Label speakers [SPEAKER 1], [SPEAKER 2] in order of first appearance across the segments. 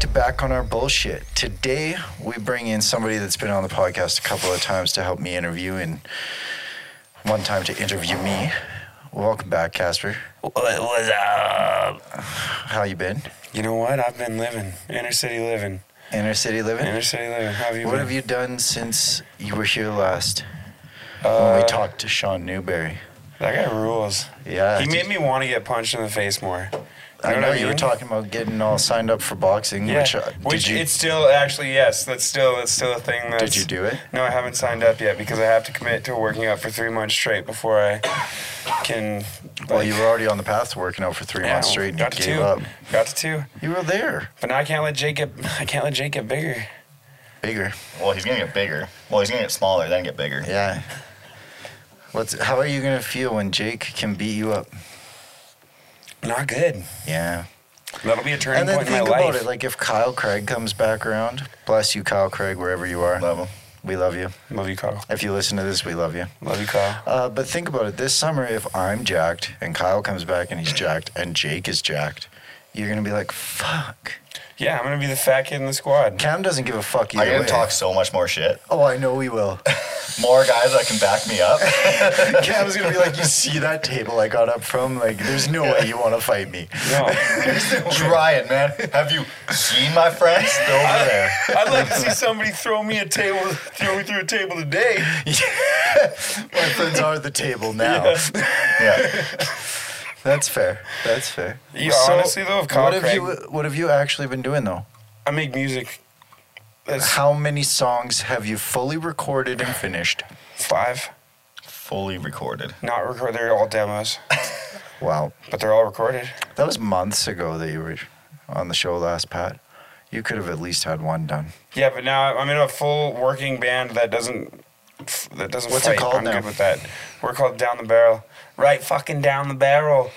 [SPEAKER 1] to Back on Our Bullshit. Today, we bring in somebody that's been on the podcast a couple of times to help me interview and one time to interview me. Welcome back, Casper.
[SPEAKER 2] What was up?
[SPEAKER 1] How you been?
[SPEAKER 2] You know what? I've been living inner city living,
[SPEAKER 1] Inner city living?
[SPEAKER 2] inner city living. How have you
[SPEAKER 1] What
[SPEAKER 2] been?
[SPEAKER 1] have you done since you were here last?
[SPEAKER 2] Uh,
[SPEAKER 1] when we talked to Sean Newberry.
[SPEAKER 2] That guy rules.
[SPEAKER 1] Yeah.
[SPEAKER 2] he
[SPEAKER 1] dude.
[SPEAKER 2] made me want to get punched in the face more. You
[SPEAKER 1] I know,
[SPEAKER 2] what
[SPEAKER 1] you were
[SPEAKER 2] mean?
[SPEAKER 1] talking about getting all signed up for boxing.
[SPEAKER 2] Yeah,
[SPEAKER 1] Which, uh,
[SPEAKER 2] which,
[SPEAKER 1] did you
[SPEAKER 2] it's still actually yes. That's still that's still a thing. That's,
[SPEAKER 1] did you do it?
[SPEAKER 2] No, I haven't signed up yet because I have to commit to working out for three months straight before I can.
[SPEAKER 1] Well,
[SPEAKER 2] like,
[SPEAKER 1] you were already on the path to working out for three
[SPEAKER 2] yeah,
[SPEAKER 1] months straight, and you
[SPEAKER 2] Got to
[SPEAKER 1] gave
[SPEAKER 2] two.
[SPEAKER 1] up.
[SPEAKER 2] Got to two.
[SPEAKER 1] You were there,
[SPEAKER 2] But now I can't let Jake get. I can't let Jake get bigger.
[SPEAKER 1] bigger.
[SPEAKER 3] Well, he's gonna get bigger. Well, he's gonna get smaller, then get bigger.
[SPEAKER 1] Yeah. What's how are you gonna feel when Jake can beat you up?
[SPEAKER 2] Not good.
[SPEAKER 1] Yeah.
[SPEAKER 2] That'll be a turning
[SPEAKER 1] And then
[SPEAKER 2] point in my
[SPEAKER 1] think about
[SPEAKER 2] life.
[SPEAKER 1] it, like if Kyle Craig comes back around, bless you, Kyle Craig, wherever you are.
[SPEAKER 3] Love him.
[SPEAKER 1] We love you.
[SPEAKER 2] Love you, Carl.
[SPEAKER 1] If you listen to this, we love you.
[SPEAKER 2] Love you, Carl.
[SPEAKER 1] Uh, but think about it. This summer, if I'm jacked and Kyle comes back and he's jacked and Jake is jacked, you're gonna be like, "Fuck."
[SPEAKER 2] Yeah, I'm gonna be the fat kid in the squad.
[SPEAKER 1] Cam doesn't give a fuck either
[SPEAKER 3] I'm gonna
[SPEAKER 1] way.
[SPEAKER 3] talk so much more shit.
[SPEAKER 1] Oh, I know we will.
[SPEAKER 3] More guys that can back me up.
[SPEAKER 1] Cam's gonna be like, you see that table I got up from? Like, there's no way you want to fight me.
[SPEAKER 2] No,
[SPEAKER 3] Ryan, man, have you seen my friends? They're over there.
[SPEAKER 2] I'd like to see somebody throw me a table, throw me through a table today.
[SPEAKER 1] My friends are at the table now.
[SPEAKER 3] Yeah.
[SPEAKER 1] That's fair. That's fair.
[SPEAKER 2] Yeah, honestly though, if Kyle
[SPEAKER 1] what have
[SPEAKER 2] Craig-
[SPEAKER 1] you What have you actually been doing though?
[SPEAKER 2] I make music. That's
[SPEAKER 1] How many songs have you fully recorded and finished?
[SPEAKER 2] five.
[SPEAKER 3] Fully recorded.
[SPEAKER 2] Not recorded. They're all demos,
[SPEAKER 1] Wow,
[SPEAKER 2] but they're all recorded.
[SPEAKER 1] that was months ago that you were on the show last, Pat. You could have at least had one done.
[SPEAKER 2] Yeah, but now I'm in a full working band that doesn't. That doesn't.
[SPEAKER 1] What's it
[SPEAKER 2] fight.
[SPEAKER 1] called
[SPEAKER 2] I'm
[SPEAKER 1] now?
[SPEAKER 2] good with that. We're called Down the Barrel. Right, fucking down the barrel.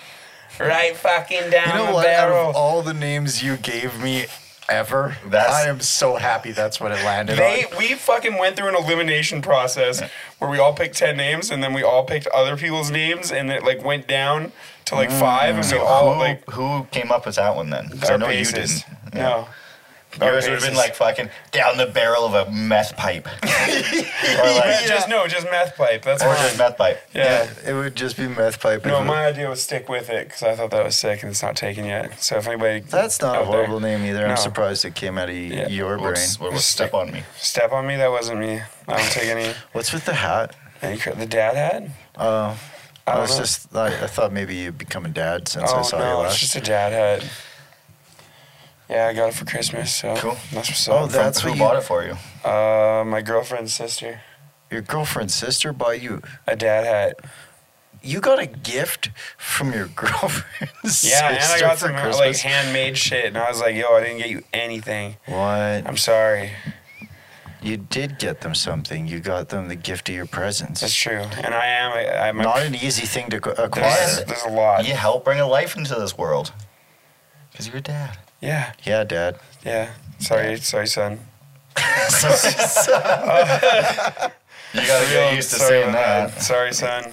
[SPEAKER 2] Right, fucking down
[SPEAKER 1] You know
[SPEAKER 2] the
[SPEAKER 1] what? Out
[SPEAKER 2] barrel.
[SPEAKER 1] of all the names you gave me ever,
[SPEAKER 3] That's-
[SPEAKER 1] I am so happy that's what it landed
[SPEAKER 2] They
[SPEAKER 1] on.
[SPEAKER 2] we fucking went through an elimination process where we all picked ten names and then we all picked other people's names and it like went down to like five and we all
[SPEAKER 3] Mm. who,
[SPEAKER 2] Oh, like
[SPEAKER 3] who came up with that one then? 'Cause I
[SPEAKER 2] our
[SPEAKER 3] know
[SPEAKER 2] bases.
[SPEAKER 3] you didn't.
[SPEAKER 2] No. Our
[SPEAKER 3] Yours would have been
[SPEAKER 2] bases.
[SPEAKER 3] like fucking down the barrel of a meth pipe. or like,
[SPEAKER 2] Uh, just no, just meth pipe. That's
[SPEAKER 3] or
[SPEAKER 2] fine.
[SPEAKER 3] just meth pipe.
[SPEAKER 2] yeah.
[SPEAKER 1] It would just be meth pipe. if
[SPEAKER 2] No,
[SPEAKER 1] it-
[SPEAKER 2] my idea was stick with it because I thought that was sick and it's not taken yet. So if anybody
[SPEAKER 1] That's not a
[SPEAKER 2] out there-
[SPEAKER 1] horrible name either.
[SPEAKER 2] No.
[SPEAKER 1] I'm surprised it came out of y
[SPEAKER 2] Yeah.
[SPEAKER 1] your brain.
[SPEAKER 3] Whoops, what was step on me?
[SPEAKER 2] step on me, that wasn't me. I don't take any.
[SPEAKER 1] What's with the hat?
[SPEAKER 2] any cre- the dad had.
[SPEAKER 1] Uh, I,
[SPEAKER 2] I don't
[SPEAKER 1] was
[SPEAKER 2] know.
[SPEAKER 1] just I, I thought maybe you'd become a dad since I
[SPEAKER 2] Oh
[SPEAKER 1] saw you
[SPEAKER 2] no, it's
[SPEAKER 1] last.
[SPEAKER 2] just a dad hat. Yeah, I got it for Christmas. So
[SPEAKER 3] Cool.
[SPEAKER 2] That's what's up.
[SPEAKER 1] Oh, that's
[SPEAKER 3] Who
[SPEAKER 1] what you,
[SPEAKER 3] bought it for you?
[SPEAKER 2] Uh, my girlfriend's sister.
[SPEAKER 1] your girlfriend's sister bought you.
[SPEAKER 2] A dad hat.
[SPEAKER 1] You got a gift from your girlfriend's
[SPEAKER 2] Yeah, and
[SPEAKER 1] sister
[SPEAKER 2] I got
[SPEAKER 1] for
[SPEAKER 2] some like
[SPEAKER 1] Christmas.
[SPEAKER 2] handmade shit, and I was like, "Yo, I didn't get you anything.
[SPEAKER 1] what?
[SPEAKER 2] I'm sorry."
[SPEAKER 1] You did get them something. You got them the gift of your presence.
[SPEAKER 2] That's true. And I am. I, I'm
[SPEAKER 1] Not an easy thing to co-
[SPEAKER 2] there's,
[SPEAKER 1] acquire.
[SPEAKER 2] there's a lot.
[SPEAKER 3] You
[SPEAKER 2] Yeah.
[SPEAKER 3] helped bring a life into this world. Because you're a dad.
[SPEAKER 2] Yeah.
[SPEAKER 1] Yeah, Dad.
[SPEAKER 2] Sorry. Sorry, son.
[SPEAKER 3] You gotta get
[SPEAKER 2] Real
[SPEAKER 3] used to
[SPEAKER 2] sorry
[SPEAKER 3] saying
[SPEAKER 2] about
[SPEAKER 3] that.
[SPEAKER 2] Sorry, son.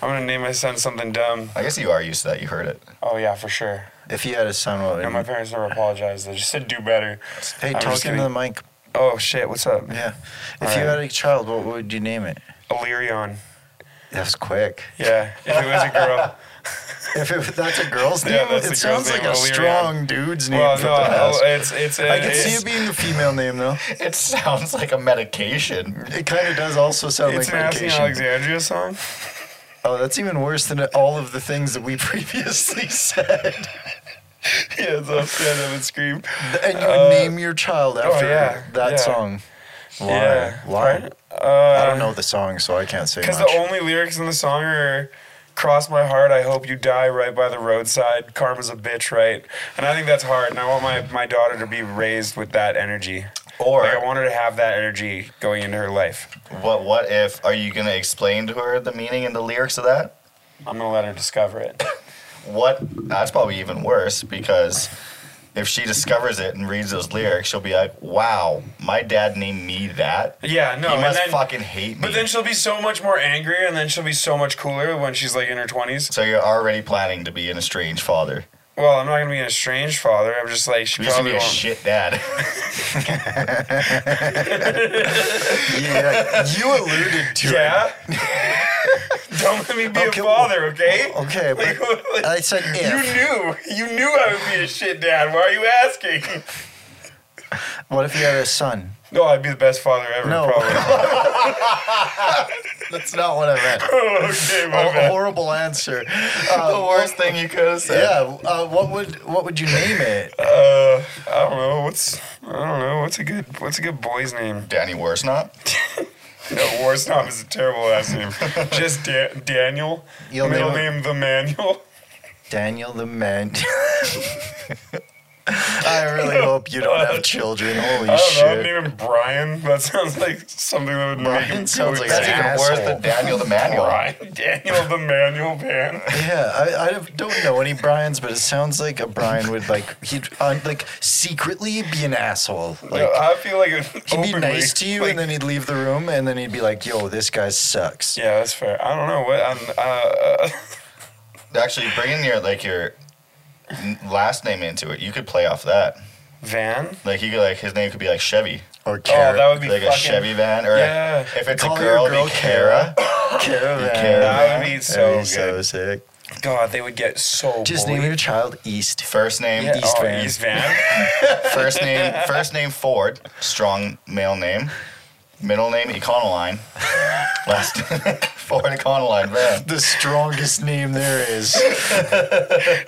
[SPEAKER 2] I'm gonna name my son something dumb.
[SPEAKER 3] I guess you are used to that. You heard it.
[SPEAKER 2] Oh yeah, for sure.
[SPEAKER 1] If you had a son, what would
[SPEAKER 2] No, my parents never apologized. They just said do better.
[SPEAKER 1] Hey,
[SPEAKER 2] I'm just
[SPEAKER 1] talk into
[SPEAKER 2] kidding.
[SPEAKER 1] the mic.
[SPEAKER 2] Oh shit, what's up?
[SPEAKER 1] Yeah. If
[SPEAKER 2] All
[SPEAKER 1] you
[SPEAKER 2] right.
[SPEAKER 1] had a child, what would you name it?
[SPEAKER 2] Illyrion.
[SPEAKER 1] That's quick.
[SPEAKER 2] Yeah. If it was a girl.
[SPEAKER 1] If it, that's a girl's name,
[SPEAKER 2] Yeah, that's
[SPEAKER 1] it
[SPEAKER 2] a girl's
[SPEAKER 1] sounds like
[SPEAKER 2] name,
[SPEAKER 1] a
[SPEAKER 2] Illyria.
[SPEAKER 1] strong dude's name.
[SPEAKER 2] well,
[SPEAKER 1] for the
[SPEAKER 2] no, oh,
[SPEAKER 1] house.
[SPEAKER 2] it's it's.
[SPEAKER 1] I can
[SPEAKER 2] it's,
[SPEAKER 1] see it being a female name though.
[SPEAKER 3] It sounds like a medication.
[SPEAKER 1] It kind of does also sound
[SPEAKER 2] It's
[SPEAKER 1] like
[SPEAKER 2] an Asking
[SPEAKER 1] medication.
[SPEAKER 2] Alexandria song.
[SPEAKER 1] Oh, that's even worse than all of the things that we previously said.
[SPEAKER 2] yeah, it's all stand up and scream.
[SPEAKER 1] And you would
[SPEAKER 2] Uh,
[SPEAKER 1] name your child after
[SPEAKER 2] yeah,
[SPEAKER 1] that
[SPEAKER 2] yeah.
[SPEAKER 1] song. oh, Why?
[SPEAKER 2] Yeah.
[SPEAKER 1] Why?
[SPEAKER 2] Uh,
[SPEAKER 1] I don't know the song, so I can't say much.
[SPEAKER 2] Because the only lyrics in the song are "Cross my heart, I hope you die right by the roadside. Karma's a bitch, right?" And I think that's hard. And I want my my daughter to be raised with that energy.
[SPEAKER 3] Or-
[SPEAKER 2] like, I want her to have that energy going into her life.
[SPEAKER 3] What? What if? Are you gonna explain to her the meaning and the lyrics of that?
[SPEAKER 2] I'm gonna let her discover it.
[SPEAKER 3] What? That's probably even worse because if she discovers it and reads those lyrics, she'll be like, "Wow, my dad named me that.
[SPEAKER 2] Yeah, no,
[SPEAKER 3] he
[SPEAKER 2] and
[SPEAKER 3] must
[SPEAKER 2] then-
[SPEAKER 3] fucking hate me."
[SPEAKER 2] But then she'll be so much more angry, and then she'll be so much cooler when she's like in her twenties.
[SPEAKER 3] so you're already planning to be an estranged father.
[SPEAKER 2] Well, I'm not gonna be an estranged father. I'm just like she
[SPEAKER 3] You used to
[SPEAKER 2] probably
[SPEAKER 3] be a
[SPEAKER 2] won't.
[SPEAKER 3] shit dad.
[SPEAKER 1] Yeah, like, you alluded to
[SPEAKER 2] yeah. Don't let me be
[SPEAKER 1] Okay,
[SPEAKER 2] a father, okay?
[SPEAKER 1] it. Okay,
[SPEAKER 2] Like,
[SPEAKER 1] but I said
[SPEAKER 2] you
[SPEAKER 1] if.
[SPEAKER 2] knew, you knew I would be a shit dad. Why are you asking?
[SPEAKER 1] What if you had a son?
[SPEAKER 2] No, I'd be the best father ever.
[SPEAKER 1] No.
[SPEAKER 2] Probably.
[SPEAKER 1] That's not what I meant.
[SPEAKER 2] okay, my
[SPEAKER 1] A
[SPEAKER 2] bad.
[SPEAKER 1] horrible answer.
[SPEAKER 3] the
[SPEAKER 1] Um,
[SPEAKER 3] worst thing you could have said.
[SPEAKER 1] yeah. Uh, what would what would you name it?
[SPEAKER 2] Uh, I don't know. What's I don't know. What's a good What's a good boy's name?
[SPEAKER 3] Danny Worsnop.
[SPEAKER 2] No, Warsnop is a terrible last name. Just da- Daniel.
[SPEAKER 1] You'll
[SPEAKER 2] Middle
[SPEAKER 1] name
[SPEAKER 2] name the Manual.
[SPEAKER 1] Daniel the Man. I really hope you don't have children. Holy
[SPEAKER 2] I don't know. I'd
[SPEAKER 1] shit.
[SPEAKER 2] name him Brian. That sounds like something that would make him
[SPEAKER 1] Brian
[SPEAKER 2] cool.
[SPEAKER 1] sounds like
[SPEAKER 3] That's
[SPEAKER 1] an
[SPEAKER 3] even
[SPEAKER 1] asshole.
[SPEAKER 3] worse than Daniel the Manual.
[SPEAKER 2] Brian Daniel the Manual Band.
[SPEAKER 1] Yeah, I, I don't know any Brian's, but it sounds like a Brian would like he'd uh, like secretly be an asshole. Like
[SPEAKER 2] no, I feel like it
[SPEAKER 1] he'd be
[SPEAKER 2] openly,
[SPEAKER 1] nice to you,
[SPEAKER 2] like-
[SPEAKER 1] and then he'd leave the room, and then he'd be like, "Yo, this guy sucks."
[SPEAKER 2] yeah, that's fair. I don't know what. I'm, uh, uh,
[SPEAKER 3] Actually, bringing your like your n- last name into it, you could play off that.
[SPEAKER 2] van.
[SPEAKER 3] Like you could like his name could be like Chevy,
[SPEAKER 1] Or Kara.
[SPEAKER 2] Oh, that would be
[SPEAKER 3] like a
[SPEAKER 2] fucking-
[SPEAKER 3] Chevy van, or
[SPEAKER 2] Yeah.
[SPEAKER 3] if it's a
[SPEAKER 1] Call
[SPEAKER 3] girl,
[SPEAKER 1] your
[SPEAKER 3] it'd
[SPEAKER 1] girl
[SPEAKER 3] be Kara.
[SPEAKER 1] Caravan.
[SPEAKER 2] That would be so
[SPEAKER 1] That'd be
[SPEAKER 2] good.
[SPEAKER 1] so sick.
[SPEAKER 2] God, they would get so.
[SPEAKER 1] Just
[SPEAKER 2] bullied.
[SPEAKER 1] name your child East.
[SPEAKER 3] First name,
[SPEAKER 2] Yeah,
[SPEAKER 1] East
[SPEAKER 2] oh,
[SPEAKER 1] Van.
[SPEAKER 2] East Van.
[SPEAKER 3] first name, first name Ford, strong male name. Middle name Econoline. Last Ford Econoline van.
[SPEAKER 1] The strongest name there is.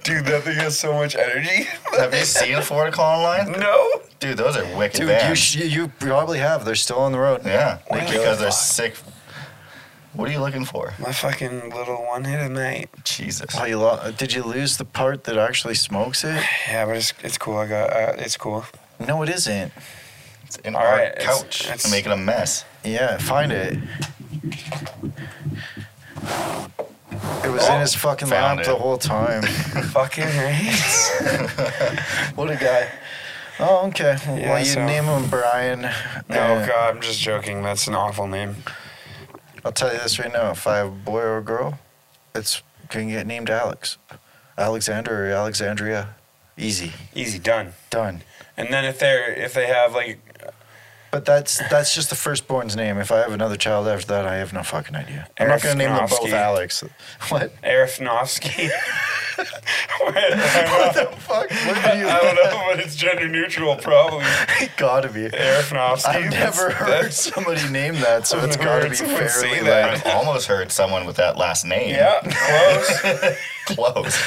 [SPEAKER 2] Dude, that thing has so much energy.
[SPEAKER 3] Have you seen a Ford Econoline?
[SPEAKER 2] no.
[SPEAKER 3] Dude, those are wicked
[SPEAKER 1] Dude, you,
[SPEAKER 3] vans.
[SPEAKER 1] sh- you probably have. They're still on the road.
[SPEAKER 3] yeah,
[SPEAKER 1] Wow.
[SPEAKER 3] because they're sick. What are you looking for?
[SPEAKER 2] My fucking little one hit a night.
[SPEAKER 3] Jesus.
[SPEAKER 1] Oh, you lo- did you lose the part that actually smokes it?
[SPEAKER 2] Yeah, but it's, it's cool. I got uh, it's cool.
[SPEAKER 1] No, it isn't.
[SPEAKER 3] It's in
[SPEAKER 2] All
[SPEAKER 3] our
[SPEAKER 2] right, it's-
[SPEAKER 3] couch.
[SPEAKER 2] it's-
[SPEAKER 3] making a mess.
[SPEAKER 1] Yeah, find it. It was in his fucking
[SPEAKER 3] Found
[SPEAKER 1] lap the
[SPEAKER 3] it.
[SPEAKER 1] whole time.
[SPEAKER 2] fucking right.
[SPEAKER 1] what a guy. Oh, okay.
[SPEAKER 2] Yeah,
[SPEAKER 1] well, you
[SPEAKER 2] so-
[SPEAKER 1] name him Brian.
[SPEAKER 2] No, God, I'm just joking. That's an awful name.
[SPEAKER 1] I'll tell you this right now. If I have a boy or a girl, it's can get named Alex, Alexander or Alexandria. Easy,
[SPEAKER 2] Easy done.
[SPEAKER 1] done.
[SPEAKER 2] And then if they're if they have like
[SPEAKER 1] But that's that's just the firstborn's name. If I have another child after that, I have no fucking idea. I'm not gonna name them both
[SPEAKER 2] Arifnovsky.
[SPEAKER 1] Alex. What?
[SPEAKER 2] Arifnovsky.
[SPEAKER 1] What
[SPEAKER 2] I
[SPEAKER 1] the fuck? What did you?
[SPEAKER 2] don't know, but it's gender neutral probably.
[SPEAKER 1] gotta be.
[SPEAKER 2] Arifnovsky.
[SPEAKER 1] I've
[SPEAKER 2] that's-
[SPEAKER 1] never heard
[SPEAKER 2] that's-
[SPEAKER 1] somebody name that, so
[SPEAKER 2] I've
[SPEAKER 1] it's
[SPEAKER 2] never
[SPEAKER 1] gotta
[SPEAKER 2] heard
[SPEAKER 1] be
[SPEAKER 2] someone say
[SPEAKER 1] fairly
[SPEAKER 2] that.
[SPEAKER 1] like.
[SPEAKER 3] I've almost heard someone with that last name.
[SPEAKER 2] Yeah, close.
[SPEAKER 3] Close.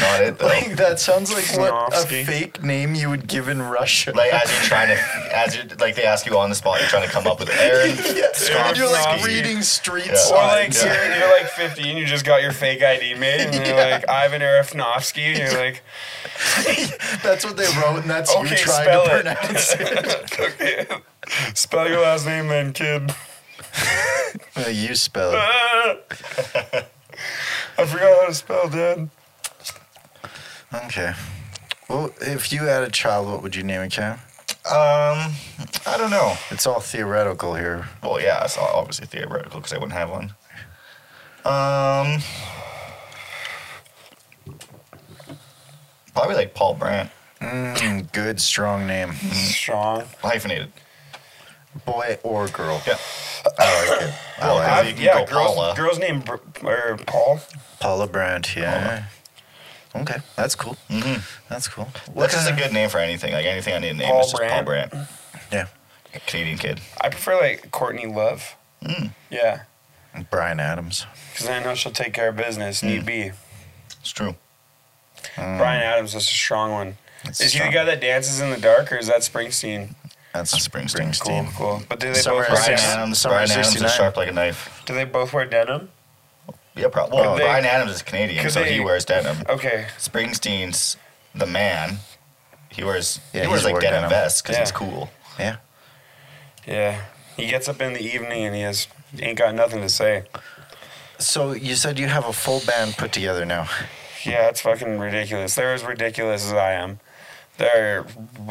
[SPEAKER 3] Not it though.
[SPEAKER 1] Like, that sounds like what a
[SPEAKER 2] Snofsky.
[SPEAKER 1] fake name you would give in Russia.
[SPEAKER 3] Like as you're trying to, as you like they ask you on the spot, you're trying to come up with Aaron.
[SPEAKER 1] And you're like
[SPEAKER 2] Snofsky.
[SPEAKER 1] reading street
[SPEAKER 3] Yeah.
[SPEAKER 1] signs.
[SPEAKER 2] Or like
[SPEAKER 3] Yeah.
[SPEAKER 2] you're, you're like 50 and you just got your fake ID made and you're like Ivan Arifnovsky and you're like
[SPEAKER 1] That's what they wrote, and that's you
[SPEAKER 2] Okay,
[SPEAKER 1] trying
[SPEAKER 2] spell
[SPEAKER 1] to
[SPEAKER 2] it.
[SPEAKER 1] pronounce it.
[SPEAKER 2] Spell your last name then, kid.
[SPEAKER 1] Well, you spell it.
[SPEAKER 2] I forgot how to spell, Dad.
[SPEAKER 1] Okay. Well, if you had a child, what would you name it, Cam?
[SPEAKER 3] Um, I don't know.
[SPEAKER 1] It's all theoretical here.
[SPEAKER 3] Well, yeah, it's all obviously theoretical because I wouldn't have one. Um, probably like Paul Brandt,
[SPEAKER 1] Mm, good, strong name.
[SPEAKER 2] Strong.
[SPEAKER 3] hyphenated.
[SPEAKER 1] Boy or girl.
[SPEAKER 3] Yeah.
[SPEAKER 1] I like it. I
[SPEAKER 3] Well,
[SPEAKER 1] like
[SPEAKER 3] I've-
[SPEAKER 1] it.
[SPEAKER 3] you can
[SPEAKER 2] yeah,
[SPEAKER 3] go Paula.
[SPEAKER 2] girls, girls named Br- or Paul.
[SPEAKER 1] Paula Brandt, yeah. Okay, that's cool. Mm-hmm. That's cool.
[SPEAKER 3] That's just a
[SPEAKER 1] kind of-
[SPEAKER 3] good name for anything. Like anything I need to name
[SPEAKER 2] Paul
[SPEAKER 3] is just Paul
[SPEAKER 2] Brandt.
[SPEAKER 3] Brandt.
[SPEAKER 1] Yeah.
[SPEAKER 3] Canadian kid.
[SPEAKER 2] I prefer like Courtney Love.
[SPEAKER 3] Hmm.
[SPEAKER 2] Yeah,
[SPEAKER 1] Brian Adams.
[SPEAKER 2] because I know she'll take care of business,
[SPEAKER 3] Hmm.
[SPEAKER 2] need be.
[SPEAKER 3] It's true.
[SPEAKER 2] Brian Mm. Adams is a strong one.
[SPEAKER 1] That's
[SPEAKER 2] is he
[SPEAKER 1] strong.
[SPEAKER 2] the guy that dances in the dark, or is that Springsteen?
[SPEAKER 1] That's
[SPEAKER 3] That's Springsteen.
[SPEAKER 2] Cool,
[SPEAKER 1] Springsteen.
[SPEAKER 2] cool. But do they
[SPEAKER 1] Summer
[SPEAKER 2] both
[SPEAKER 1] is
[SPEAKER 2] wear
[SPEAKER 3] Brian
[SPEAKER 1] Six-
[SPEAKER 2] denim?
[SPEAKER 3] Adams.
[SPEAKER 1] Summer
[SPEAKER 3] Brian
[SPEAKER 1] of
[SPEAKER 3] Adams is
[SPEAKER 1] 69.
[SPEAKER 3] sharp like a knife.
[SPEAKER 2] Do they both wear denim?
[SPEAKER 3] Yeah, probably. Well,
[SPEAKER 2] Could they-
[SPEAKER 3] Brian Adams is Canadian,
[SPEAKER 2] could
[SPEAKER 3] so
[SPEAKER 2] they-
[SPEAKER 3] he wears denim.
[SPEAKER 2] Okay,
[SPEAKER 3] Springsteen's the man. He wears
[SPEAKER 1] Yeah,
[SPEAKER 3] he wears
[SPEAKER 1] he's
[SPEAKER 3] like
[SPEAKER 1] wore
[SPEAKER 3] denim,
[SPEAKER 1] denim.
[SPEAKER 3] vests because he's
[SPEAKER 2] Yeah.
[SPEAKER 3] cool.
[SPEAKER 1] Yeah.
[SPEAKER 2] yeah. He gets up in the evening and he has ain't got nothing to say.
[SPEAKER 1] So you said you have a full band put together now.
[SPEAKER 2] Yeah, it's fucking ridiculous. They're as ridiculous as I am. They're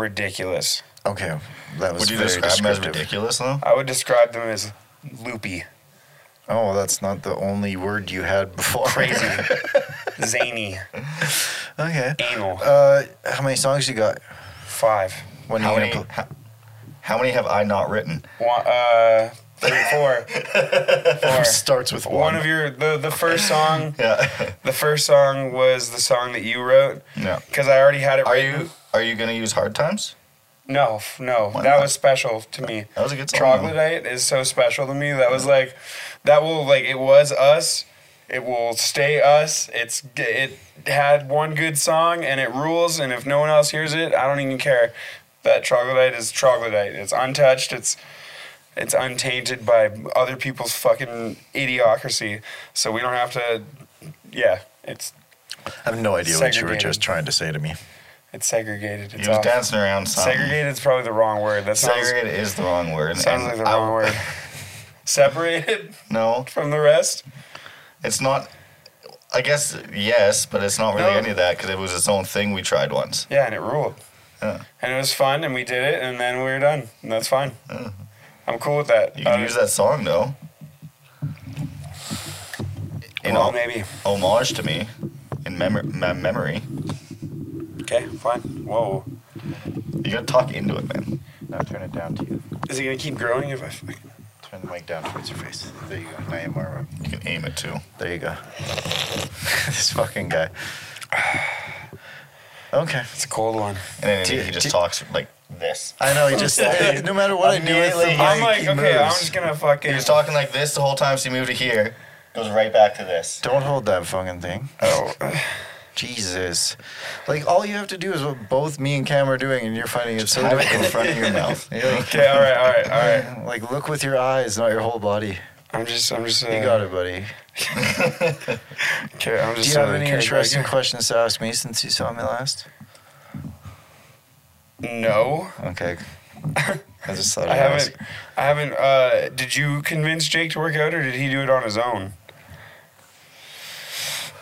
[SPEAKER 2] ridiculous.
[SPEAKER 1] Okay, that was
[SPEAKER 3] Would you
[SPEAKER 1] very
[SPEAKER 3] describe him as
[SPEAKER 1] descriptive.
[SPEAKER 3] ridiculous though?
[SPEAKER 2] I would describe them as loopy,
[SPEAKER 1] Oh, that's not the only word you had before.
[SPEAKER 2] crazy, zany.
[SPEAKER 1] Okay.
[SPEAKER 2] Anal.
[SPEAKER 1] Uh, how many songs you got?
[SPEAKER 2] Five.
[SPEAKER 1] When
[SPEAKER 3] How
[SPEAKER 1] you
[SPEAKER 3] many?
[SPEAKER 1] gonna
[SPEAKER 3] How, how many have I not written?
[SPEAKER 2] One, uh, three, four.
[SPEAKER 1] put-
[SPEAKER 2] Four.
[SPEAKER 1] starts with one.
[SPEAKER 2] One of your the the first song
[SPEAKER 3] Yeah.
[SPEAKER 2] the first song was the song that you wrote
[SPEAKER 3] no.
[SPEAKER 2] because I already had it.
[SPEAKER 3] Are
[SPEAKER 2] written.
[SPEAKER 3] you are you gonna use hard times?
[SPEAKER 2] No, f- no,
[SPEAKER 3] Why
[SPEAKER 2] that
[SPEAKER 3] not?
[SPEAKER 2] was special to me.
[SPEAKER 3] That was a good song.
[SPEAKER 2] Troglodyte is so special to me. That was like, that will like it was us. It will stay us. It's g- it had one good song and it rules. And if no one else hears it, I don't even care. That troglodyte is troglodyte. It's untouched. It's it's untainted by other people's fucking idiocracy. So we don't have to. Yeah, it's
[SPEAKER 1] I have no idea what you were
[SPEAKER 2] Segregated.
[SPEAKER 1] just trying to say to me.
[SPEAKER 2] it's segregated. It's
[SPEAKER 3] He was
[SPEAKER 2] off.
[SPEAKER 3] dancing around something.
[SPEAKER 2] Segregated is probably the wrong word. That sounds
[SPEAKER 3] Segregated is the wrong word.
[SPEAKER 2] Sounds
[SPEAKER 3] and
[SPEAKER 2] like the
[SPEAKER 3] I-
[SPEAKER 2] wrong word. Separated
[SPEAKER 3] No,
[SPEAKER 2] from the rest?
[SPEAKER 3] it's not. I guess yes, but it's not really
[SPEAKER 2] No.
[SPEAKER 3] any of that because it was its own thing we tried once.
[SPEAKER 2] Yeah, and it ruled.
[SPEAKER 3] Yeah.
[SPEAKER 2] And it was fun, and we did it, and then we were done. And that's fine. I'm cool with that.
[SPEAKER 3] You can
[SPEAKER 2] Uh,
[SPEAKER 3] use that song though. In
[SPEAKER 2] well,
[SPEAKER 3] hom-
[SPEAKER 2] maybe.
[SPEAKER 3] homage to me, in mem- my memory.
[SPEAKER 2] Okay, fine. Whoa.
[SPEAKER 3] You gotta talk into it, man.
[SPEAKER 1] Now turn it down to you.
[SPEAKER 2] Is it going to keep growing if I. fuck-
[SPEAKER 1] Turn the mic down towards your face. There you go. Now you're more. of
[SPEAKER 3] You can aim it too.
[SPEAKER 1] a- There you go. this fucking guy. Okay.
[SPEAKER 2] It's a cold one.
[SPEAKER 3] And then
[SPEAKER 1] Do-
[SPEAKER 3] he
[SPEAKER 1] do-
[SPEAKER 3] just talks like this.
[SPEAKER 1] I know he just no matter what I do, it's the
[SPEAKER 3] Immediately,
[SPEAKER 2] I'm like,
[SPEAKER 1] he
[SPEAKER 2] okay, I'm
[SPEAKER 1] moves.
[SPEAKER 2] just going to fucking.
[SPEAKER 3] He was talking like this the whole time, so he moved to here. Goes right back to this.
[SPEAKER 1] Don't hold that fucking thing.
[SPEAKER 2] Oh.
[SPEAKER 1] Jesus. Like all you have to do is what both me and Cam are doing and you're finding it so
[SPEAKER 3] Have it in
[SPEAKER 1] difficult.
[SPEAKER 3] front of your mouth.
[SPEAKER 2] Okay, all right, all right, all right.
[SPEAKER 1] Like look with your eyes, not your whole body.
[SPEAKER 2] I'm just, I'm just. Uh,
[SPEAKER 1] You got it, buddy.
[SPEAKER 2] Okay, I'm just.
[SPEAKER 1] Do you have
[SPEAKER 2] uh,
[SPEAKER 1] any
[SPEAKER 2] okay,
[SPEAKER 1] interesting
[SPEAKER 2] okay.
[SPEAKER 1] questions to ask me since you saw me last?
[SPEAKER 2] No.
[SPEAKER 1] Okay. I just thought
[SPEAKER 2] I
[SPEAKER 1] I'd ask.
[SPEAKER 2] haven't. I haven't. Uh, did you convince Jake to work out, or did he do it on his own?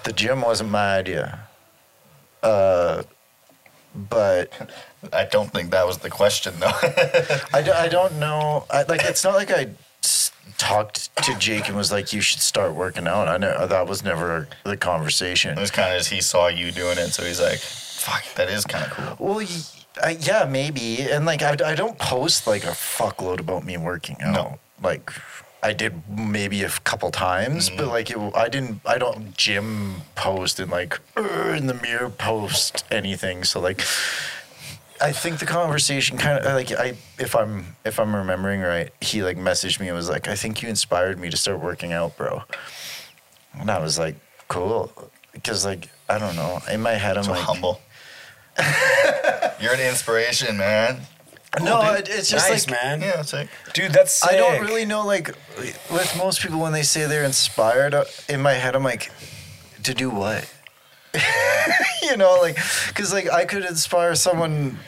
[SPEAKER 1] The gym wasn't my idea. Uh, but
[SPEAKER 3] I don't think that was the question though.
[SPEAKER 1] I, do, I don't know. I, like, it's not like I s- talked to Jake and was like, you should start working out. I know that was never the conversation.
[SPEAKER 3] it was kind of just he saw you doing it, so he's like, "Fuck, that is kind of cool."
[SPEAKER 1] Well, y I yeah, maybe. And like, I, I don't post like a fuckload about me working out.
[SPEAKER 3] No.
[SPEAKER 1] Like, I did maybe a couple times, but like, it, I didn't, I don't gym post and like "Urgh," in the mirror post anything. So like, I think the conversation kind of like I if I'm if I'm remembering right, he like messaged me and was like, "I think you inspired me to start working out, bro." And I was like, "Cool," because like I don't know. In my head, I'm
[SPEAKER 3] So
[SPEAKER 1] like,
[SPEAKER 3] humble. You're an inspiration, man.
[SPEAKER 1] "No,
[SPEAKER 2] Cool,
[SPEAKER 1] it,
[SPEAKER 2] dude.
[SPEAKER 1] it's just
[SPEAKER 2] nice,
[SPEAKER 1] like
[SPEAKER 2] man.
[SPEAKER 3] Yeah, it's like
[SPEAKER 2] Dude, that's sick.
[SPEAKER 1] I don't really know, like, with most people when they say they're inspired, uh, in my head, I'm like, to do what? you know, like, because, like, I could inspire someone,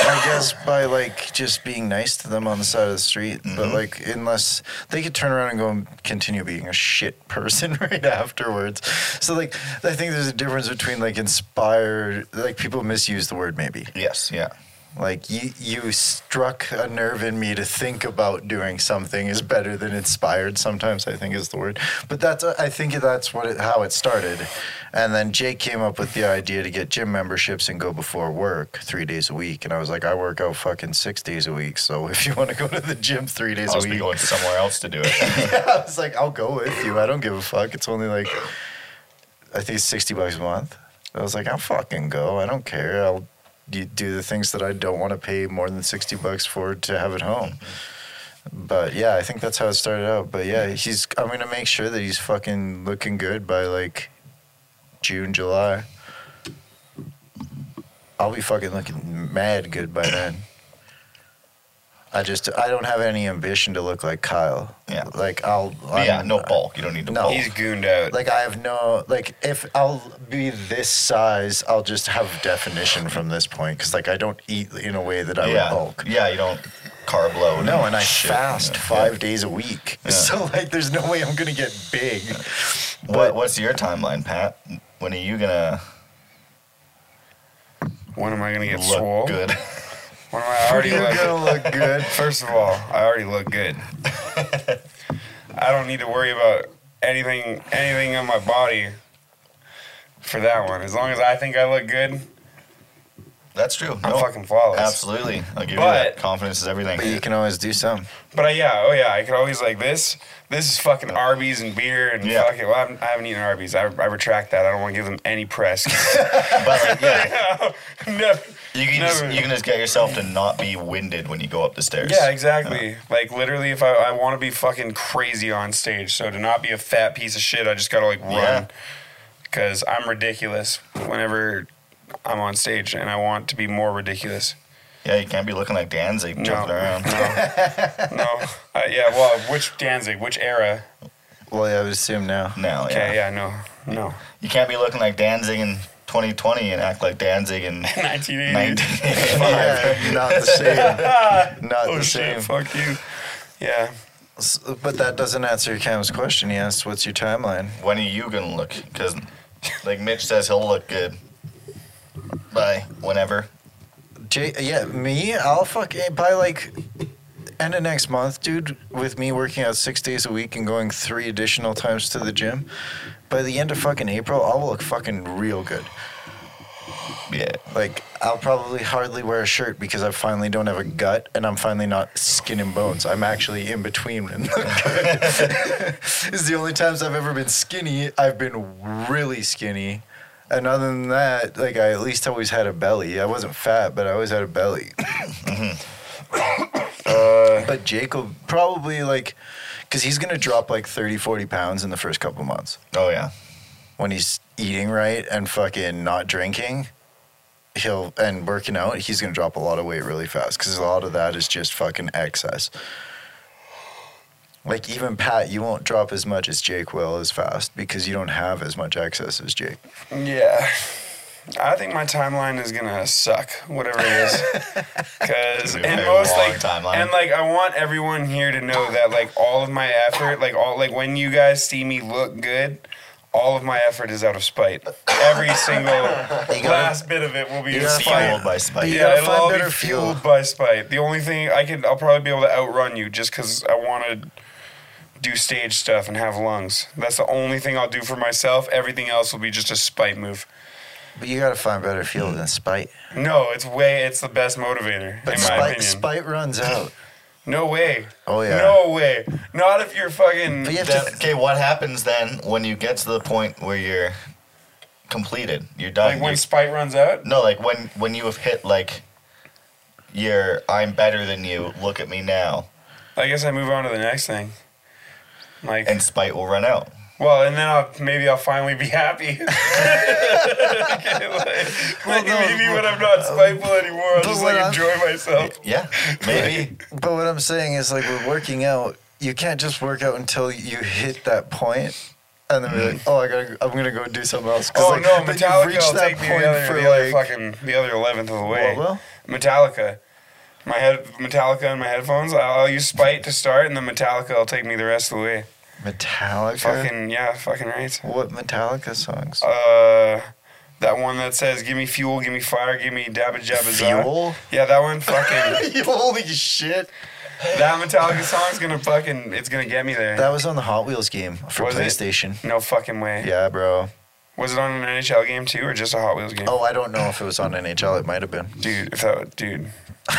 [SPEAKER 1] I guess, by, like, just being nice to them on the side of the street.
[SPEAKER 2] Mm-hmm.
[SPEAKER 1] But, like, unless they could turn around and go and continue being a shit person right afterwards. So, like, I think there's a difference between, like, inspired, like, people misuse the word maybe.
[SPEAKER 3] yes, yeah.
[SPEAKER 1] Like you, you struck a nerve in me to think about doing something is better than inspired. Sometimes I think is the word, but that's I think that's what it, how it started, and then Jake came up with the idea to get gym memberships and go before work three days a week, and I was like, I work out fucking six days a week, so if you want to go to the gym three days
[SPEAKER 3] I'll
[SPEAKER 1] a
[SPEAKER 3] just be
[SPEAKER 1] week,
[SPEAKER 3] going somewhere else to do it.
[SPEAKER 1] yeah, I was like, I'll go with you. I don't give a fuck. It's only like, I think it's 60 bucks a month. I was like, I'll fucking go. I don't care. I'll d- do the things that I don't want to pay more than 60 bucks for to have at home. But yeah, I think that's how it started out. But yeah, he's, I'm going to make sure that he's fucking looking good by like June, July. I'll be fucking looking mad good by then. I just I don't have any ambition to look like Kyle.
[SPEAKER 3] Yeah.
[SPEAKER 1] Like I'll
[SPEAKER 3] But yeah,
[SPEAKER 1] I'm-
[SPEAKER 3] no bulk. You don't need to
[SPEAKER 1] No.
[SPEAKER 3] bulk.
[SPEAKER 2] He's gooned out.
[SPEAKER 1] Like I have no like if I'll be this size, I'll just have definition from this point cuz like I don't eat in a way that I
[SPEAKER 3] yeah,
[SPEAKER 1] would bulk.
[SPEAKER 3] yeah. You don't carb load.
[SPEAKER 1] No, and I
[SPEAKER 3] shit.
[SPEAKER 1] fast
[SPEAKER 3] Yeah.
[SPEAKER 1] 5 days a week.
[SPEAKER 3] Yeah.
[SPEAKER 1] So like there's no way I'm going to get big.
[SPEAKER 3] What What's your timeline, Pat? When are you gonna
[SPEAKER 2] When am I gonna get
[SPEAKER 3] look
[SPEAKER 2] swole?
[SPEAKER 3] good?
[SPEAKER 2] When am I I already
[SPEAKER 1] You're
[SPEAKER 2] look?
[SPEAKER 1] going to look good.
[SPEAKER 2] First of all, I already look good. I don't need to worry about anything anything on my body. for that one. As long as I think I look good,
[SPEAKER 3] That's true.
[SPEAKER 2] I'm fucking flawless.
[SPEAKER 3] Absolutely. I'll give you
[SPEAKER 2] But-
[SPEAKER 3] that. Confidence is everything.
[SPEAKER 1] But you can always do some.
[SPEAKER 2] But I, yeah, oh yeah, I could always like this. This is fucking Arby's and beer and
[SPEAKER 3] Yeah.
[SPEAKER 2] fucking. Well, I haven't, I haven't eaten Arby's. I, I retract that. I don't want to give them any press.
[SPEAKER 3] But like, yeah,
[SPEAKER 2] no.
[SPEAKER 3] you can
[SPEAKER 2] Never.
[SPEAKER 3] just, you can just get yourself to not be winded when you go up the stairs.
[SPEAKER 2] Yeah, exactly. Like literally, if I, I want to be fucking crazy on stage, so to not be a fat piece of shit, I just gotta like
[SPEAKER 3] Yeah.
[SPEAKER 2] run because I'm ridiculous whenever I'm on stage, and I want to be more ridiculous.
[SPEAKER 3] Yeah, you can't be looking like Danzig
[SPEAKER 2] No.
[SPEAKER 3] jumping around.
[SPEAKER 2] No, uh, yeah. Well, which Danzig, which era?
[SPEAKER 1] Well, yeah, I would assume now.
[SPEAKER 3] No, yeah.
[SPEAKER 2] Okay, yeah, no, no.
[SPEAKER 3] You can't be looking like Danzig in 2020 and act like Danzig in
[SPEAKER 2] 1980.
[SPEAKER 3] 1985.
[SPEAKER 1] Yeah, not the same. Not
[SPEAKER 2] Oh
[SPEAKER 1] the same.
[SPEAKER 2] shit! Fuck you. Yeah.
[SPEAKER 1] S- But that doesn't answer Cam's question. He asked, "What's your timeline?"
[SPEAKER 3] When are you gonna look? Because, like Mitch says, he'll look good by whenever.
[SPEAKER 1] J- yeah, me, I'll fuck eh, by like end of next month, dude. With me working out six days a week and going three additional times to the gym, by the end of fucking April, I'll look fucking real good.
[SPEAKER 3] Yeah.
[SPEAKER 1] Like I'll probably hardly wear a shirt because I finally don't have a gut and I'm finally not skin and bones. I'm actually in between. And it's the only times I've ever been skinny. I've been really skinny. And other than that, like I at least always had a belly. I wasn't fat, but I always had a belly. but Jake will probably like, because he's going to drop like 30, 40 pounds in the first couple months
[SPEAKER 3] Oh yeah.
[SPEAKER 1] when he's eating right and fucking not drinking, he'll and working out, he's gonna drop a lot of weight really fast because a lot of that is just fucking excess. Like even Pat, you won't drop as much as Jake will as fast because you don't have as much excess as Jake.
[SPEAKER 2] Yeah. I think my timeline is gonna suck, whatever it is, because
[SPEAKER 3] It'll be a
[SPEAKER 2] and
[SPEAKER 3] very
[SPEAKER 2] most
[SPEAKER 3] long
[SPEAKER 2] like
[SPEAKER 3] timeline.
[SPEAKER 2] and like I want everyone here to know that like all of my effort, like all like when you guys see me look good, all of my effort is out of spite. Every single last bit of it will be
[SPEAKER 1] you
[SPEAKER 2] in
[SPEAKER 1] gotta
[SPEAKER 2] spite.
[SPEAKER 1] find-
[SPEAKER 3] Fueled by spite.
[SPEAKER 1] You
[SPEAKER 2] Yeah,
[SPEAKER 1] gotta
[SPEAKER 2] it'll
[SPEAKER 1] find
[SPEAKER 2] all be
[SPEAKER 1] better fuel.
[SPEAKER 2] fueled by spite. The only thing I can, I'll probably be able to outrun you just because I want to do stage stuff and have lungs. That's the only thing I'll do for myself. Everything else will be just a spite move.
[SPEAKER 1] But you gotta find better fuel than spite.
[SPEAKER 2] No, it's way, it's the best motivator
[SPEAKER 1] But
[SPEAKER 2] Hmm. in my
[SPEAKER 1] spite,
[SPEAKER 2] opinion.
[SPEAKER 1] spite runs out.
[SPEAKER 2] No way.
[SPEAKER 1] Oh, yeah.
[SPEAKER 2] No way. Not if you're fucking.
[SPEAKER 1] But you have
[SPEAKER 3] Then-
[SPEAKER 1] to,
[SPEAKER 3] okay, what happens then when you get to the point where you're completed? You're done.
[SPEAKER 2] Like when
[SPEAKER 3] You're-
[SPEAKER 2] spite runs out.
[SPEAKER 3] no, like when when you have hit like your I'm better than you. Look at me now,
[SPEAKER 2] I guess I move on to the next thing. Like,
[SPEAKER 3] and spite will run out.
[SPEAKER 2] well, and then I'll maybe I'll finally be happy. Okay, like, like,
[SPEAKER 1] no, um,
[SPEAKER 2] maybe when I'm not spiteful anymore, I'll
[SPEAKER 1] but
[SPEAKER 2] just
[SPEAKER 1] when
[SPEAKER 2] like
[SPEAKER 1] I'm-
[SPEAKER 2] enjoy myself.
[SPEAKER 3] Yeah, maybe.
[SPEAKER 1] but what I'm saying is like we're working out. You can't just work out until you hit that point, and then be like, "Oh, I gotta, I'm gonna go do something else." 'Cause,
[SPEAKER 2] Mm. Oh
[SPEAKER 1] like,
[SPEAKER 2] no,
[SPEAKER 1] then you've
[SPEAKER 2] Metallica
[SPEAKER 1] reached
[SPEAKER 2] will
[SPEAKER 1] that
[SPEAKER 2] take me the other, the other fucking the other eleventh of the way.
[SPEAKER 1] What will?
[SPEAKER 2] Metallica, my head Metallica and my headphones. I'll, I'll use Spite to start, and then Metallica will take me the rest of the way.
[SPEAKER 1] Metallica.
[SPEAKER 2] Fucking yeah, fucking right.
[SPEAKER 1] What Metallica songs?
[SPEAKER 2] Uh, that one that says "Give me fuel, give me fire, give me dabba jabba za."
[SPEAKER 1] Fuel?
[SPEAKER 2] Yeah, that one fucking
[SPEAKER 1] Holy shit!
[SPEAKER 2] that Metallica song's gonna fucking it's gonna get me there.
[SPEAKER 1] That was on the Hot Wheels game for
[SPEAKER 2] Was it?
[SPEAKER 1] PlayStation.
[SPEAKER 2] no fucking way.
[SPEAKER 1] Yeah, bro.
[SPEAKER 2] Was it on an NHL game too, or just a Hot Wheels game?
[SPEAKER 1] Oh, I don't know if it was on NHL. It might have been.
[SPEAKER 2] Dude, if that dude.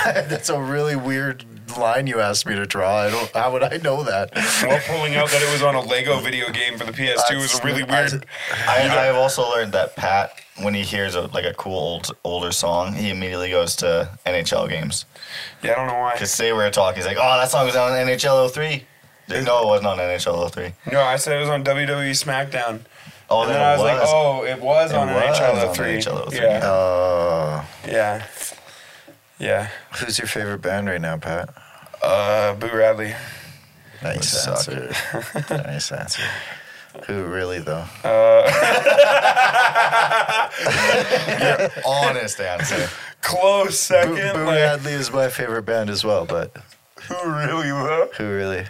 [SPEAKER 1] That's a really weird line you asked me to draw. I don't. How would I know that?
[SPEAKER 2] Well, pulling out that it was on a Lego video game for the PS2 was a really
[SPEAKER 1] That's-
[SPEAKER 2] weird.
[SPEAKER 3] I, I've also learned that Pat, when he hears a, like a cool old older song, he immediately goes to NHL games.
[SPEAKER 2] Yeah, I don't know why.
[SPEAKER 3] Cause say we were talking, he's like, "Oh, that song was on NHL 03." Like, no, it wasn't on NHL 03.
[SPEAKER 2] No, I said it was on WWE SmackDown.
[SPEAKER 3] Oh,
[SPEAKER 2] And
[SPEAKER 3] then,
[SPEAKER 2] then I was
[SPEAKER 3] it was.
[SPEAKER 2] like, oh, it was
[SPEAKER 3] It
[SPEAKER 2] on an
[SPEAKER 3] was
[SPEAKER 2] HLO
[SPEAKER 3] on
[SPEAKER 2] 3.
[SPEAKER 3] HLO three.
[SPEAKER 2] Yeah.
[SPEAKER 1] Uh,
[SPEAKER 2] Yeah. Yeah.
[SPEAKER 1] who's your favorite band right now, Pat?
[SPEAKER 2] Uh, Boo Radley.
[SPEAKER 1] Nice
[SPEAKER 3] Would suck.
[SPEAKER 1] answer. nice answer. Who really though?
[SPEAKER 3] honest answer.
[SPEAKER 2] Close
[SPEAKER 1] Boo,
[SPEAKER 2] second.
[SPEAKER 1] Boo
[SPEAKER 2] like,
[SPEAKER 1] Radley is my favorite band as well, but
[SPEAKER 2] who really were?
[SPEAKER 1] who really?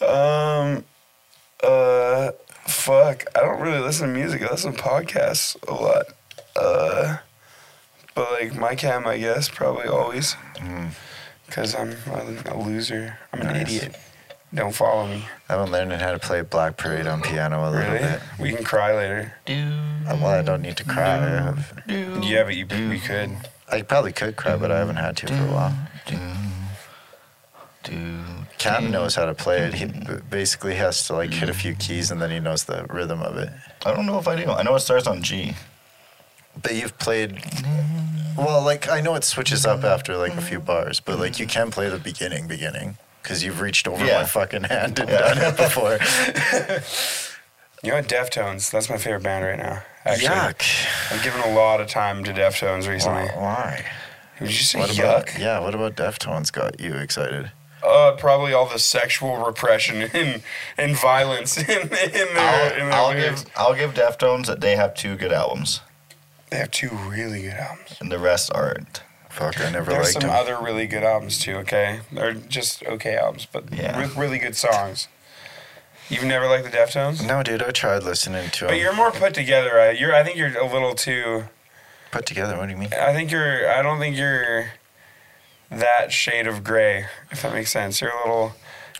[SPEAKER 2] Um, uh, fuck. I don't really listen to music. I listen to podcasts a lot. Uh, but like my cam, I guess, probably always. Because I'm, a- a loser. I'm an
[SPEAKER 1] Mm. Nice.
[SPEAKER 2] idiot. Don't follow me.
[SPEAKER 1] I've been learning how to play Black Parade on piano a little
[SPEAKER 2] Really?
[SPEAKER 1] bit.
[SPEAKER 2] We can cry later.
[SPEAKER 1] Uh, Well, I don't need to cry. I, have,
[SPEAKER 2] Yeah, but you, we
[SPEAKER 1] Mm.
[SPEAKER 2] could.
[SPEAKER 1] I probably could cry, but I haven't had to for a while. Cam
[SPEAKER 2] Mm.
[SPEAKER 1] knows how to play it. He b- basically has to like hit a few keys and then he knows the rhythm of it.
[SPEAKER 3] I don't know if I do. I know it starts on G.
[SPEAKER 1] But you've played. Well, like I know it switches up after like a few bars, but like you can play the beginning, beginning, because you've reached over
[SPEAKER 3] Yeah.
[SPEAKER 1] my fucking hand and
[SPEAKER 3] Yeah.
[SPEAKER 1] done it before.
[SPEAKER 2] You know what? Deftones. That's my favorite band right now. Actually,
[SPEAKER 1] Yuck!
[SPEAKER 2] I've given a lot of time to Deftones recently.
[SPEAKER 1] Why? Why?
[SPEAKER 2] Would you say
[SPEAKER 1] What
[SPEAKER 2] yuck?
[SPEAKER 1] about? Yeah. What about Deftones got you excited?
[SPEAKER 2] Uh, probably all the sexual repression and and violence in, in their, in
[SPEAKER 3] I'll,
[SPEAKER 2] their
[SPEAKER 3] I'll
[SPEAKER 2] lyrics.
[SPEAKER 3] give I'll give Deftones that they have two good albums
[SPEAKER 2] They have two really good albums.
[SPEAKER 3] and the rest aren't.
[SPEAKER 1] Fuck! I never
[SPEAKER 2] There's
[SPEAKER 1] liked
[SPEAKER 2] some
[SPEAKER 1] them.
[SPEAKER 2] other really good albums too. Okay, they're just okay albums, but
[SPEAKER 3] Yeah.
[SPEAKER 2] with really good songs. You've never liked the Deftones,
[SPEAKER 1] no, dude. I tried listening to
[SPEAKER 2] but
[SPEAKER 1] them.
[SPEAKER 2] you're more put together. I, you're. I think you're a little too.
[SPEAKER 1] Put together. What do you mean?
[SPEAKER 2] I think you're. I don't think you're that shade of gray. If that makes sense, you're a little.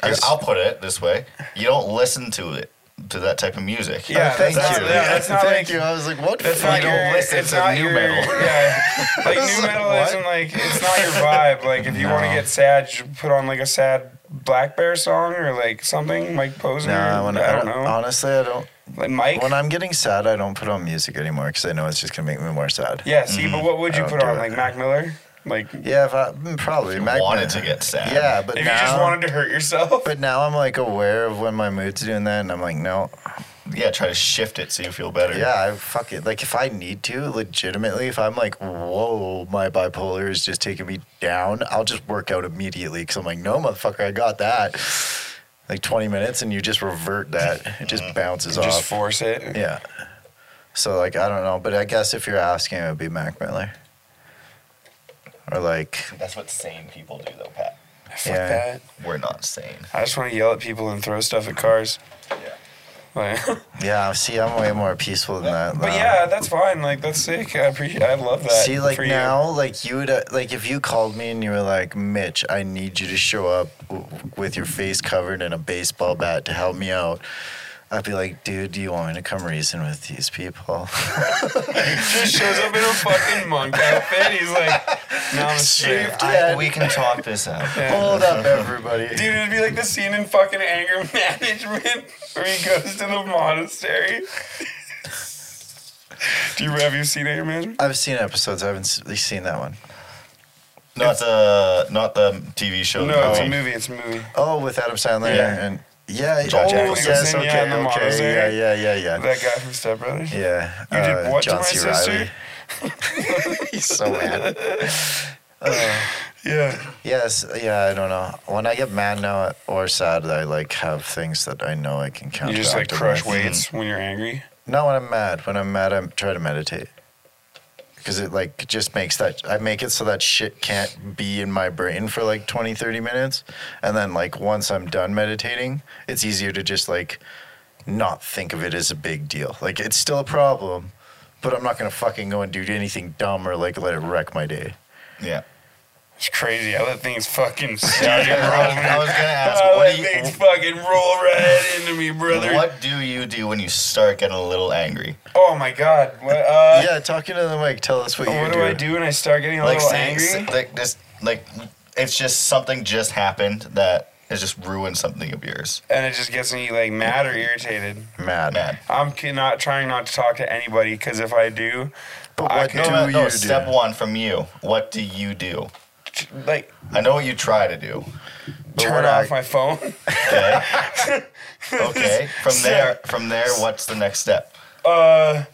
[SPEAKER 3] Here, I'll put it this way: you don't listen to it to that type of music.
[SPEAKER 2] Yeah,
[SPEAKER 1] Oh, thank
[SPEAKER 2] that's
[SPEAKER 1] you.
[SPEAKER 2] not- yeah, that's not
[SPEAKER 1] thank
[SPEAKER 2] like-
[SPEAKER 1] you. I was like, what?
[SPEAKER 2] That's
[SPEAKER 1] fuck?
[SPEAKER 2] not
[SPEAKER 3] You don't
[SPEAKER 2] your.
[SPEAKER 3] listen
[SPEAKER 2] it's
[SPEAKER 3] to
[SPEAKER 2] not
[SPEAKER 3] nu
[SPEAKER 2] your,
[SPEAKER 3] metal.
[SPEAKER 2] Yeah, like
[SPEAKER 1] It's
[SPEAKER 2] new
[SPEAKER 1] like,
[SPEAKER 2] metal
[SPEAKER 1] what?
[SPEAKER 2] isn't like it's not your vibe. Like if you want to
[SPEAKER 3] No.
[SPEAKER 2] get sad, you put on like a sad Black Bear song or like something Mike Posner.
[SPEAKER 1] Nah, uh, when,
[SPEAKER 2] I, don't know.
[SPEAKER 1] Honestly, I don't.
[SPEAKER 2] like Mike.
[SPEAKER 1] When I'm getting sad, I don't put on music anymore because I know it's just gonna make me more sad.
[SPEAKER 2] yeah, see, but what would you
[SPEAKER 1] Mm-hmm. I don't
[SPEAKER 2] put
[SPEAKER 1] do
[SPEAKER 2] on?
[SPEAKER 1] it.
[SPEAKER 2] Like Mac Miller. Like
[SPEAKER 1] Yeah, if I, mm, probably. Magna-
[SPEAKER 3] wanted to get sad.
[SPEAKER 1] Yeah, but
[SPEAKER 2] if
[SPEAKER 1] now,
[SPEAKER 2] you just wanted to hurt yourself.
[SPEAKER 1] but now I'm like aware of when my mood's doing that, and I'm like, no,
[SPEAKER 3] Yeah, try to shift it so you feel better.
[SPEAKER 1] yeah, I fuck it. Like if I need to, legitimately, if I'm like, whoa, my bipolar is just taking me down, I'll just work out immediately because I'm like, no, motherfucker, I got that. Like 20 minutes, and you just revert that. It just bounces off.
[SPEAKER 2] Mm-hmm. Just force it.
[SPEAKER 1] yeah. So like I don't know, but I guess if you're asking, it would be Mac Miller. Or like,
[SPEAKER 3] That's what sane people do, though, Pat.
[SPEAKER 2] Fuck
[SPEAKER 1] Yeah.
[SPEAKER 2] that.
[SPEAKER 3] We're not sane.
[SPEAKER 2] I just want to yell at people and throw stuff at cars.
[SPEAKER 3] Yeah.
[SPEAKER 2] Like,
[SPEAKER 1] yeah, see, I'm way more peaceful than that.
[SPEAKER 2] but
[SPEAKER 1] though.
[SPEAKER 2] yeah, that's fine. Like that's sick. I appreciate. I love that.
[SPEAKER 1] See, like
[SPEAKER 2] for you.
[SPEAKER 1] now, like you would, uh, like if you called me and you were like, Mitch, I need you to show up w- with your face covered in a baseball bat to help me out. I'd be like, dude, do you want me to come reason with these people?
[SPEAKER 2] just shows up in a fucking monk outfit. He's like, no, I'm sick.
[SPEAKER 1] Dad.
[SPEAKER 3] we can talk this out.
[SPEAKER 1] Hold up, everybody.
[SPEAKER 2] Dude, it'd be like the scene in fucking Anger Management where he goes to the monastery. Do you have you seen Anger Management?
[SPEAKER 1] I've seen episodes. I haven't s- seen that one.
[SPEAKER 3] Not the not the TV show.
[SPEAKER 2] No, it's a
[SPEAKER 3] movie.
[SPEAKER 2] movie. It's a movie.
[SPEAKER 1] Oh, with Adam Sandler
[SPEAKER 2] Yeah.
[SPEAKER 1] and yeah,
[SPEAKER 3] John
[SPEAKER 1] oh,
[SPEAKER 3] Jackson.
[SPEAKER 1] yes,
[SPEAKER 2] Yeah,
[SPEAKER 1] okay,
[SPEAKER 2] and the models
[SPEAKER 1] okay, yeah,
[SPEAKER 2] there.
[SPEAKER 1] yeah, yeah, yeah,
[SPEAKER 2] That guy from Step Brothers.
[SPEAKER 1] yeah. uh,
[SPEAKER 2] You did what to my
[SPEAKER 1] Reilly. He's so mad.
[SPEAKER 2] Yeah.
[SPEAKER 1] Yes, yeah, I don't know. When I get mad now or sad, I like have things that I know I can count.
[SPEAKER 2] You just like crush weights when you're angry.
[SPEAKER 1] Not when I'm mad. When I'm mad, I try to meditate because it like just makes that I make it so that shit can't be in my brain for like 20, 30 minutes, and then like once I'm done meditating, it's easier to just like not think of it as a big deal. Like it's still a problem, but I'm not gonna fucking go and do anything dumb or like let it wreck my day.
[SPEAKER 3] Yeah.
[SPEAKER 2] It's crazy how that thing's fucking
[SPEAKER 3] I
[SPEAKER 2] stuck.
[SPEAKER 3] was gonna ask,
[SPEAKER 2] How
[SPEAKER 3] what
[SPEAKER 2] Oh, that
[SPEAKER 3] do
[SPEAKER 2] thing's
[SPEAKER 3] you,
[SPEAKER 2] fucking roll right into me, brother.
[SPEAKER 3] what do you do when you start getting a little angry?
[SPEAKER 2] Oh my god. What, uh,
[SPEAKER 1] yeah, talking to the mic. Tell us what you
[SPEAKER 2] what
[SPEAKER 1] do.
[SPEAKER 2] do I do when I start getting a
[SPEAKER 3] Like,
[SPEAKER 2] little
[SPEAKER 3] say-
[SPEAKER 2] angry?
[SPEAKER 3] say- like this, like it's just something just happened that has just ruined something of yours.
[SPEAKER 2] and it just gets me like mad or irritated.
[SPEAKER 1] Mad.
[SPEAKER 3] Mad.
[SPEAKER 2] I'm c- not trying not to talk to anybody because if I do,
[SPEAKER 1] But
[SPEAKER 2] I
[SPEAKER 1] what
[SPEAKER 2] can-
[SPEAKER 1] do
[SPEAKER 3] No,
[SPEAKER 1] you
[SPEAKER 3] no,
[SPEAKER 1] do?
[SPEAKER 3] oh, step one from you. What do you do?
[SPEAKER 2] t- like
[SPEAKER 3] I know what you try to do.
[SPEAKER 2] turn
[SPEAKER 1] what I-
[SPEAKER 2] off my phone.
[SPEAKER 3] Okay. okay. From there, from there, what's the next step?
[SPEAKER 2] Uh,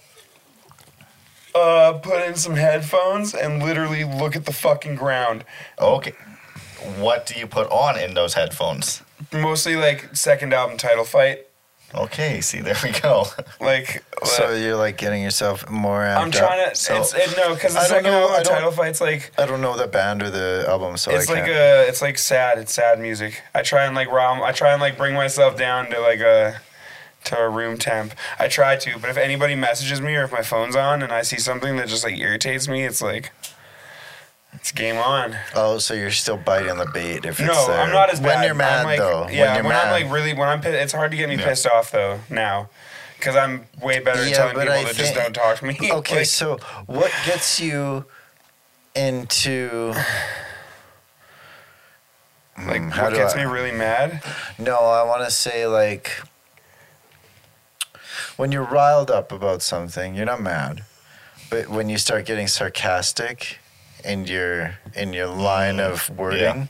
[SPEAKER 2] uh, put in some headphones and literally look at the fucking ground.
[SPEAKER 3] Okay. What do you put on in those headphones?
[SPEAKER 2] Mostly like second album title fight.
[SPEAKER 3] Okay. See, there we go.
[SPEAKER 2] Like uh,
[SPEAKER 1] So you're like getting yourself more.
[SPEAKER 2] I'm
[SPEAKER 1] amped
[SPEAKER 2] trying
[SPEAKER 1] up.
[SPEAKER 2] to.
[SPEAKER 1] So-
[SPEAKER 2] it's it, no because the
[SPEAKER 1] I don't
[SPEAKER 2] second
[SPEAKER 1] know, I
[SPEAKER 2] album
[SPEAKER 1] don't-
[SPEAKER 2] title fight's like.
[SPEAKER 1] I don't know the band or the album, so
[SPEAKER 2] It's
[SPEAKER 1] I
[SPEAKER 2] like
[SPEAKER 1] can't.
[SPEAKER 2] uh it's like sad. It's sad music. I try and like rom. I try and like bring myself down to like a, to a room temp. I try to, but if anybody messages me or if my phone's on and I see something that just like irritates me, it's like, it's It's game on.
[SPEAKER 1] Oh, so you're still biting the bait if it's
[SPEAKER 2] no,
[SPEAKER 1] there.
[SPEAKER 2] I'm not as bad.
[SPEAKER 1] When you're mad,
[SPEAKER 2] I'm like,
[SPEAKER 1] though.
[SPEAKER 2] Yeah,
[SPEAKER 1] when,
[SPEAKER 2] when,
[SPEAKER 1] you're mad.
[SPEAKER 2] I'm like really, when I'm, pi- it's hard to get me
[SPEAKER 3] Yeah.
[SPEAKER 2] pissed off though now, because I'm way better at
[SPEAKER 1] Yeah,
[SPEAKER 2] telling
[SPEAKER 1] but
[SPEAKER 2] people
[SPEAKER 1] I
[SPEAKER 2] that just
[SPEAKER 1] think-
[SPEAKER 2] don't talk to me.
[SPEAKER 1] okay,
[SPEAKER 2] Like,
[SPEAKER 1] so what gets you into?
[SPEAKER 2] like
[SPEAKER 1] Hmm,
[SPEAKER 2] what gets
[SPEAKER 1] I,
[SPEAKER 2] me really mad?
[SPEAKER 1] No, I want to say like when you're riled up about something, you're not mad, but when you start getting sarcastic in your in your line of wording.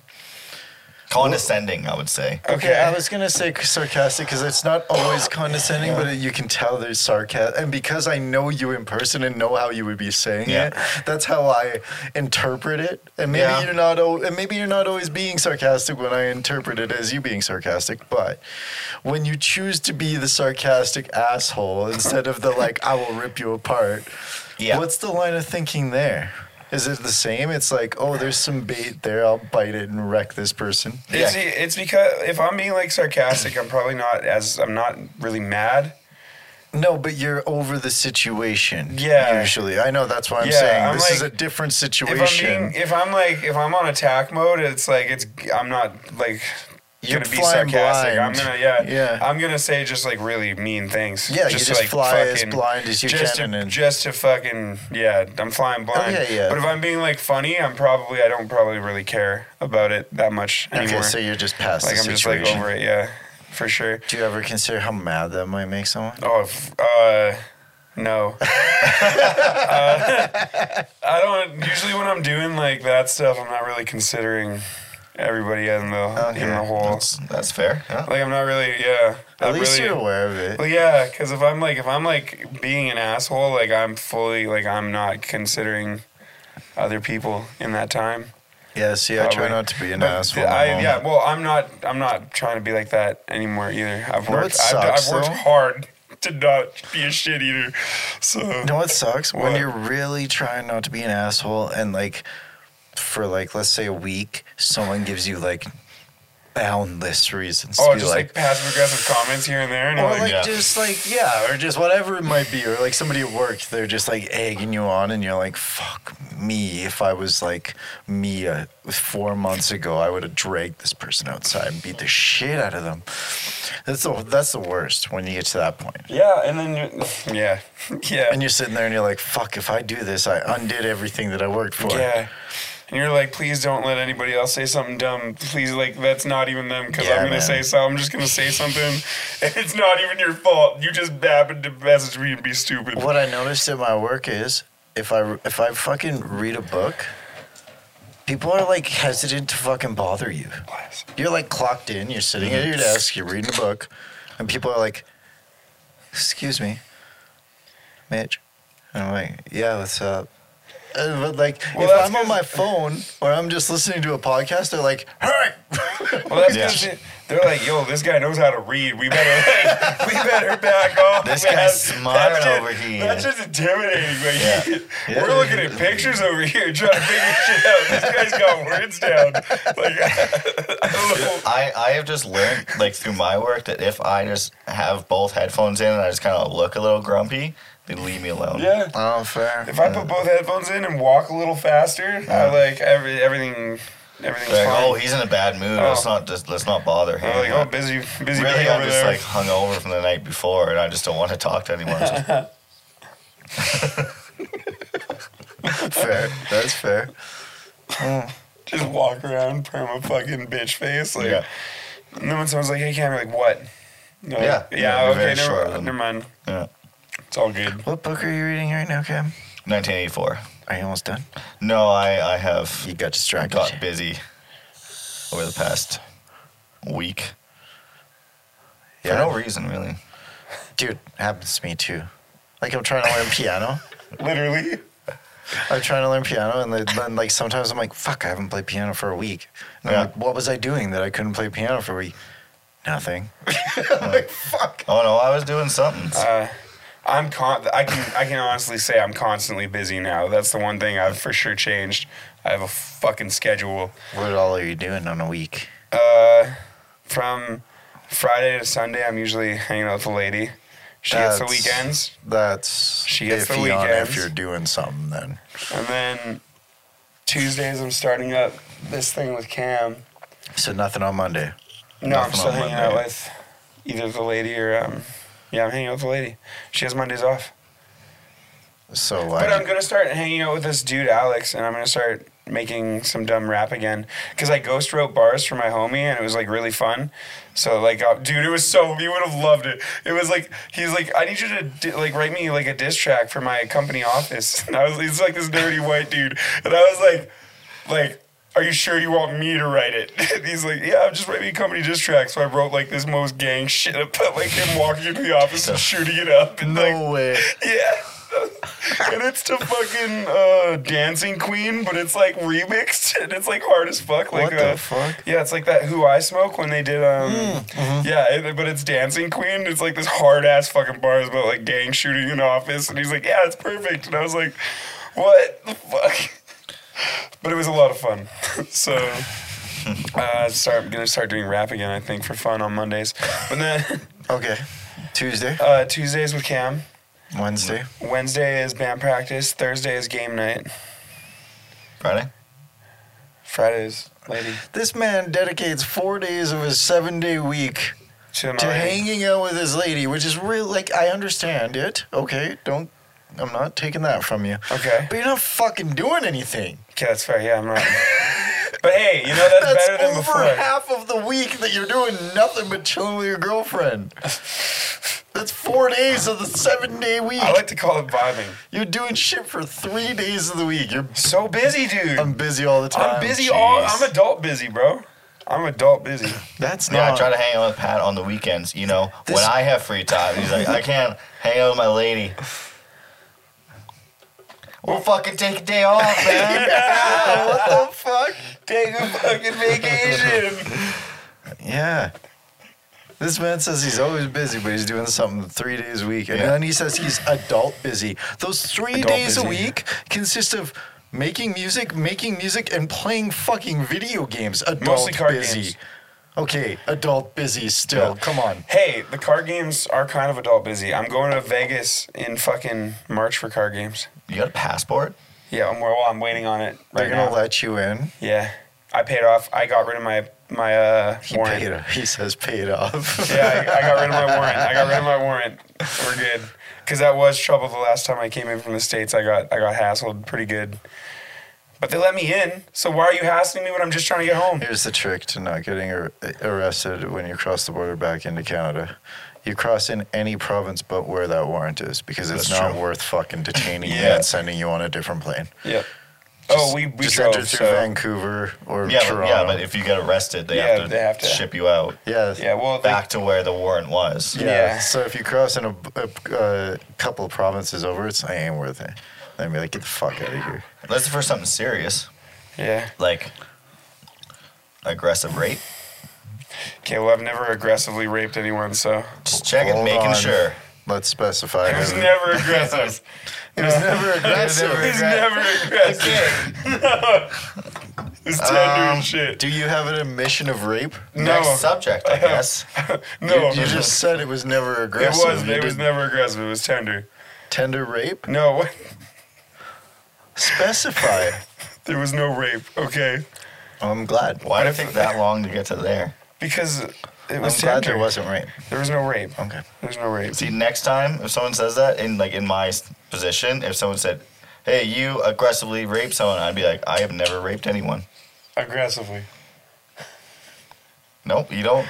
[SPEAKER 3] Condescending, I would say.
[SPEAKER 1] Okay, I was gonna say sarcastic because it's not always condescending, but you can tell there's sarcasm. And because I know you in person and know how you would be saying
[SPEAKER 3] Yeah.
[SPEAKER 1] it, that's how I interpret it. And maybe
[SPEAKER 3] Yeah.
[SPEAKER 1] you're not, al- and maybe you're not always being sarcastic when I interpret it as you being sarcastic. But when you choose to be the sarcastic asshole instead of the like, I will rip you apart.
[SPEAKER 3] Yeah.
[SPEAKER 1] What's the line of thinking there? Is it the same? It's like, oh, there's some bait there. I'll bite it and wreck this person.
[SPEAKER 2] It's, it's because if I'm being like sarcastic, I'm probably not as I'm not really mad.
[SPEAKER 1] No, but you're over the situation.
[SPEAKER 2] Yeah.
[SPEAKER 1] Usually. I know that's why I'm
[SPEAKER 2] Yeah,
[SPEAKER 1] saying
[SPEAKER 2] I'm
[SPEAKER 1] this is a
[SPEAKER 2] like-
[SPEAKER 1] different
[SPEAKER 2] If I'm
[SPEAKER 1] situation.
[SPEAKER 2] being, if I'm like, if I'm on attack mode, it's like it's I'm not like
[SPEAKER 1] You're
[SPEAKER 2] gonna be
[SPEAKER 1] flying
[SPEAKER 2] sarcastic. I'm
[SPEAKER 1] blind.
[SPEAKER 2] gonna yeah
[SPEAKER 1] Yeah,
[SPEAKER 2] I'm gonna say just like really mean things.
[SPEAKER 1] yeah, you just fly as
[SPEAKER 2] fucking-
[SPEAKER 1] blind as you
[SPEAKER 2] just
[SPEAKER 1] can
[SPEAKER 2] to,
[SPEAKER 1] and Oh,
[SPEAKER 2] just to fucking yeah, I'm flying blind.
[SPEAKER 1] yeah, yeah.
[SPEAKER 2] But if I'm being like funny, I'm probably I don't probably really care about it that much
[SPEAKER 1] Okay,
[SPEAKER 2] anymore.
[SPEAKER 1] so you're just past
[SPEAKER 2] like
[SPEAKER 1] the
[SPEAKER 2] I'm just
[SPEAKER 1] situation.
[SPEAKER 2] like over it. Yeah, for sure.
[SPEAKER 1] Do you ever consider how mad that might make someone?
[SPEAKER 2] Oh, f- uh, no. uh, I don't. Usually, when I'm doing like that stuff, I'm not really considering everybody in the in
[SPEAKER 1] Okay.
[SPEAKER 2] the whole.
[SPEAKER 3] That's, that's fair. Yeah.
[SPEAKER 2] like I'm not really. Yeah.
[SPEAKER 1] At
[SPEAKER 2] I'm
[SPEAKER 1] least
[SPEAKER 2] really,
[SPEAKER 1] you're aware of it.
[SPEAKER 2] Well, yeah, because if I'm like if I'm like being an asshole, like I'm fully like I'm not considering other people in that time.
[SPEAKER 1] Yeah, see, I try
[SPEAKER 2] Probably.
[SPEAKER 1] not to be an
[SPEAKER 2] But
[SPEAKER 1] asshole.
[SPEAKER 2] I,
[SPEAKER 1] Mom.
[SPEAKER 2] yeah, well, I'm not. I'm not trying to be like that anymore either. I've
[SPEAKER 1] know what
[SPEAKER 2] worked. I've,
[SPEAKER 1] sucks,
[SPEAKER 2] I've worked
[SPEAKER 1] though?
[SPEAKER 2] hard to not be a shit eater. So
[SPEAKER 1] You know what sucks? When
[SPEAKER 2] What?
[SPEAKER 1] you're really trying not to be an asshole and like for like let's say a week, someone gives you like boundless reasons
[SPEAKER 2] oh,
[SPEAKER 1] to be
[SPEAKER 2] just like, passive aggressive comments here and there, and
[SPEAKER 1] Or
[SPEAKER 2] you're
[SPEAKER 1] like,
[SPEAKER 2] like,
[SPEAKER 3] yeah.
[SPEAKER 1] just like yeah, or just whatever it might be, or like somebody at work, they're just like egging you on, and you're like, "Fuck me! If I was like me uh, four months ago, I would have dragged this person outside and beat the shit out of them." That's the that's the worst when you get to that point,
[SPEAKER 2] yeah, and then you're, yeah, yeah,
[SPEAKER 1] and you're sitting there and you're like, "Fuck! If I do this, I undid everything that I worked for."
[SPEAKER 2] yeah. And you're like, please don't let anybody else say something dumb. Please, like, that's not even them because
[SPEAKER 1] Yeah,
[SPEAKER 2] I'm gonna
[SPEAKER 1] man.
[SPEAKER 2] say so. I'm just gonna say something, and it's not even your fault. You just happened to message me and be stupid.
[SPEAKER 1] What I noticed at my work is if I if I fucking read a book, people are like hesitant to fucking bother you. You're like clocked in, you're sitting at your desk, you're reading a book, and people are like, Excuse me, Mitch. And I'm like, Yeah, what's up? And, but like,
[SPEAKER 2] Well,
[SPEAKER 1] if
[SPEAKER 2] that's
[SPEAKER 1] I'm on my phone or I'm just listening to a podcast, they're like, Hey!
[SPEAKER 2] Well, that's
[SPEAKER 3] Yeah.
[SPEAKER 2] 'cause they- they're like, yo, this guy knows how to read. We better, like, we better back off.
[SPEAKER 3] This
[SPEAKER 2] man."
[SPEAKER 3] guy's smart
[SPEAKER 2] That's just-
[SPEAKER 3] over here.
[SPEAKER 2] That's just intimidating. Like,
[SPEAKER 1] Yeah.
[SPEAKER 2] we're looking at pictures over here, trying to figure shit out. This guy's got words down. Like, I don't know.
[SPEAKER 3] I, I have just learned, like, through my work, that if I just have both headphones in and I just kind of look a little grumpy, they leave me alone.
[SPEAKER 2] yeah.
[SPEAKER 1] Oh, fair.
[SPEAKER 2] If I put both headphones in and walk a little faster, I like every everything. Everything's
[SPEAKER 3] They're
[SPEAKER 2] fine.
[SPEAKER 3] like, oh, he's in a bad mood. Let's
[SPEAKER 2] Oh.
[SPEAKER 3] not just let's not bother him.
[SPEAKER 2] I'm like, oh, busy, busy
[SPEAKER 3] really,
[SPEAKER 2] bee
[SPEAKER 3] I'm
[SPEAKER 2] over
[SPEAKER 3] just
[SPEAKER 2] there.
[SPEAKER 3] like hung over from the night before, and I just don't want to talk to anyone. Just-
[SPEAKER 1] fair. That's fair.
[SPEAKER 2] just walk around, perma fucking bitch face. Like,
[SPEAKER 3] yeah,
[SPEAKER 2] And then when someone's like, "Hey, Cam," you're like, "What?" No,
[SPEAKER 3] Yeah. Yeah,
[SPEAKER 2] yeah.
[SPEAKER 3] you're
[SPEAKER 2] okay,
[SPEAKER 3] very
[SPEAKER 2] never,
[SPEAKER 3] short with them.
[SPEAKER 2] never mind.
[SPEAKER 3] yeah.
[SPEAKER 2] It's all good.
[SPEAKER 1] What book are you reading right now, Cam?
[SPEAKER 3] 1984.
[SPEAKER 1] Are you almost done?
[SPEAKER 3] No, I I have
[SPEAKER 1] You got distracted.
[SPEAKER 3] got busy over the past week
[SPEAKER 1] Yeah.
[SPEAKER 3] for no reason, really.
[SPEAKER 1] Dude, happens to me too. Like I'm trying to learn piano.
[SPEAKER 2] Literally.
[SPEAKER 1] I'm trying to learn piano, and then, then like sometimes I'm like, "Fuck, I haven't played piano for a week." And
[SPEAKER 3] Yeah.
[SPEAKER 1] I'm like, "What was I doing that I couldn't play piano for a week?" Nothing.
[SPEAKER 3] Oh no, I was doing something.
[SPEAKER 2] Uh, I'm con. I can I can honestly say I'm constantly busy now. That's the one thing I've for sure changed. I have a fucking schedule.
[SPEAKER 1] What all are you doing on a week?
[SPEAKER 2] Uh, from Friday to Sunday, I'm usually hanging out with a lady. She gets the
[SPEAKER 1] That's-
[SPEAKER 2] weekends,
[SPEAKER 1] That's
[SPEAKER 2] She gets the
[SPEAKER 1] iffy on if
[SPEAKER 2] weekends.
[SPEAKER 1] you're doing something. Then
[SPEAKER 2] and then Tuesdays I'm starting up this thing with Cam.
[SPEAKER 1] So nothing on Monday.
[SPEAKER 2] No, I'm
[SPEAKER 3] Nothing
[SPEAKER 2] still
[SPEAKER 3] on
[SPEAKER 2] hanging out
[SPEAKER 3] Monday.
[SPEAKER 2] with either the lady or um, yeah, I'm hanging out with the lady. She has Mondays off.
[SPEAKER 1] So
[SPEAKER 2] But
[SPEAKER 1] why?
[SPEAKER 2] I'm gonna start hanging out with this dude Alex, and I'm gonna start making some dumb rap again. Cause I ghost wrote bars for my homie, and it was like really fun. So like, uh, dude, it was so you would have loved it. It was like he's like, I need you to di- like write me like a diss track for my company office. And I was, he's like this dirty white dude, and I was like, like. Are you sure you want me to write it? And he's like, yeah, I'm just writing a company diss track. So I wrote like this most gang shit about like him walking into the office and shooting it up and like
[SPEAKER 1] no way.
[SPEAKER 2] yeah. and it's to fucking uh, Dancing Queen, but it's like remixed and it's like hard as fuck.
[SPEAKER 1] What
[SPEAKER 2] Like
[SPEAKER 1] the
[SPEAKER 2] uh,
[SPEAKER 1] fuck? Hmm, mm-hmm.
[SPEAKER 2] Yeah, it's like that Who I Smoke when they did um Yeah, it, but it's Dancing Queen. It's like this hard ass fucking bars about like gang shooting in office and he's like, Yeah, it's perfect and I was like, What the fuck? But it was a lot of fun. so uh start gonna start doing rap again, I think, for fun on Mondays. But then
[SPEAKER 1] Okay. Tuesday,
[SPEAKER 2] uh Tuesdays with Cam.
[SPEAKER 1] Wednesday.
[SPEAKER 2] Wednesday is band practice. Thursday is game night.
[SPEAKER 3] Friday?
[SPEAKER 2] Fridays, lady.
[SPEAKER 1] This man dedicates four days of his seven day week
[SPEAKER 2] To my
[SPEAKER 1] to
[SPEAKER 2] lady.
[SPEAKER 1] hanging out with his lady, which is real. Like I understand it. Okay, don't. I'm not taking that from you.
[SPEAKER 2] Okay.
[SPEAKER 1] But you're not fucking doing anything.
[SPEAKER 2] Okay, that's fair. Yeah, I'm right. but hey, you know that's,
[SPEAKER 1] That's
[SPEAKER 2] better than
[SPEAKER 1] over
[SPEAKER 2] before.
[SPEAKER 1] half of the week that you're doing nothing but chilling with your girlfriend. That's four days of the seven day week.
[SPEAKER 2] I like to call it vibing.
[SPEAKER 1] you're doing shit for three days of the week. You're
[SPEAKER 2] So busy, dude.
[SPEAKER 1] I'm
[SPEAKER 2] I'm,
[SPEAKER 1] busy all the time.
[SPEAKER 2] busy all.
[SPEAKER 3] jeez.
[SPEAKER 2] I'm adult busy, bro. I'm adult busy.
[SPEAKER 1] That's
[SPEAKER 3] Yeah, I
[SPEAKER 1] not.
[SPEAKER 3] try to hang out with Pat on the weekends, you know,
[SPEAKER 1] This-
[SPEAKER 3] when I have free time. He's like, I can't hang out with my lady. We'll fucking take a day off, man.
[SPEAKER 1] what the fuck?
[SPEAKER 2] Take a fucking vacation.
[SPEAKER 1] Yeah. This man says he's always busy, but he's doing something three days a week. And
[SPEAKER 3] Yeah.
[SPEAKER 1] then he says he's adult busy. Those three
[SPEAKER 2] Adult
[SPEAKER 1] days a
[SPEAKER 2] busy.
[SPEAKER 1] week consist of making music, making music, and playing fucking video games. Adult
[SPEAKER 2] Mostly card
[SPEAKER 1] busy.
[SPEAKER 2] games.
[SPEAKER 1] Okay, adult busy still. Come on.
[SPEAKER 2] hey, the card games are kind of adult busy. I'm going to Vegas in fucking March for card games.
[SPEAKER 3] you got a passport?
[SPEAKER 2] Yeah, I'm, well, I'm waiting on it right
[SPEAKER 1] They're
[SPEAKER 2] now.
[SPEAKER 1] gonna let you in.
[SPEAKER 2] Yeah, I paid off. I got rid of my my uh,
[SPEAKER 1] He
[SPEAKER 2] warrant.
[SPEAKER 1] paid. He says paid off.
[SPEAKER 2] yeah, I, I got rid of my warrant. I got rid of my warrant. We're good. Because that was trouble the last time I came in from the states. I got I got hassled pretty good. But they let me in. So why are you hassling me when I'm just trying to get home?
[SPEAKER 1] Here's the trick to not getting ar- arrested when you cross the border back into Canada. You cross in any province but where that warrant is because it's
[SPEAKER 3] That's
[SPEAKER 1] not
[SPEAKER 3] true.
[SPEAKER 1] worth fucking detaining you
[SPEAKER 3] Yeah.
[SPEAKER 1] and sending you on a different plane.
[SPEAKER 2] Yep. Oh, we we
[SPEAKER 1] Just
[SPEAKER 2] drove.
[SPEAKER 1] enter through
[SPEAKER 2] so-
[SPEAKER 1] Vancouver or
[SPEAKER 3] Yeah,
[SPEAKER 1] Toronto.
[SPEAKER 3] but, yeah, but if you get arrested, they,
[SPEAKER 2] Yeah,
[SPEAKER 3] have, to
[SPEAKER 2] they have to-
[SPEAKER 3] ship you out
[SPEAKER 1] yeah.
[SPEAKER 2] yeah, well, they,
[SPEAKER 3] back to where the warrant was.
[SPEAKER 1] Yeah,
[SPEAKER 2] yeah.
[SPEAKER 1] So if you cross in a, a, a couple of provinces over, it's I ain't worth it. Then be like, get the fuck out of here.
[SPEAKER 3] Unless it's for something serious,
[SPEAKER 2] yeah.
[SPEAKER 3] like aggressive rape.
[SPEAKER 2] Okay, well, I've never aggressively raped anyone, so
[SPEAKER 3] Just checking,
[SPEAKER 1] Hold
[SPEAKER 3] making
[SPEAKER 1] on.
[SPEAKER 3] sure.
[SPEAKER 1] Let's specify.
[SPEAKER 2] it was never aggressive.
[SPEAKER 1] It was never aggressive.
[SPEAKER 2] It was never aggressive. no. It was tender
[SPEAKER 3] Um,
[SPEAKER 2] and shit.
[SPEAKER 1] Do you have an admission of rape?
[SPEAKER 2] No.
[SPEAKER 3] Next subject, I guess.
[SPEAKER 2] No.
[SPEAKER 1] You just said it was never
[SPEAKER 2] Oh, it
[SPEAKER 1] aggressive.
[SPEAKER 2] was.
[SPEAKER 1] You
[SPEAKER 2] It was
[SPEAKER 1] didn't-
[SPEAKER 2] never aggressive. It was tender.
[SPEAKER 1] Tender rape?
[SPEAKER 2] No. what?
[SPEAKER 1] Specify.
[SPEAKER 2] There was no rape, okay?
[SPEAKER 1] I'm glad.
[SPEAKER 3] Why did it take that long to get to there?
[SPEAKER 2] Because it
[SPEAKER 1] I'm
[SPEAKER 2] was
[SPEAKER 1] glad
[SPEAKER 2] tender.
[SPEAKER 1] there wasn't rape.
[SPEAKER 2] There was no rape.
[SPEAKER 1] Okay.
[SPEAKER 2] There was no rape.
[SPEAKER 3] See, next time if someone says that in like in my s- position, if someone said, "Hey, you aggressively raped someone," I'd be like, "I have never raped anyone."
[SPEAKER 2] Aggressively.
[SPEAKER 3] Nope, you don't.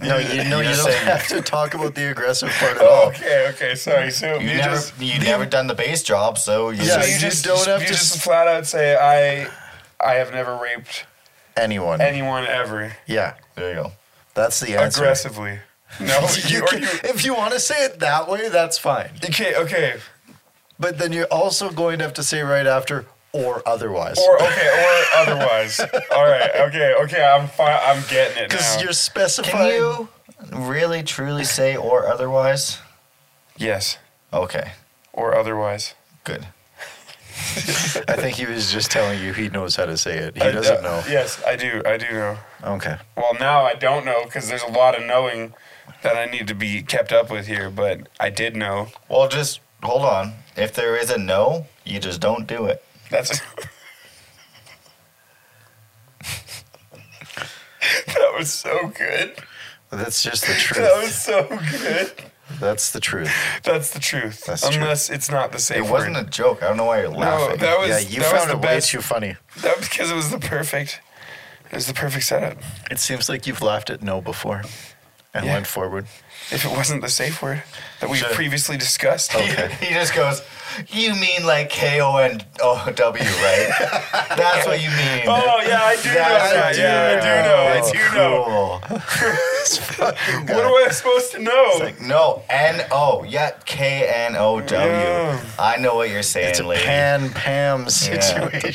[SPEAKER 1] No, you, no,
[SPEAKER 3] you
[SPEAKER 1] you
[SPEAKER 3] just
[SPEAKER 1] don't
[SPEAKER 3] say-
[SPEAKER 1] have to talk about the the aggressive part at all.
[SPEAKER 2] Okay, okay, sorry. So
[SPEAKER 3] You,
[SPEAKER 2] you,
[SPEAKER 3] never.
[SPEAKER 2] just
[SPEAKER 3] you never done the base job, so you
[SPEAKER 1] Yeah,
[SPEAKER 2] so
[SPEAKER 3] just-
[SPEAKER 2] you
[SPEAKER 1] you
[SPEAKER 2] just
[SPEAKER 1] don't have
[SPEAKER 2] you
[SPEAKER 1] to
[SPEAKER 2] just
[SPEAKER 1] s-
[SPEAKER 2] flat out say I I have never raped
[SPEAKER 1] Anyone.
[SPEAKER 2] anyone ever.
[SPEAKER 1] yeah,
[SPEAKER 3] there you go.
[SPEAKER 1] that's the answer.
[SPEAKER 2] Aggressively. No, you,
[SPEAKER 1] You
[SPEAKER 2] or
[SPEAKER 1] can-
[SPEAKER 2] you,
[SPEAKER 1] if you want to say it that way, that's fine.
[SPEAKER 2] okay, okay.
[SPEAKER 1] But then you're also going to have to say right after or otherwise.
[SPEAKER 2] Or okay, or otherwise. All right. Okay, okay. I'm fine. I'm getting it
[SPEAKER 1] Because
[SPEAKER 2] now.
[SPEAKER 1] you're specifying.
[SPEAKER 3] Can you really truly say or otherwise?
[SPEAKER 2] yes,
[SPEAKER 3] Okay,
[SPEAKER 2] or otherwise.
[SPEAKER 3] good.
[SPEAKER 1] I think he was just telling you he knows how to say it. He
[SPEAKER 2] I-
[SPEAKER 1] doesn't know.
[SPEAKER 2] Yes, I do. I do know.
[SPEAKER 1] Okay.
[SPEAKER 2] Well, now I don't know because there's a lot of knowing that I need to be kept up with here, but I did know.
[SPEAKER 3] Well, just hold on. If there is a no, you just don't do it.
[SPEAKER 2] That's That was so good.
[SPEAKER 1] That's just the
[SPEAKER 2] That was
[SPEAKER 1] truth.
[SPEAKER 2] so good.
[SPEAKER 1] That's the truth.
[SPEAKER 2] That's the truth.
[SPEAKER 1] That's true.
[SPEAKER 2] Unless it's not the same.
[SPEAKER 3] It wasn't a joke. I don't know why you're laughing.
[SPEAKER 2] that was-
[SPEAKER 1] yeah, you
[SPEAKER 2] that was
[SPEAKER 1] found
[SPEAKER 2] the
[SPEAKER 1] it way
[SPEAKER 2] best.
[SPEAKER 1] too funny.
[SPEAKER 2] That was because it was the perfect. It was the perfect setup.
[SPEAKER 1] It seems like you've laughed at no before and
[SPEAKER 2] Yeah.
[SPEAKER 1] went forward.
[SPEAKER 2] If it wasn't the safe word that we
[SPEAKER 3] Should've-
[SPEAKER 2] previously discussed.
[SPEAKER 3] He just goes, You mean like K O N O W, right? That's what you mean.
[SPEAKER 2] Oh yeah, I do know
[SPEAKER 3] That's
[SPEAKER 2] that.
[SPEAKER 3] what Oh,
[SPEAKER 2] Yeah, I do know. I do know.
[SPEAKER 3] Cool.
[SPEAKER 2] What am I supposed to know?
[SPEAKER 3] No, N O. Yeah, K N O W.
[SPEAKER 2] Yeah.
[SPEAKER 3] I know what you're saying,
[SPEAKER 1] It's a
[SPEAKER 3] lady.
[SPEAKER 1] pan Pam situation.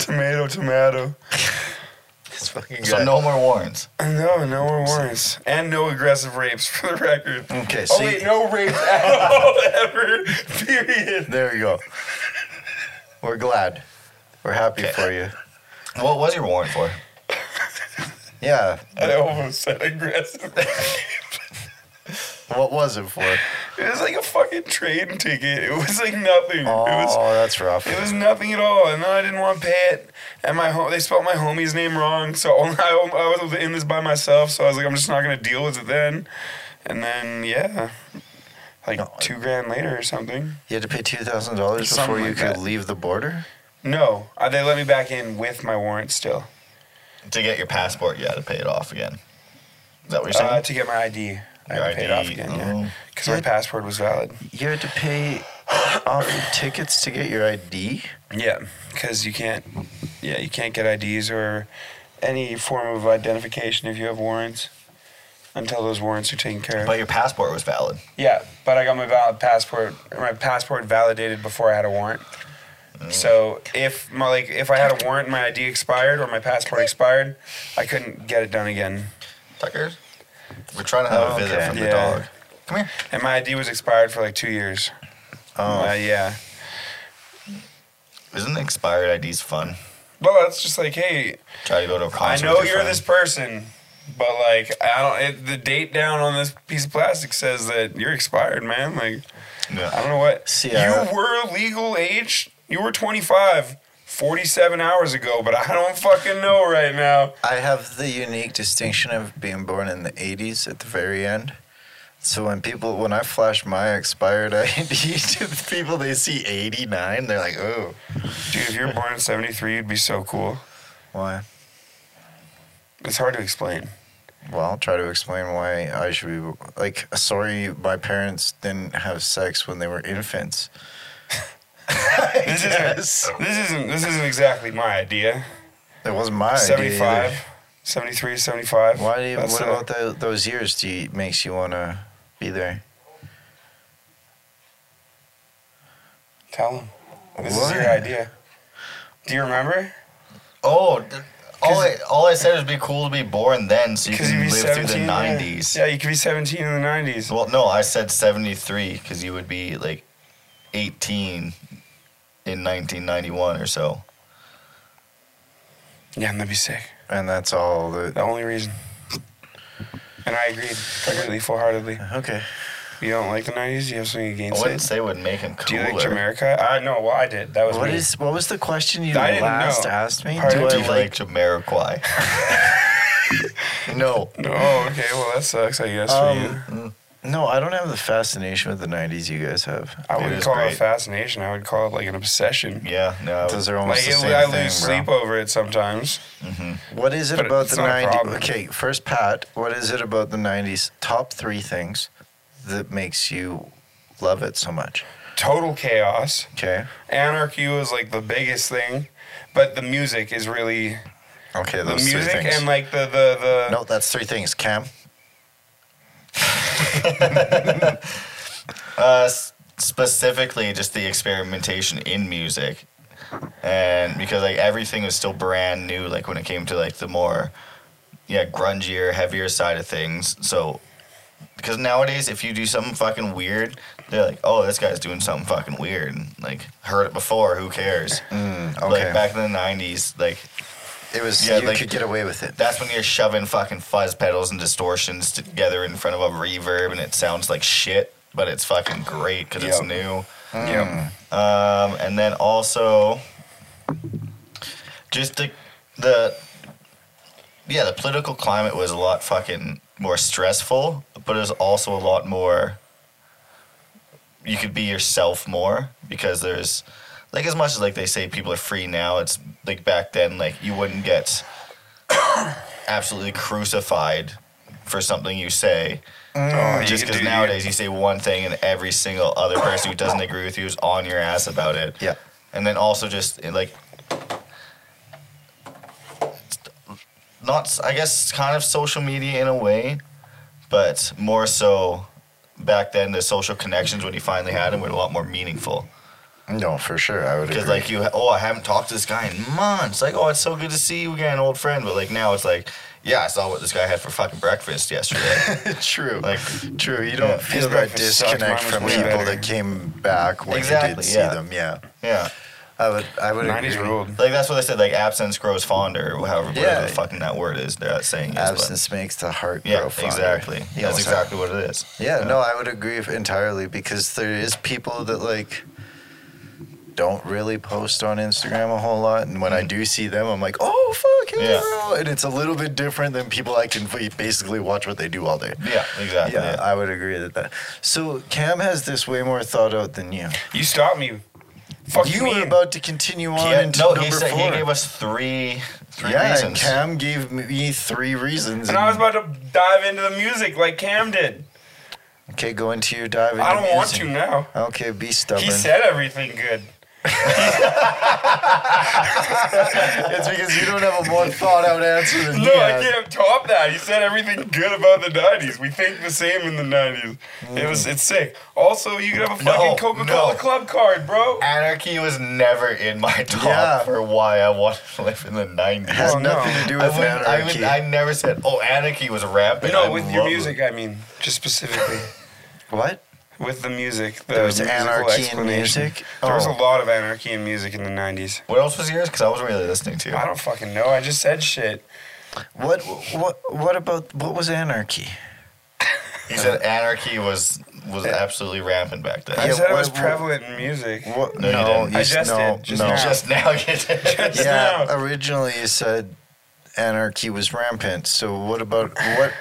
[SPEAKER 2] tomato, tomato.
[SPEAKER 1] it's fucking
[SPEAKER 3] so
[SPEAKER 1] good.
[SPEAKER 3] no more warns.
[SPEAKER 2] No, no more warrants and no aggressive rapes for the record.
[SPEAKER 1] Okay,
[SPEAKER 2] Oh
[SPEAKER 1] Mm. see,
[SPEAKER 2] wait, no rapes at all ever. Period.
[SPEAKER 1] there you go. We're glad. We're happy for you.
[SPEAKER 3] What was your warrant for?
[SPEAKER 1] Yeah.
[SPEAKER 2] I almost said aggressive.
[SPEAKER 1] What was it for?
[SPEAKER 2] It was like a fucking train ticket. It was like nothing.
[SPEAKER 1] Oh,
[SPEAKER 2] It was
[SPEAKER 1] that's rough.
[SPEAKER 2] It was nothing at all, and then I didn't want to pay it. And my home, they spelled my homie's name wrong, so I, I was in this by myself. So I was like, I'm just not gonna deal with it then. And then yeah, like
[SPEAKER 1] No.
[SPEAKER 2] two grand later or something.
[SPEAKER 1] you had to pay two thousand dollars before
[SPEAKER 2] Something
[SPEAKER 1] you
[SPEAKER 2] like
[SPEAKER 1] could
[SPEAKER 2] that.
[SPEAKER 1] leave the border.
[SPEAKER 2] No, uh, they let me back in with my warrant still
[SPEAKER 3] To get your passport, you had to pay it off again. Is that what you're saying?
[SPEAKER 2] uh, to get my ID. I
[SPEAKER 3] Your
[SPEAKER 2] had to pay it off
[SPEAKER 3] ID,
[SPEAKER 2] again,
[SPEAKER 3] oh.
[SPEAKER 2] yeah, because my passpord was valid.
[SPEAKER 1] You had to pay off your tickets to get your ID.
[SPEAKER 2] Yeah, because you can't. Yeah, you can't get IDs or any form of identification if you have warrants until those warrants are taken care of.
[SPEAKER 3] but your passport was valid.
[SPEAKER 2] Yeah, but I got my valid passport, my passport validated before I had a warrant.
[SPEAKER 3] Mm.
[SPEAKER 2] So if my like if I had a warrant, and my ID expired or my passport expired, I couldn't get it done again.
[SPEAKER 3] Tucker, we're trying to have a visit
[SPEAKER 1] Okay.
[SPEAKER 3] from the
[SPEAKER 2] Yeah.
[SPEAKER 3] dog. Come here.
[SPEAKER 2] And my ID was expired for like two years.
[SPEAKER 1] Oh.
[SPEAKER 2] Uh, yeah.
[SPEAKER 3] Isn't expired IDs fun?
[SPEAKER 2] Well, that's just like, hey,
[SPEAKER 3] Try to go to a
[SPEAKER 2] I
[SPEAKER 3] concert.
[SPEAKER 2] know
[SPEAKER 3] with
[SPEAKER 2] you're
[SPEAKER 3] your friend.
[SPEAKER 2] this person, but like I don't. It, the date down on this piece of plastic says that you're expired, man. Like I
[SPEAKER 3] Yeah.
[SPEAKER 2] don't know what.
[SPEAKER 1] See, uh, I-
[SPEAKER 2] you were legal age. You were 25 47 hours ago, but I don't fucking know right now.
[SPEAKER 1] I have the unique distinction of being born in the 80s at the very end. So when people, when I flash my expired ID to the people, they see 89, they're like, oh,
[SPEAKER 2] Dude, if you were born in 73, you'd be so cool.
[SPEAKER 1] why?
[SPEAKER 2] It's hard to explain.
[SPEAKER 1] Well, I'll try to explain why I should be like, sorry, my parents didn't have sex when they were infants.
[SPEAKER 2] This
[SPEAKER 1] Yes.
[SPEAKER 2] isn't, this isn't this isn't exactly my idea.
[SPEAKER 1] It wasn't my idea either.
[SPEAKER 2] 75, 73, 75.
[SPEAKER 1] Why do you,
[SPEAKER 2] That's
[SPEAKER 1] what
[SPEAKER 2] a-
[SPEAKER 1] about tho- those years do you, makes you want to be there?
[SPEAKER 2] Tell them. This is
[SPEAKER 1] What?
[SPEAKER 2] your idea. Do you remember?
[SPEAKER 3] Oh, d- all I, all I said is be cool to be born then so you
[SPEAKER 2] Because you'd
[SPEAKER 3] can
[SPEAKER 2] be
[SPEAKER 3] live
[SPEAKER 2] 17.
[SPEAKER 3] through the
[SPEAKER 2] yeah.
[SPEAKER 3] 90s.
[SPEAKER 2] Yeah. you could be 17 in the 90s.
[SPEAKER 3] Well, no, I said 73 because you would be like 18 in 1991 or so.
[SPEAKER 2] Yeah, and that'd be sick.
[SPEAKER 1] And that's all
[SPEAKER 2] The
[SPEAKER 1] the.
[SPEAKER 2] only reason. And I agreed completely, full heartedly.
[SPEAKER 1] Okay.
[SPEAKER 2] You don't like the 90s? You have something
[SPEAKER 3] I
[SPEAKER 2] against
[SPEAKER 3] wouldn't
[SPEAKER 2] it?
[SPEAKER 3] say it would make him
[SPEAKER 2] Do you
[SPEAKER 3] cooler.
[SPEAKER 2] like Jamaica? I no, well, I did. That was
[SPEAKER 1] What
[SPEAKER 2] me.
[SPEAKER 1] is what was the question you
[SPEAKER 2] I didn't
[SPEAKER 1] last
[SPEAKER 2] know.
[SPEAKER 1] asked me?
[SPEAKER 2] Pardon?
[SPEAKER 1] Do I
[SPEAKER 3] Do you
[SPEAKER 1] like,
[SPEAKER 3] like Jamiroquai? no.
[SPEAKER 2] No, oh, okay. Well, that sucks, I guess,
[SPEAKER 1] Um,
[SPEAKER 2] for you.
[SPEAKER 1] No, I don't have the fascination with the '90s you guys have.
[SPEAKER 2] I
[SPEAKER 3] It
[SPEAKER 2] wouldn't
[SPEAKER 3] is
[SPEAKER 2] call it
[SPEAKER 3] great.
[SPEAKER 2] fascination. I would call it like an obsession.
[SPEAKER 3] Yeah, no.
[SPEAKER 1] Those are
[SPEAKER 2] Like
[SPEAKER 1] almost
[SPEAKER 2] it,
[SPEAKER 1] the same
[SPEAKER 2] I
[SPEAKER 1] thing,
[SPEAKER 2] lose
[SPEAKER 1] bro.
[SPEAKER 2] sleep over it sometimes.
[SPEAKER 1] What is it
[SPEAKER 2] but
[SPEAKER 1] about
[SPEAKER 2] it's
[SPEAKER 1] the
[SPEAKER 2] not a
[SPEAKER 1] '90s?
[SPEAKER 2] problem.
[SPEAKER 1] Okay, first, Pat. What is it about the '90s? Top three things that makes you love it so much.
[SPEAKER 2] Total chaos.
[SPEAKER 1] Okay.
[SPEAKER 2] Anarchy was like the biggest thing, but the music is really
[SPEAKER 1] Okay,
[SPEAKER 2] the
[SPEAKER 1] those
[SPEAKER 2] music
[SPEAKER 1] three things.
[SPEAKER 2] and like the the the.
[SPEAKER 1] no, that's three things. Cam.
[SPEAKER 3] Uh, s- specifically, just the experimentation in music, and because like everything was still brand new, like when it came to like the more, yeah, grungier, heavier side of things. So, because nowadays, if you do something fucking weird, they're like, "Oh, this guy's doing something fucking weird." And, like, heard it before. Who cares?
[SPEAKER 1] Okay.
[SPEAKER 3] Like back in the '90s, like
[SPEAKER 1] it was
[SPEAKER 3] yeah,
[SPEAKER 1] you
[SPEAKER 3] like-
[SPEAKER 1] could get away with it.
[SPEAKER 3] that's when you're shoving fucking fuzz pedals and distortions together in front of a reverb and it sounds like shit, but it's fucking great because it's
[SPEAKER 2] Yep.
[SPEAKER 3] new.
[SPEAKER 1] mm.
[SPEAKER 2] Yeah.
[SPEAKER 3] Um, and then also, just the, the, yeah, the political climate was a lot fucking more stressful, but it was also a lot more. You could be yourself more because there's, like, as much as like they say people are free now, it's like back then, like you wouldn't get absolutely crucified for something you say.
[SPEAKER 2] Oh, you
[SPEAKER 3] Just
[SPEAKER 2] could
[SPEAKER 3] because
[SPEAKER 2] do-
[SPEAKER 3] nowadays you say one thing and every single other person who doesn't agree with you is on your ass about it.
[SPEAKER 1] Yeah.
[SPEAKER 3] And then also just eh, like, not, s- I guess, kind of social media in a way, but more so back then the social connections when you finally had them were a lot more meaningful.
[SPEAKER 1] No, for sure. I would
[SPEAKER 3] Because
[SPEAKER 1] agree.
[SPEAKER 3] like you, oh, I haven't talked to this guy in months. Like, oh, it's so good to see you again, old friend. But like now, it's like, yeah, I saw what this guy had for fucking breakfast yesterday.
[SPEAKER 1] true.
[SPEAKER 3] like,
[SPEAKER 1] true. You don't
[SPEAKER 3] Yeah.
[SPEAKER 1] feel
[SPEAKER 2] His
[SPEAKER 1] that
[SPEAKER 2] breakfast sucked,
[SPEAKER 1] disconnect
[SPEAKER 2] mine was
[SPEAKER 1] from
[SPEAKER 2] way
[SPEAKER 1] people
[SPEAKER 2] better.
[SPEAKER 1] that came back when you
[SPEAKER 3] Exactly,
[SPEAKER 1] did see
[SPEAKER 3] yeah.
[SPEAKER 1] them. Yeah.
[SPEAKER 3] yeah,
[SPEAKER 1] I would. I would
[SPEAKER 2] Nineties
[SPEAKER 1] agree.
[SPEAKER 2] ruled.
[SPEAKER 3] like that's what they said. Like absence grows fonder, or however whatever
[SPEAKER 1] Yeah.
[SPEAKER 3] the fucking that word is. That saying is, but-
[SPEAKER 1] Absence makes the heart
[SPEAKER 3] yeah,
[SPEAKER 1] grow fonder.
[SPEAKER 3] exactly.
[SPEAKER 1] You
[SPEAKER 3] that's
[SPEAKER 1] know, so-
[SPEAKER 3] exactly what it is.
[SPEAKER 1] Yeah, no, I would agree f- entirely because there is people that like don't really post on Instagram a whole lot, and when I do see them, I'm like, oh fuck, hey,
[SPEAKER 3] Mm-hmm. Yeah.
[SPEAKER 1] bro. and it's a little bit different than people I can f- basically watch what they do all day.
[SPEAKER 3] Yeah, exactly.
[SPEAKER 1] Yeah, I would agree that that. So Cam has this way more thought out than you.
[SPEAKER 2] You stopped me. Fuck
[SPEAKER 1] you
[SPEAKER 2] you.
[SPEAKER 1] were
[SPEAKER 2] mean?
[SPEAKER 1] about to continue on
[SPEAKER 3] He had-
[SPEAKER 1] into
[SPEAKER 3] no,
[SPEAKER 1] number
[SPEAKER 3] he said
[SPEAKER 1] four.
[SPEAKER 3] he gave us three, three
[SPEAKER 1] yeah, and
[SPEAKER 3] reasons.
[SPEAKER 1] Cam gave me three reasons.
[SPEAKER 2] and I was about to dive into the music like Cam did.
[SPEAKER 1] okay, go into your dive. Into
[SPEAKER 2] I don't want
[SPEAKER 1] music.
[SPEAKER 2] to now.
[SPEAKER 1] Okay, be stubborn.
[SPEAKER 2] He said everything good.
[SPEAKER 1] It's because you don't have a more thought out answer than
[SPEAKER 2] No,
[SPEAKER 1] he
[SPEAKER 2] I
[SPEAKER 1] has.
[SPEAKER 2] can't top that. He said everything good about the '90s. We think the same in the '90s. It was it's sick. Also, you could have a
[SPEAKER 3] No,
[SPEAKER 2] fucking Coca-Cola
[SPEAKER 3] no.
[SPEAKER 2] Club card, bro.
[SPEAKER 3] Anarchy was never in my top
[SPEAKER 1] Yeah.
[SPEAKER 3] for why I wanted to live in the 90s.
[SPEAKER 1] Has
[SPEAKER 2] Well, no.
[SPEAKER 1] nothing to do
[SPEAKER 3] I,
[SPEAKER 1] with
[SPEAKER 3] wouldn't- I,
[SPEAKER 1] anarchy.
[SPEAKER 3] would- I never said, oh, anarchy was rapping.
[SPEAKER 2] No,
[SPEAKER 3] I
[SPEAKER 2] with your
[SPEAKER 3] love
[SPEAKER 2] music,
[SPEAKER 3] it.
[SPEAKER 2] I mean, just specifically
[SPEAKER 1] what?
[SPEAKER 2] with the music. The
[SPEAKER 1] There was
[SPEAKER 2] musical
[SPEAKER 1] anarchy in
[SPEAKER 2] explanation.
[SPEAKER 1] music.
[SPEAKER 2] There was a
[SPEAKER 1] Oh,
[SPEAKER 2] lot of anarchy in music in the '90s.
[SPEAKER 3] What else was yours? Because I wasn't really listening to.
[SPEAKER 2] I don't fucking know. I just said shit.
[SPEAKER 1] what? What? What about what was anarchy?
[SPEAKER 3] He said anarchy was was
[SPEAKER 2] Yeah.
[SPEAKER 3] absolutely rampant back then.
[SPEAKER 2] I
[SPEAKER 1] Yeah,
[SPEAKER 2] said it
[SPEAKER 1] what-
[SPEAKER 2] was prevalent in music.
[SPEAKER 1] What?
[SPEAKER 3] No, you didn't.
[SPEAKER 1] you
[SPEAKER 2] I
[SPEAKER 1] s-
[SPEAKER 2] just
[SPEAKER 1] no,
[SPEAKER 2] did, just
[SPEAKER 1] no.
[SPEAKER 2] now.
[SPEAKER 3] Just now, you did.
[SPEAKER 2] Just
[SPEAKER 1] yeah.
[SPEAKER 2] now.
[SPEAKER 1] Originally, you said anarchy was rampant. So what about what?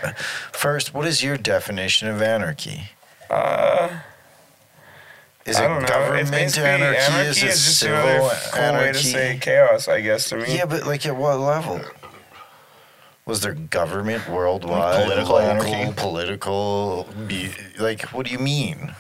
[SPEAKER 1] First, what is your definition of anarchy?
[SPEAKER 2] Uh,
[SPEAKER 1] Is
[SPEAKER 2] I
[SPEAKER 1] it
[SPEAKER 2] don't know. It's
[SPEAKER 1] government
[SPEAKER 2] basically
[SPEAKER 1] anarchy?
[SPEAKER 2] anarchy,
[SPEAKER 1] Is
[SPEAKER 2] is,
[SPEAKER 1] it
[SPEAKER 2] just
[SPEAKER 1] civil
[SPEAKER 2] another cool way to
[SPEAKER 1] anarchy?
[SPEAKER 2] say chaos, I guess. To me,
[SPEAKER 1] Yeah, but like at what level? Was there government worldwide?
[SPEAKER 3] Political
[SPEAKER 1] local,
[SPEAKER 3] anarchy?
[SPEAKER 1] Political. be- Like, what do you mean?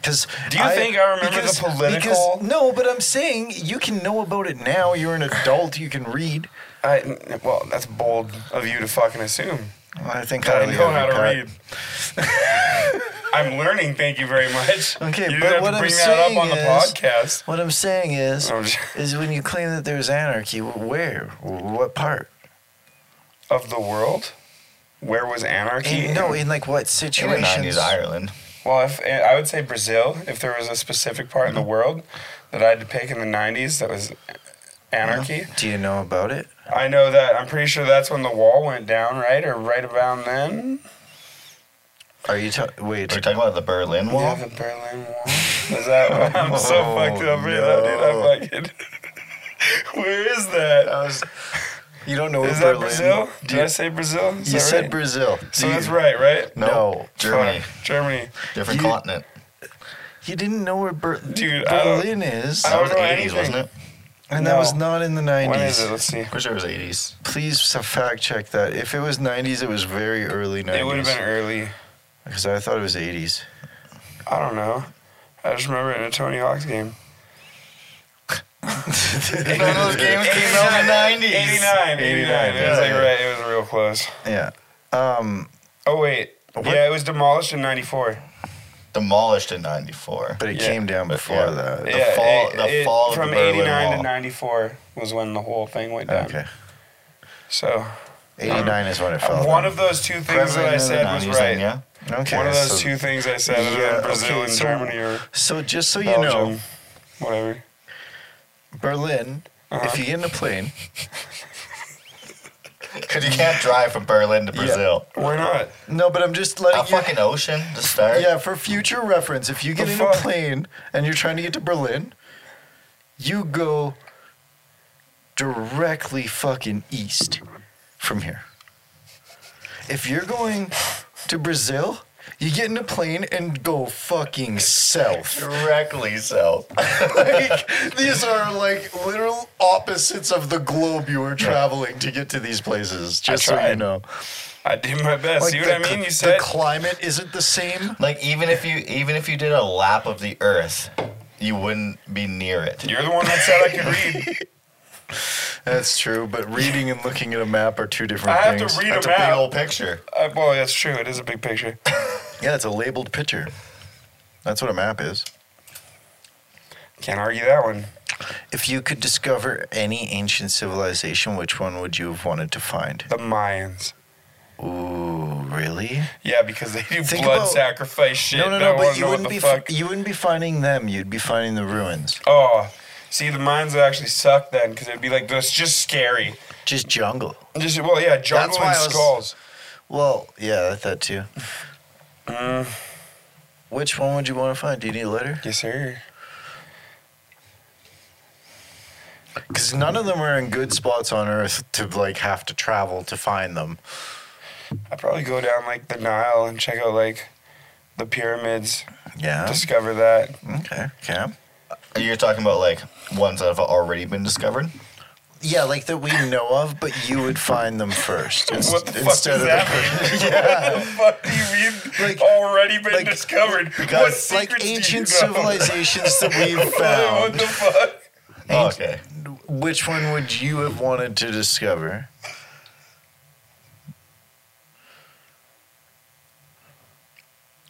[SPEAKER 1] Because
[SPEAKER 2] Do you think I remember the political-
[SPEAKER 1] no, but I'm saying you can know about it now. You're an adult. You can read.
[SPEAKER 2] I well, that's bold of you to fucking assume.
[SPEAKER 1] I think
[SPEAKER 2] that I
[SPEAKER 1] highly
[SPEAKER 2] know
[SPEAKER 1] of
[SPEAKER 2] how
[SPEAKER 1] you,
[SPEAKER 2] to
[SPEAKER 1] Pat.
[SPEAKER 2] read. I'm learning. Thank you very much.
[SPEAKER 1] Okay, but
[SPEAKER 2] you didn't have
[SPEAKER 1] what
[SPEAKER 2] to
[SPEAKER 1] I'm
[SPEAKER 2] bring that up on the
[SPEAKER 1] saying is-
[SPEAKER 2] podcast.
[SPEAKER 1] What I'm saying is,
[SPEAKER 2] I'm just-
[SPEAKER 1] is when you claim that there's anarchy, wh- where, Wh- what part?
[SPEAKER 2] Of the world, where was anarchy?
[SPEAKER 1] In, no, in like what
[SPEAKER 3] In the
[SPEAKER 1] situations?
[SPEAKER 3] 90s Ireland.
[SPEAKER 2] Well, if eh, I would say Brazil, if there was a specific part in
[SPEAKER 1] Mm-hmm.
[SPEAKER 2] the world that I had to pick in the '90s that was anarchy,
[SPEAKER 1] Do you know about it?
[SPEAKER 2] I know that. I'm pretty sure that's when the wall went down, right, or right around then.
[SPEAKER 1] Are you ta- wait?
[SPEAKER 3] Are you talking about the Berlin Wall?
[SPEAKER 2] Yeah, the Berlin Wall. Is that? I'm so
[SPEAKER 1] Oh,
[SPEAKER 2] fucked up right now, dude. I'm fucking. Where is that?
[SPEAKER 1] I was- you don't know
[SPEAKER 2] Is
[SPEAKER 1] where
[SPEAKER 2] that
[SPEAKER 1] Berlin-
[SPEAKER 2] Brazil?
[SPEAKER 1] Do
[SPEAKER 2] Did
[SPEAKER 1] you,
[SPEAKER 2] I say Brazil? Is
[SPEAKER 1] you
[SPEAKER 2] that
[SPEAKER 1] said
[SPEAKER 2] right?
[SPEAKER 1] Brazil. Do
[SPEAKER 2] So
[SPEAKER 1] you,
[SPEAKER 2] that's right, right?
[SPEAKER 1] No.
[SPEAKER 3] Germany,
[SPEAKER 2] Fuck, Germany.
[SPEAKER 3] different
[SPEAKER 1] You-
[SPEAKER 3] continent.
[SPEAKER 1] You didn't know where Ber-
[SPEAKER 2] Dude, I don't-
[SPEAKER 1] Berlin is,
[SPEAKER 2] I
[SPEAKER 3] That
[SPEAKER 2] don't
[SPEAKER 3] was
[SPEAKER 2] know
[SPEAKER 3] 80s, wasn't
[SPEAKER 2] anything.
[SPEAKER 3] it?
[SPEAKER 1] and that was
[SPEAKER 2] no.
[SPEAKER 1] not in the
[SPEAKER 2] When is it?
[SPEAKER 1] nineties.
[SPEAKER 2] Let's see.
[SPEAKER 3] I'm pretty sure it was 80s.
[SPEAKER 1] Please so- fact check that. If it was nineties, it was very early nineties.
[SPEAKER 2] It would have been early.
[SPEAKER 1] because I thought it was eighties.
[SPEAKER 2] I don't know. I just remember it in a Tony Hawk's game.
[SPEAKER 3] None of those games came out in the 90s.
[SPEAKER 2] 89, 89. It was like
[SPEAKER 1] yeah.
[SPEAKER 2] right. It was real close.
[SPEAKER 1] Yeah. Um,
[SPEAKER 2] Oh wait.
[SPEAKER 1] What?
[SPEAKER 2] Yeah, it was demolished in '94.
[SPEAKER 3] Demolished in 94.
[SPEAKER 1] but it
[SPEAKER 2] Yeah.
[SPEAKER 1] came down before
[SPEAKER 3] Yeah.
[SPEAKER 1] that.
[SPEAKER 3] Yeah. fall- the fall of
[SPEAKER 2] from
[SPEAKER 3] the Berlin
[SPEAKER 2] '89 to
[SPEAKER 3] Wall.
[SPEAKER 2] '94 was when the whole thing went down.
[SPEAKER 1] Okay.
[SPEAKER 2] So
[SPEAKER 1] Eighty nine is when it fell.
[SPEAKER 2] Uh, one
[SPEAKER 1] then.
[SPEAKER 2] of those two things that I said was
[SPEAKER 3] 90s,
[SPEAKER 2] right.
[SPEAKER 3] then, yeah.
[SPEAKER 1] okay,
[SPEAKER 2] One of those
[SPEAKER 1] so,
[SPEAKER 2] two things I said, and
[SPEAKER 1] Yeah,
[SPEAKER 2] then Brazil
[SPEAKER 1] okay,
[SPEAKER 2] and
[SPEAKER 1] so-
[SPEAKER 2] Germany or
[SPEAKER 1] So just so you
[SPEAKER 2] Belgium,
[SPEAKER 1] know,
[SPEAKER 2] whatever.
[SPEAKER 1] Berlin.
[SPEAKER 2] Uh-huh.
[SPEAKER 1] If you get in a plane,
[SPEAKER 3] Because you can't drive from Berlin to Brazil.
[SPEAKER 2] Why not?
[SPEAKER 1] No, but I'm just letting
[SPEAKER 3] A
[SPEAKER 1] you.
[SPEAKER 3] fucking ocean to start.
[SPEAKER 1] Yeah, for future reference, if you get
[SPEAKER 2] The
[SPEAKER 1] in a
[SPEAKER 2] fuck?
[SPEAKER 1] plane and you're trying to get to Berlin, you go directly fucking east from here. If you're going to Brazil, you get in a plane and go fucking south.
[SPEAKER 3] Directly south.
[SPEAKER 1] like these are like literal opposites of the globe you were traveling to get to these places. Just so you
[SPEAKER 2] tried.
[SPEAKER 1] know,
[SPEAKER 2] I did my best. See what
[SPEAKER 1] the
[SPEAKER 2] I
[SPEAKER 1] cl-
[SPEAKER 2] mean? You
[SPEAKER 1] the
[SPEAKER 2] said
[SPEAKER 1] climate isn't the same.
[SPEAKER 3] Like even if you even if you did a lap of the Earth, you wouldn't be near it.
[SPEAKER 2] you're the one that said I could read.
[SPEAKER 1] That's true, but reading and looking at a map are two different
[SPEAKER 2] I have
[SPEAKER 1] things.
[SPEAKER 2] to read
[SPEAKER 3] That's
[SPEAKER 2] a
[SPEAKER 3] a big old
[SPEAKER 2] map.
[SPEAKER 3] picture.
[SPEAKER 2] Uh, boy, that's true. It is a big picture.
[SPEAKER 1] Yeah, it's a labeled picture. That's what a map is.
[SPEAKER 2] Can't argue that one.
[SPEAKER 1] If you could discover any ancient civilization, which one would you have wanted to find?
[SPEAKER 2] The Mayans.
[SPEAKER 1] Ooh, really?
[SPEAKER 2] Yeah, because they do
[SPEAKER 1] Think
[SPEAKER 2] blood
[SPEAKER 1] about-
[SPEAKER 2] sacrifice shit.
[SPEAKER 1] no, no,
[SPEAKER 2] and I
[SPEAKER 1] no.
[SPEAKER 2] wanna
[SPEAKER 1] But you
[SPEAKER 2] know what
[SPEAKER 1] wouldn't
[SPEAKER 2] the
[SPEAKER 1] be fi-
[SPEAKER 2] fuck.
[SPEAKER 1] you wouldn't be finding them. You'd be finding the ruins,
[SPEAKER 2] Oh, see, the mines would actually suck then, because it'd be like that's just scary.
[SPEAKER 1] just jungle.
[SPEAKER 2] Just well, yeah, jungle
[SPEAKER 1] why
[SPEAKER 2] and
[SPEAKER 1] I was-
[SPEAKER 2] skulls.
[SPEAKER 1] Well, yeah, I thought too.
[SPEAKER 2] Mm.
[SPEAKER 1] Which one would you want to find? Do you need a letter?
[SPEAKER 2] Yes, sir.
[SPEAKER 1] Because none of them are in good spots on Earth to like have to travel to find them.
[SPEAKER 2] I'd probably go down like the Nile and check out like the pyramids,
[SPEAKER 1] Yeah.
[SPEAKER 2] discover that.
[SPEAKER 1] okay. Okay.
[SPEAKER 3] You're talking about like ones that have already been discovered.
[SPEAKER 1] Yeah, like that we know of, but you would find them first ins-
[SPEAKER 2] What the fuck does
[SPEAKER 1] instead of
[SPEAKER 2] that
[SPEAKER 1] the-
[SPEAKER 2] mean? What the fuck do you mean?
[SPEAKER 1] Like-
[SPEAKER 2] already been
[SPEAKER 1] like-
[SPEAKER 2] discovered. what
[SPEAKER 3] because,
[SPEAKER 1] like
[SPEAKER 2] secrets do you
[SPEAKER 1] ancient
[SPEAKER 2] know?
[SPEAKER 1] civilizations that we've
[SPEAKER 2] what
[SPEAKER 1] found.
[SPEAKER 2] the fuck?
[SPEAKER 3] Oh, okay.
[SPEAKER 1] Which one would you have wanted to discover?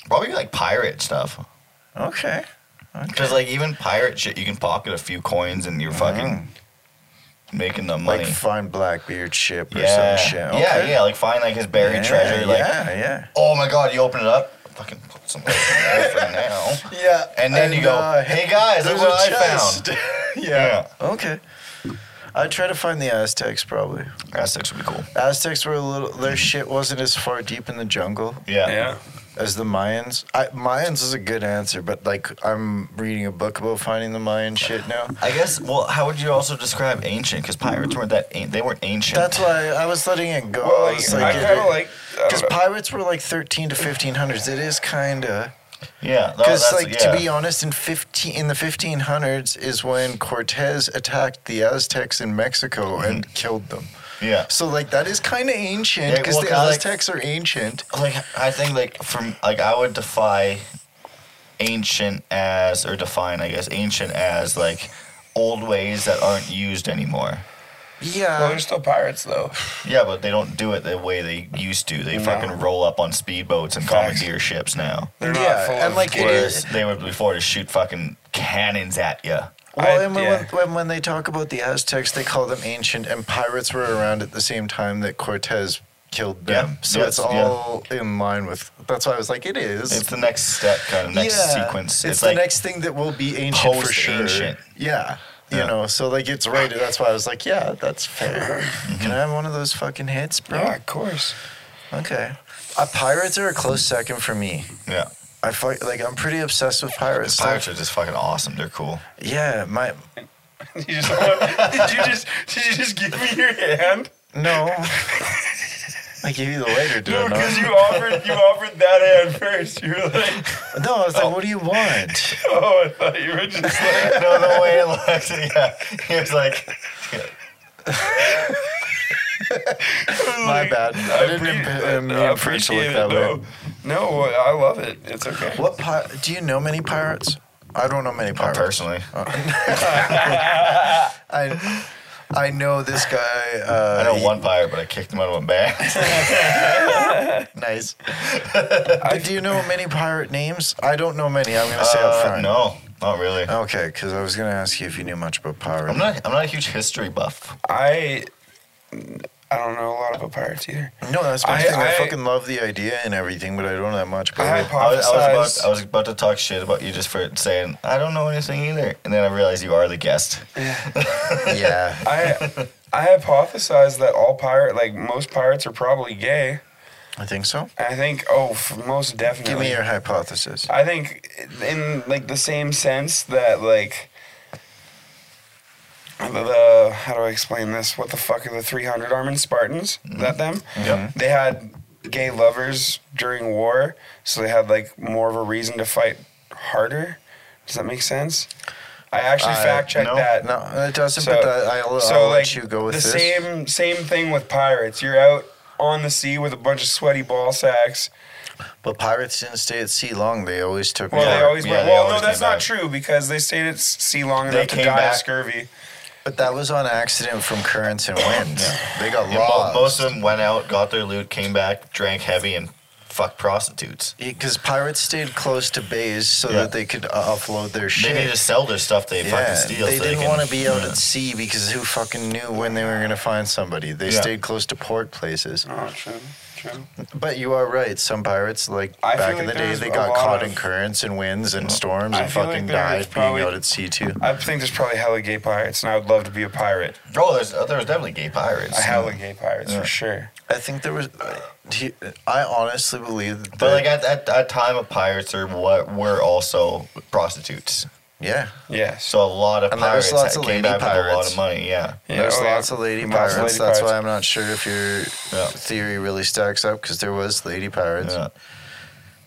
[SPEAKER 3] Probably like pirate stuff.
[SPEAKER 1] Okay.
[SPEAKER 3] Because like even pirate shit, you can pocket a few coins and you're fucking making the money.
[SPEAKER 1] Mm-hmm. Like find Blackbeard's ship or
[SPEAKER 3] yeah.
[SPEAKER 1] some shit. Okay.
[SPEAKER 3] yeah, yeah. Like find like his buried
[SPEAKER 1] Yeah,
[SPEAKER 3] treasure. Like
[SPEAKER 1] yeah, yeah.
[SPEAKER 3] oh my god, you open it up, fucking put some in there for now.
[SPEAKER 1] Yeah. uh,
[SPEAKER 3] And then you go, hey guys, look
[SPEAKER 1] there's
[SPEAKER 3] what
[SPEAKER 1] a
[SPEAKER 3] I
[SPEAKER 1] chest."
[SPEAKER 3] found.
[SPEAKER 1] yeah. Okay. I'd try to find the Aztecs probably.
[SPEAKER 3] Aztecs would be cool.
[SPEAKER 1] Aztecs were a little their shit wasn't as far deep in the jungle
[SPEAKER 3] Yeah.
[SPEAKER 2] Yeah.
[SPEAKER 1] as the Mayans. I, Mayans is a good answer, but like I'm reading a book about finding the Mayan shit now.
[SPEAKER 3] I guess. Well, how would you also describe ancient? Because pirates weren't that. An- they weren't ancient.
[SPEAKER 1] That's why I was letting it go.
[SPEAKER 2] Well,
[SPEAKER 1] I
[SPEAKER 2] like,
[SPEAKER 1] was
[SPEAKER 2] I
[SPEAKER 1] like,
[SPEAKER 2] kind of like. I
[SPEAKER 1] because
[SPEAKER 2] don't know.
[SPEAKER 1] pirates were like 13 to 1500s. It is kind of
[SPEAKER 3] yeah.
[SPEAKER 2] Oh,
[SPEAKER 3] that-
[SPEAKER 1] because
[SPEAKER 3] that's-
[SPEAKER 1] like
[SPEAKER 3] yeah.
[SPEAKER 1] to be honest, in 15 in the 1500s is when Cortez attacked the Aztecs in Mexico
[SPEAKER 2] Mm-hmm.
[SPEAKER 1] and killed them.
[SPEAKER 3] Yeah.
[SPEAKER 1] So like that is kind of ancient
[SPEAKER 3] Yeah,
[SPEAKER 1] because
[SPEAKER 3] well,
[SPEAKER 1] the
[SPEAKER 3] 'cause, like-
[SPEAKER 1] Aztecs are ancient.
[SPEAKER 3] Like I think like from like I would defy ancient as or define I guess ancient as like old ways that aren't used anymore.
[SPEAKER 1] Yeah.
[SPEAKER 2] Well, they're still pirates though.
[SPEAKER 3] Yeah, but they don't do it the way they used to. They
[SPEAKER 2] No.
[SPEAKER 3] fucking roll up on speedboats and
[SPEAKER 2] Facts.
[SPEAKER 3] commandeer ships now.
[SPEAKER 2] They're
[SPEAKER 1] Yeah,
[SPEAKER 2] not full
[SPEAKER 1] and,
[SPEAKER 2] of
[SPEAKER 1] like, it
[SPEAKER 2] blood.
[SPEAKER 1] is-
[SPEAKER 3] Whereas they would before to shoot fucking cannons at you.
[SPEAKER 1] Well,
[SPEAKER 2] I-
[SPEAKER 1] and when,
[SPEAKER 2] yeah.
[SPEAKER 1] when, when they talk about the Aztecs, they call them ancient, and pirates were around at the same time that Cortez killed
[SPEAKER 3] Yeah,
[SPEAKER 1] them. So
[SPEAKER 3] yeah,
[SPEAKER 1] it's
[SPEAKER 3] yeah.
[SPEAKER 1] all in line with. That's why I was like, it is.
[SPEAKER 3] It's the next step, kind of next sequence.
[SPEAKER 1] It's, the next thing that will be ancient for sure.
[SPEAKER 3] Post-ancient.
[SPEAKER 1] Yeah. You
[SPEAKER 3] Yeah.
[SPEAKER 1] know, so like it's right. That's why I was like, yeah, that's fair.
[SPEAKER 3] Mm-hmm.
[SPEAKER 1] Can I have one of those fucking hits, bro?
[SPEAKER 2] Yeah, of course.
[SPEAKER 1] Okay. Uh, pirates are a close second for me.
[SPEAKER 3] yeah.
[SPEAKER 1] I fuck, like I'm pretty obsessed with pirates.
[SPEAKER 3] Pirates are just fucking awesome. They're cool.
[SPEAKER 1] yeah, my
[SPEAKER 2] You just did you just did you just give me your hand?
[SPEAKER 1] no. I gave you the later, did
[SPEAKER 2] No,
[SPEAKER 1] I not?
[SPEAKER 2] because you offered you offered that hand first. You were like,
[SPEAKER 1] No, I was like, what do you want?
[SPEAKER 2] oh, I thought you were just like,
[SPEAKER 3] no, the way it looked. Yeah, he was like,
[SPEAKER 1] My bad. I didn't
[SPEAKER 2] appre-
[SPEAKER 1] imp- mean
[SPEAKER 2] I
[SPEAKER 1] for it to look
[SPEAKER 2] appreciate
[SPEAKER 1] that
[SPEAKER 2] it.
[SPEAKER 1] way.
[SPEAKER 2] no, no, I love it. It's okay.
[SPEAKER 1] What pi- do you know many pirates? I don't know many pirates.
[SPEAKER 3] personally,
[SPEAKER 1] I I know this guy.
[SPEAKER 3] I
[SPEAKER 1] Uh,
[SPEAKER 3] know one pirate, but I kicked him out of a bag.
[SPEAKER 1] Nice. but do you know many pirate names? I don't know many. I'm gonna say up
[SPEAKER 3] Uh,
[SPEAKER 1] front.
[SPEAKER 3] no, not really.
[SPEAKER 1] Okay, because I was gonna ask you if you knew much about pirates.
[SPEAKER 3] I'm not. I'm not a huge history buff.
[SPEAKER 2] I I don't know a lot about pirates either.
[SPEAKER 1] No, that's my
[SPEAKER 2] I-
[SPEAKER 1] thing. I,
[SPEAKER 2] I-
[SPEAKER 1] fucking love the idea and everything, but I don't know that much.
[SPEAKER 2] I
[SPEAKER 1] About it.
[SPEAKER 3] I was, I was
[SPEAKER 2] hypothesized.
[SPEAKER 3] about. I was about to talk shit about you just for saying I don't know anything either, and then I realized you are the guest.
[SPEAKER 1] yeah.
[SPEAKER 2] I I hypothesize that all pirate, like most pirates, are probably gay.
[SPEAKER 1] I think so.
[SPEAKER 2] I think, oh, f- most definitely.
[SPEAKER 1] Give me your hypothesis.
[SPEAKER 2] I think in like the same sense that like the, the how do I explain this? What the fuck are the 300 Armin Spartans? Is That them?
[SPEAKER 3] Yep.
[SPEAKER 1] Mm-hmm.
[SPEAKER 2] They had gay lovers during war, so they had like more of a reason to fight harder. Does that make sense? I actually
[SPEAKER 1] Uh,
[SPEAKER 2] fact checked
[SPEAKER 3] no,
[SPEAKER 2] that.
[SPEAKER 1] No, it doesn't.
[SPEAKER 2] So-
[SPEAKER 1] but that, I'll,
[SPEAKER 2] so
[SPEAKER 1] I'll
[SPEAKER 2] like
[SPEAKER 1] let you go with
[SPEAKER 2] the
[SPEAKER 1] this.
[SPEAKER 2] same same thing with pirates. You're out on the sea with a bunch of sweaty ball sacks.
[SPEAKER 1] But pirates didn't stay at sea long. They always took.
[SPEAKER 2] Well, they
[SPEAKER 1] part.
[SPEAKER 2] always
[SPEAKER 3] yeah,
[SPEAKER 2] went.
[SPEAKER 3] they
[SPEAKER 2] Well,
[SPEAKER 3] always
[SPEAKER 2] no, that's
[SPEAKER 3] came
[SPEAKER 2] not
[SPEAKER 3] back.
[SPEAKER 2] true because they stayed at s- sea long
[SPEAKER 3] They
[SPEAKER 2] enough to
[SPEAKER 3] came
[SPEAKER 2] die
[SPEAKER 3] back.
[SPEAKER 2] of scurvy.
[SPEAKER 1] but that was on accident from currents and winds. They got
[SPEAKER 3] Yeah, mo-
[SPEAKER 1] lost.
[SPEAKER 3] most of them went out, got their loot, came back, drank heavy, and fucked prostitutes.
[SPEAKER 1] because pirates stayed close to bays so
[SPEAKER 3] Yeah.
[SPEAKER 1] that they could uh, offload their
[SPEAKER 3] They
[SPEAKER 1] shit.
[SPEAKER 3] need to sell their stuff they fucking steal.
[SPEAKER 1] they
[SPEAKER 3] so
[SPEAKER 1] didn't
[SPEAKER 3] can-
[SPEAKER 1] want to be out
[SPEAKER 3] yeah.
[SPEAKER 1] at sea because who fucking knew when they were going to find somebody? They
[SPEAKER 3] Yeah.
[SPEAKER 1] stayed close to port places.
[SPEAKER 2] Oh, true, true.
[SPEAKER 1] But you are right. Some pirates, like
[SPEAKER 2] I feel
[SPEAKER 1] back in
[SPEAKER 2] like
[SPEAKER 1] the day,
[SPEAKER 2] there's
[SPEAKER 1] they
[SPEAKER 2] a
[SPEAKER 1] got
[SPEAKER 2] lot
[SPEAKER 1] caught
[SPEAKER 2] of-
[SPEAKER 1] in currents and winds and storms
[SPEAKER 2] I
[SPEAKER 1] and
[SPEAKER 2] feel like
[SPEAKER 1] fucking
[SPEAKER 2] there's
[SPEAKER 1] died
[SPEAKER 2] probably-
[SPEAKER 1] being out at sea too.
[SPEAKER 2] I think there's probably hella gay pirates, and I would love to be a pirate.
[SPEAKER 3] Oh, there's, uh, there was definitely gay pirates.
[SPEAKER 2] A hella gay pirates
[SPEAKER 3] Yeah.
[SPEAKER 2] for sure.
[SPEAKER 1] I think there was. he- I honestly believe that.
[SPEAKER 3] But like at at that time of pirates are what were also prostitutes.
[SPEAKER 1] yeah,
[SPEAKER 2] Yes.
[SPEAKER 3] So a lot of
[SPEAKER 1] And there was
[SPEAKER 3] pirates
[SPEAKER 1] lots
[SPEAKER 3] that
[SPEAKER 1] of lady
[SPEAKER 3] came back with a lot
[SPEAKER 1] pirates.
[SPEAKER 3] of money. Yeah.
[SPEAKER 2] Yeah,
[SPEAKER 1] there's
[SPEAKER 2] oh, yeah.
[SPEAKER 1] lots of lady
[SPEAKER 2] Lots
[SPEAKER 1] pirates.
[SPEAKER 2] of lady
[SPEAKER 1] That's why
[SPEAKER 2] pirates.
[SPEAKER 1] I'm not sure if your
[SPEAKER 3] Yeah.
[SPEAKER 1] theory really stacks up because there was lady pirates.
[SPEAKER 3] yeah.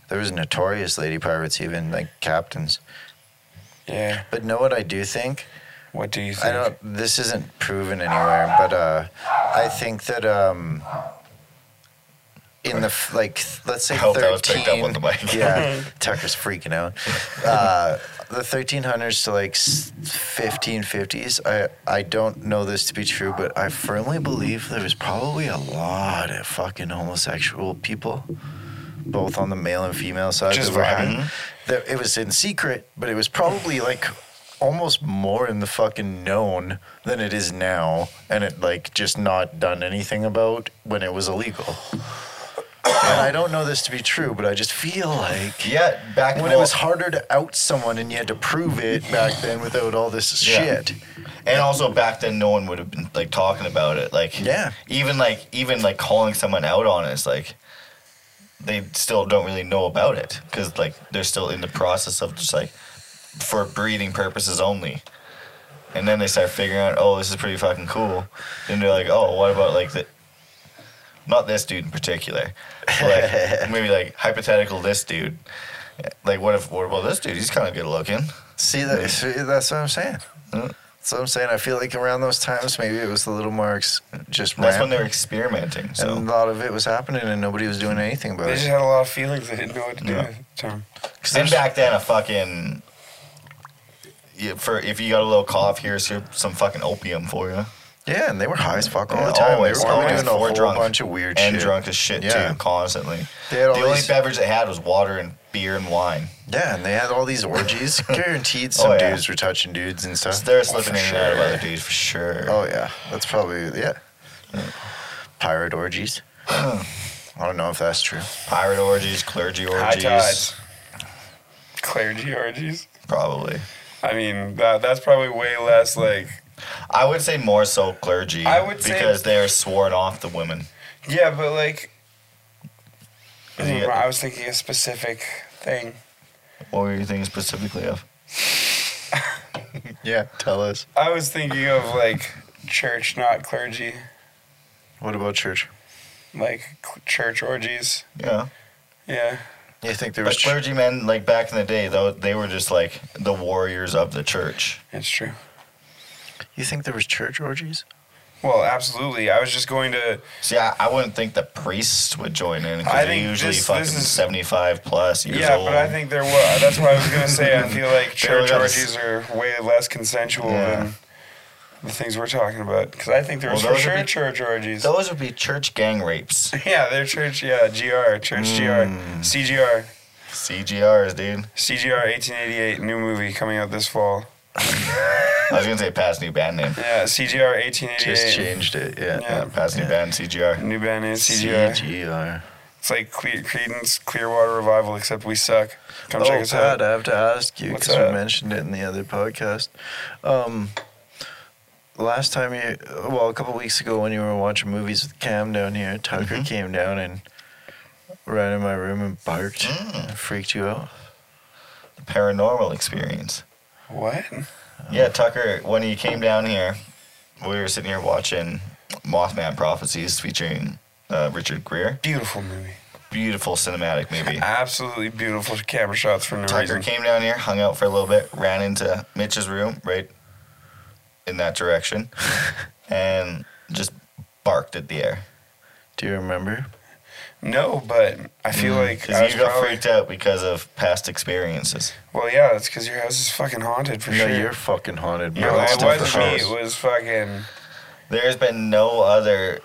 [SPEAKER 1] There was notorious lady pirates, even like captains.
[SPEAKER 2] Yeah.
[SPEAKER 1] But know what I do think?
[SPEAKER 2] What do you think?
[SPEAKER 1] I don't. This isn't proven anywhere, but uh, I think that um, in the f- like, let's say
[SPEAKER 3] I hope
[SPEAKER 1] thirteen.
[SPEAKER 3] that was picked up on the mic.
[SPEAKER 1] yeah, Tucker's freaking out. Uh, the thirteen hundreds to like fifteen fifties. I I don't know this to be true, but I firmly believe there was probably a lot of fucking homosexual people, both on the male and female side.
[SPEAKER 2] Just
[SPEAKER 1] that were hiding.
[SPEAKER 2] vibing.
[SPEAKER 1] That it was in secret, but it was probably like almost more in the fucking known than it is now and it like just not done anything about when it was illegal and i don't know this to be true but i just feel like
[SPEAKER 3] Yeah. Back
[SPEAKER 1] when
[SPEAKER 3] in
[SPEAKER 1] it
[SPEAKER 3] the-
[SPEAKER 1] was harder to out someone and you had to prove it back then without all this
[SPEAKER 3] Yeah.
[SPEAKER 1] shit.
[SPEAKER 3] And also back then, no one would have been like talking about it. Like,
[SPEAKER 1] Yeah.
[SPEAKER 3] even like even like calling someone out on it is like they still don't really know about it because like they're still in the process of just like for breeding purposes only. And then they start figuring out, oh, this is pretty fucking cool. And they're like, oh, what about like the not this dude in particular, but, like maybe like hypothetical this dude. Like, what if what about this dude? He's kind of good looking.
[SPEAKER 1] See that? see, That's what I'm saying. That's what I'm saying. I feel like around those times, maybe it was the little marks just
[SPEAKER 3] That's when
[SPEAKER 1] rampant,
[SPEAKER 3] they're experimenting. So.
[SPEAKER 1] and a lot of it was happening, and nobody was doing anything about
[SPEAKER 2] They just
[SPEAKER 1] it.
[SPEAKER 2] had a lot of feelings. They didn't know what to do
[SPEAKER 3] Yeah.
[SPEAKER 2] with the time.
[SPEAKER 3] Because then back then, a fucking yeah, for if you got a little cough, here's here, some fucking opium for you,
[SPEAKER 1] Yeah, and they were high as fuck all
[SPEAKER 3] Yeah,
[SPEAKER 1] the time.
[SPEAKER 3] always,
[SPEAKER 1] they were probably
[SPEAKER 3] always,
[SPEAKER 1] doing a
[SPEAKER 3] or
[SPEAKER 1] whole
[SPEAKER 3] drunk,
[SPEAKER 1] bunch of weird
[SPEAKER 3] and
[SPEAKER 1] shit.
[SPEAKER 3] drunk as shit
[SPEAKER 1] Yeah.
[SPEAKER 3] too, constantly.
[SPEAKER 1] They had
[SPEAKER 3] The
[SPEAKER 1] all
[SPEAKER 3] only
[SPEAKER 1] these-
[SPEAKER 3] beverage they had was water and beer and wine.
[SPEAKER 1] Yeah, and they had all these orgies. Guaranteed, some
[SPEAKER 3] Oh, yeah.
[SPEAKER 1] dudes were touching dudes and stuff.
[SPEAKER 3] So they're slipping
[SPEAKER 1] Oh, for
[SPEAKER 3] in and out of
[SPEAKER 1] sure.
[SPEAKER 3] other dudes for sure.
[SPEAKER 1] Oh yeah, that's probably yeah. Pirate orgies. I don't know if that's true.
[SPEAKER 3] Pirate orgies, clergy
[SPEAKER 2] High
[SPEAKER 3] orgies,
[SPEAKER 2] tides. Clergy orgies.
[SPEAKER 3] probably.
[SPEAKER 2] I mean, that that's probably way less like.
[SPEAKER 3] I would say more so clergy.
[SPEAKER 2] I would say-
[SPEAKER 3] because they're sworn off the women.
[SPEAKER 2] Yeah, but like.
[SPEAKER 3] Yeah.
[SPEAKER 2] I was thinking a specific thing.
[SPEAKER 3] What were you thinking specifically of?
[SPEAKER 1] Yeah, tell us.
[SPEAKER 2] I was thinking of like church, not clergy,
[SPEAKER 1] What about church?
[SPEAKER 2] like cl- church orgies.
[SPEAKER 3] Yeah.
[SPEAKER 2] Yeah.
[SPEAKER 1] You think there
[SPEAKER 3] But
[SPEAKER 1] was church?
[SPEAKER 3] clergymen, like back in the day, though, they were just like the warriors of the church.
[SPEAKER 2] It's true.
[SPEAKER 1] You think there was church orgies?
[SPEAKER 2] Well, absolutely. I was just going to.
[SPEAKER 3] See, I, I wouldn't think the priests would join in
[SPEAKER 2] I
[SPEAKER 3] because they're
[SPEAKER 2] think
[SPEAKER 3] usually
[SPEAKER 2] this- this
[SPEAKER 3] fucking
[SPEAKER 2] is-
[SPEAKER 3] seventy-five plus years
[SPEAKER 2] Yeah,
[SPEAKER 3] old.
[SPEAKER 2] but I think there was. That's what I was going to say. I feel like church
[SPEAKER 3] gotta s-
[SPEAKER 2] orgies are way less consensual
[SPEAKER 3] Yeah.
[SPEAKER 2] than the things we're talking about. Because I think there was
[SPEAKER 3] Well,
[SPEAKER 2] for
[SPEAKER 3] those would
[SPEAKER 2] sure
[SPEAKER 3] be-
[SPEAKER 2] church orgies.
[SPEAKER 3] those would be church gang rapes.
[SPEAKER 2] Yeah, they're church. Yeah, GR, church GR, CGR,
[SPEAKER 3] CGRs, dude.
[SPEAKER 2] CGR, 1888, new movie coming out this fall.
[SPEAKER 3] I was gonna say pass new band name.
[SPEAKER 2] Yeah, CGR, 1888.
[SPEAKER 1] Just changed it. Yeah. Uh,
[SPEAKER 2] Yeah.
[SPEAKER 3] Yeah, pass new
[SPEAKER 1] Yeah.
[SPEAKER 3] band CGR.
[SPEAKER 2] New band name CGR.
[SPEAKER 1] CGR.
[SPEAKER 2] It's like Cle- Credence Clearwater Revival, except we suck. Come
[SPEAKER 1] Oh,
[SPEAKER 2] check us
[SPEAKER 1] Pat,
[SPEAKER 2] out.
[SPEAKER 1] I have to ask you
[SPEAKER 2] What's
[SPEAKER 1] because we
[SPEAKER 2] that?
[SPEAKER 1] mentioned it in the other podcast. Um, last time you, well, a couple weeks ago when you were watching movies with Cam down here, Tucker
[SPEAKER 2] Mm-hmm.
[SPEAKER 3] Mhm.
[SPEAKER 1] came down and ran in my room and barked
[SPEAKER 3] Mm.
[SPEAKER 1] and freaked you out.
[SPEAKER 3] The paranormal experience.
[SPEAKER 2] What? Uh-huh.
[SPEAKER 3] Yeah, Tucker, when he came down here, we were sitting here watching Mothman Prophecies featuring uh, Richard Greer.
[SPEAKER 2] Beautiful movie.
[SPEAKER 3] Beautiful cinematic movie.
[SPEAKER 2] Absolutely beautiful camera shots for no
[SPEAKER 3] Tucker
[SPEAKER 2] reason.
[SPEAKER 3] came down here, hung out for a little bit, ran into Mitch's room right in that direction, and just barked at the air.
[SPEAKER 1] Do you remember?
[SPEAKER 2] No, but I feel
[SPEAKER 1] Mm,
[SPEAKER 2] like I
[SPEAKER 3] Because
[SPEAKER 2] was
[SPEAKER 3] you got
[SPEAKER 2] probably-
[SPEAKER 3] freaked out because of past experiences.
[SPEAKER 2] Well, yeah, it's because your house is fucking haunted for
[SPEAKER 1] no,
[SPEAKER 2] sure.
[SPEAKER 1] you're fucking haunted, bro.
[SPEAKER 2] no,
[SPEAKER 3] it's
[SPEAKER 2] it
[SPEAKER 1] It's different
[SPEAKER 2] was me.
[SPEAKER 1] house.
[SPEAKER 2] It was fucking.
[SPEAKER 3] There's been no other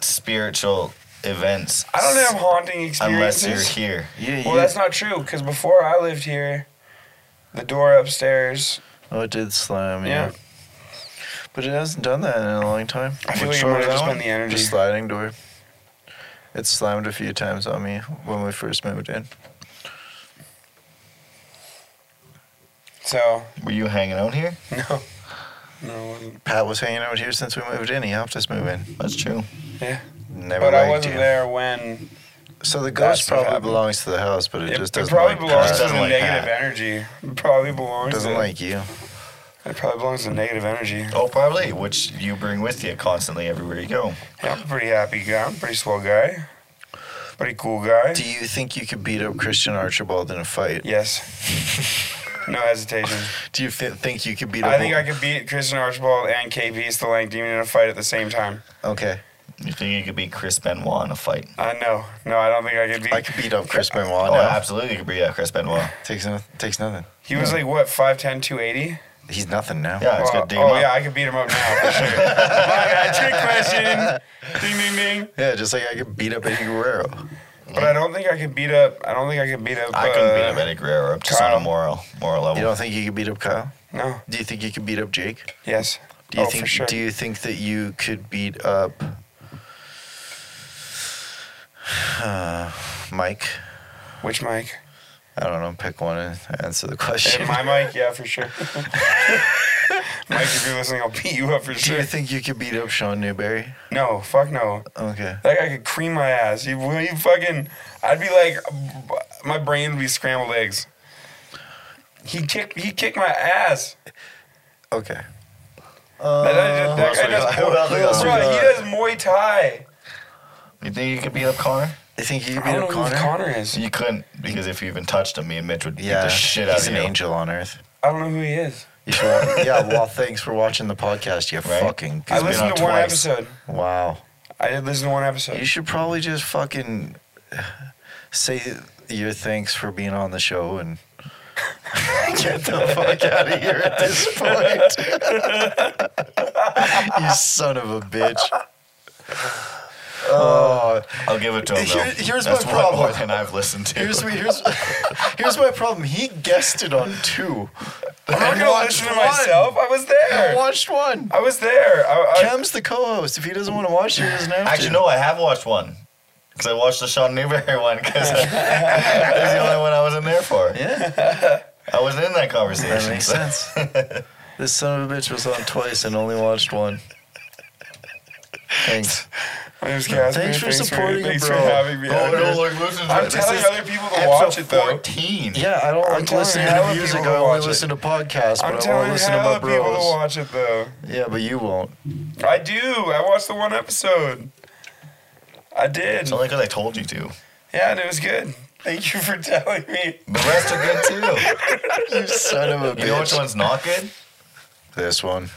[SPEAKER 3] spiritual events.
[SPEAKER 2] I don't have haunting experiences.
[SPEAKER 3] Unless you're here.
[SPEAKER 1] Yeah, yeah.
[SPEAKER 2] Well, that's not true because before I lived here, the door upstairs.
[SPEAKER 1] oh, it did slam. Yeah.
[SPEAKER 2] Yeah.
[SPEAKER 1] But it hasn't done that in a long time.
[SPEAKER 2] I feel
[SPEAKER 1] Which
[SPEAKER 2] like it
[SPEAKER 1] door
[SPEAKER 2] might
[SPEAKER 1] was
[SPEAKER 2] have
[SPEAKER 1] that
[SPEAKER 2] just
[SPEAKER 1] one?
[SPEAKER 2] been the energy.
[SPEAKER 1] sliding door. It slammed a few times on me when we first moved in.
[SPEAKER 2] So
[SPEAKER 3] Were you hanging out here?
[SPEAKER 2] no, no, it wasn't.
[SPEAKER 1] Pat was hanging out here since we moved in. He helped us move in.
[SPEAKER 3] That's true.
[SPEAKER 2] yeah.
[SPEAKER 1] Never
[SPEAKER 2] But I
[SPEAKER 1] liked
[SPEAKER 2] wasn't
[SPEAKER 1] you.
[SPEAKER 2] there when
[SPEAKER 1] So the
[SPEAKER 2] That's
[SPEAKER 1] ghost
[SPEAKER 2] what
[SPEAKER 1] probably
[SPEAKER 2] happened.
[SPEAKER 1] belongs to the house, but it,
[SPEAKER 2] it,
[SPEAKER 1] just
[SPEAKER 2] it
[SPEAKER 1] doesn't
[SPEAKER 2] probably
[SPEAKER 1] like
[SPEAKER 2] belongs
[SPEAKER 1] Pat.
[SPEAKER 2] to the
[SPEAKER 3] Doesn't like
[SPEAKER 2] negative
[SPEAKER 3] Pat.
[SPEAKER 2] energy. It probably belongs.
[SPEAKER 1] doesn't
[SPEAKER 2] to,
[SPEAKER 1] like you.
[SPEAKER 2] It probably belongs to negative energy.
[SPEAKER 3] Oh, probably, which you bring with you constantly everywhere you go.
[SPEAKER 2] Yeah, I'm a pretty happy guy. I'm a pretty swell guy. Pretty cool guy.
[SPEAKER 1] Do you think you could beat up Christian Archibald in a fight?
[SPEAKER 2] Yes. No hesitation.
[SPEAKER 1] Do you fi- think you could beat up?
[SPEAKER 2] I think I could beat Christian Archibald and KP Stelang Demon in a fight at the same time.
[SPEAKER 1] Okay,
[SPEAKER 3] You think you could beat Chris Benoit in a fight?
[SPEAKER 2] I know. Uh, No, I don't think I could beat.
[SPEAKER 1] I could beat up Chris Benoit.
[SPEAKER 3] Oh,
[SPEAKER 1] now.
[SPEAKER 3] absolutely, you could beat uh, Chris Benoit.
[SPEAKER 1] Takes no- takes nothing.
[SPEAKER 2] He was like what 5'10", 280?
[SPEAKER 1] He's nothing now.
[SPEAKER 3] Yeah, it's
[SPEAKER 2] Oh,
[SPEAKER 3] good. Dig him
[SPEAKER 2] oh
[SPEAKER 3] up.
[SPEAKER 2] yeah, I could beat him up now for sure. My bad, trick question. Ding ding ding.
[SPEAKER 1] Yeah, just like I could beat up Eddie Guerrero.
[SPEAKER 2] But I don't think I could beat up. I don't think I could beat up.
[SPEAKER 3] I couldn't beat up
[SPEAKER 2] uh,
[SPEAKER 3] Eddie Guerrero just on
[SPEAKER 2] Kyle.
[SPEAKER 3] a moral moral level.
[SPEAKER 1] You don't think you could beat up Kyle?
[SPEAKER 2] No.
[SPEAKER 1] Do you think you could beat up Jake?
[SPEAKER 2] Yes.
[SPEAKER 1] Do you
[SPEAKER 2] oh,
[SPEAKER 1] think
[SPEAKER 2] for sure.
[SPEAKER 1] Do you think that you could beat up uh, Mike?
[SPEAKER 2] Which mic?
[SPEAKER 1] I don't know. Pick one and answer the question.
[SPEAKER 2] And my mic, yeah, for sure. Mike, if you're listening, I'll beat you up
[SPEAKER 1] Do
[SPEAKER 2] for
[SPEAKER 1] you
[SPEAKER 2] sure.
[SPEAKER 1] think you could beat up Sean Newberry?
[SPEAKER 2] No, fuck no.
[SPEAKER 1] Okay.
[SPEAKER 2] That guy could cream my ass. He, he fucking. I'd be like, my brain would be scrambled eggs. He kicked. He kicked my ass.
[SPEAKER 1] Okay.
[SPEAKER 2] That- that- that
[SPEAKER 3] else
[SPEAKER 2] guy
[SPEAKER 3] we got?
[SPEAKER 2] does-
[SPEAKER 3] Who else we got?
[SPEAKER 2] Bro, he does Muay Thai.
[SPEAKER 3] You think you could beat up Connor?
[SPEAKER 1] I think you could
[SPEAKER 2] I
[SPEAKER 1] beat
[SPEAKER 2] don't
[SPEAKER 1] up
[SPEAKER 2] know
[SPEAKER 1] Connor.
[SPEAKER 2] who Connor is.
[SPEAKER 3] You couldn't because if you even touched him, me and Mitch would beat
[SPEAKER 1] Yeah,
[SPEAKER 3] the shit out
[SPEAKER 1] he's
[SPEAKER 3] of
[SPEAKER 1] an
[SPEAKER 3] you.
[SPEAKER 1] angel on earth.
[SPEAKER 2] I don't know who he is.
[SPEAKER 1] You should wa- yeah. Well, thanks for watching the podcast. You
[SPEAKER 3] Right?
[SPEAKER 1] fucking. goose.
[SPEAKER 2] I
[SPEAKER 3] been on
[SPEAKER 2] listened to one
[SPEAKER 3] twice.
[SPEAKER 2] episode.
[SPEAKER 1] Wow.
[SPEAKER 2] I did listen to one
[SPEAKER 1] You
[SPEAKER 2] episode.
[SPEAKER 1] should probably just fucking say your thanks for being on the show and get the fuck out of here at this point. you son of a bitch. Oh,
[SPEAKER 3] I'll give it to him. Though.
[SPEAKER 1] Here- here's
[SPEAKER 3] That's
[SPEAKER 1] my
[SPEAKER 3] one
[SPEAKER 1] problem.
[SPEAKER 3] more than I've listened to.
[SPEAKER 1] here's me. Here's here's my problem. He guessed it on two.
[SPEAKER 2] I'm not gonna
[SPEAKER 1] watched
[SPEAKER 2] listen to
[SPEAKER 1] one.
[SPEAKER 2] myself. I was
[SPEAKER 1] I
[SPEAKER 2] there.
[SPEAKER 1] watched one.
[SPEAKER 2] I was there. I,
[SPEAKER 1] Cam's the co-host. If he doesn't want to watch it, he doesn't have
[SPEAKER 3] Actually,
[SPEAKER 1] to.
[SPEAKER 3] no, I have watched one because I watched the Sean Newberry one because that's the only one I wasn't there for.
[SPEAKER 1] Yeah,
[SPEAKER 3] I wasn't in that conversation.
[SPEAKER 1] that makes
[SPEAKER 3] so-
[SPEAKER 1] sense. This son of a bitch was on twice and only watched one. Thanks.
[SPEAKER 2] I, my name's Casper.
[SPEAKER 1] Thanks for
[SPEAKER 2] thanks
[SPEAKER 1] supporting it,
[SPEAKER 2] thanks
[SPEAKER 1] bro.
[SPEAKER 2] for having me.
[SPEAKER 3] Oh
[SPEAKER 2] out
[SPEAKER 3] no!
[SPEAKER 2] here.
[SPEAKER 3] Like listen to
[SPEAKER 2] I'm
[SPEAKER 3] it. This
[SPEAKER 2] telling
[SPEAKER 3] is
[SPEAKER 2] other people to
[SPEAKER 3] episode
[SPEAKER 2] watch it though.
[SPEAKER 3] Fourteen.
[SPEAKER 1] Yeah, I don't
[SPEAKER 2] I'm
[SPEAKER 1] like
[SPEAKER 2] telling
[SPEAKER 1] listening
[SPEAKER 2] hella
[SPEAKER 1] to music.
[SPEAKER 2] people
[SPEAKER 1] I
[SPEAKER 2] to
[SPEAKER 1] only
[SPEAKER 2] watch it.
[SPEAKER 1] listen to podcasts, but
[SPEAKER 2] I'm
[SPEAKER 1] I want to
[SPEAKER 2] telling
[SPEAKER 1] listen to my
[SPEAKER 2] hella people to
[SPEAKER 1] bros.
[SPEAKER 2] watch it though.
[SPEAKER 1] Yeah, but you won't.
[SPEAKER 2] I do. I watched the one episode. I did.
[SPEAKER 3] It's only because I told you to.
[SPEAKER 2] Yeah, and it was good. Thank you for telling me.
[SPEAKER 3] The rest are good too.
[SPEAKER 1] You son of a bitch.
[SPEAKER 3] You know which one's not good?
[SPEAKER 1] This one.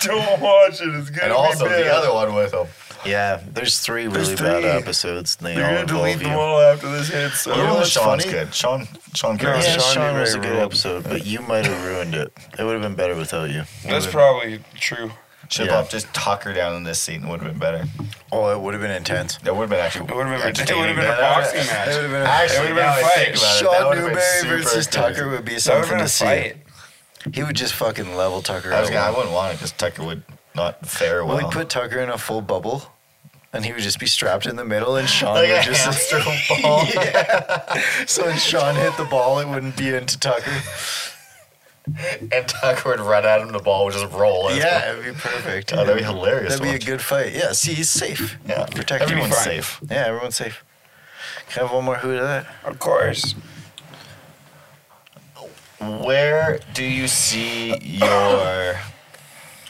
[SPEAKER 2] Don't watch it. It's gonna be
[SPEAKER 3] And also
[SPEAKER 2] bad.
[SPEAKER 3] the other one with him.
[SPEAKER 1] Yeah, there's three
[SPEAKER 2] There's
[SPEAKER 1] really
[SPEAKER 2] three.
[SPEAKER 1] bad episodes, and they
[SPEAKER 2] They're
[SPEAKER 1] all
[SPEAKER 2] gonna delete
[SPEAKER 1] involve
[SPEAKER 2] them
[SPEAKER 1] you.
[SPEAKER 2] all after this hits. So.
[SPEAKER 1] You know what's
[SPEAKER 3] Sean's
[SPEAKER 1] funny?
[SPEAKER 3] good. Sean, Sean
[SPEAKER 2] Yeah,
[SPEAKER 3] Curtis.
[SPEAKER 1] Yeah,
[SPEAKER 2] Sean
[SPEAKER 1] Sean was a
[SPEAKER 2] Newberry
[SPEAKER 1] good
[SPEAKER 2] ruled.
[SPEAKER 1] episode, but you might have ruined it. It would have been better without you.
[SPEAKER 2] That's probably true.
[SPEAKER 3] Should
[SPEAKER 1] Yeah.
[SPEAKER 3] have just Tucker down in this scene. Would have been better.
[SPEAKER 1] Oh, it would have been intense.
[SPEAKER 3] That would have been actually.
[SPEAKER 2] It would have been. It
[SPEAKER 3] entertaining.
[SPEAKER 2] would have been a
[SPEAKER 3] That-
[SPEAKER 2] boxing match.
[SPEAKER 1] It would have been. A-
[SPEAKER 3] Actually,
[SPEAKER 2] It would've been
[SPEAKER 3] now
[SPEAKER 2] a
[SPEAKER 3] I
[SPEAKER 2] fight.
[SPEAKER 3] think about it, that
[SPEAKER 1] Sean
[SPEAKER 3] would've been
[SPEAKER 1] Newberry
[SPEAKER 3] super
[SPEAKER 1] versus
[SPEAKER 3] entertaining.
[SPEAKER 1] Tucker would be
[SPEAKER 2] That would have
[SPEAKER 1] something
[SPEAKER 2] been
[SPEAKER 1] to
[SPEAKER 2] a
[SPEAKER 1] see.
[SPEAKER 2] fight.
[SPEAKER 1] He would just fucking level Tucker.
[SPEAKER 3] I was
[SPEAKER 1] out.
[SPEAKER 3] gonna. I wouldn't want it because Tucker would not fare well.
[SPEAKER 1] Well, we put Tucker in a full bubble, and he would just be strapped in the middle, and Sean
[SPEAKER 3] like a
[SPEAKER 1] would just.
[SPEAKER 3] hamster ball.
[SPEAKER 1] so when Sean hit the ball, it wouldn't be into Tucker.
[SPEAKER 3] and Tucker would run at him, the ball would just roll. and-
[SPEAKER 1] yeah, it'd be perfect.
[SPEAKER 3] Oh, that'd be hilarious.
[SPEAKER 1] That'd be a
[SPEAKER 3] to watch.
[SPEAKER 1] good fight. Yeah, see, he's safe.
[SPEAKER 3] Yeah.
[SPEAKER 1] protect him.
[SPEAKER 3] Everyone's
[SPEAKER 2] Fine.
[SPEAKER 3] safe.
[SPEAKER 1] Yeah, everyone's safe. Can I have one more who to that?
[SPEAKER 2] Of course.
[SPEAKER 3] Where do you see your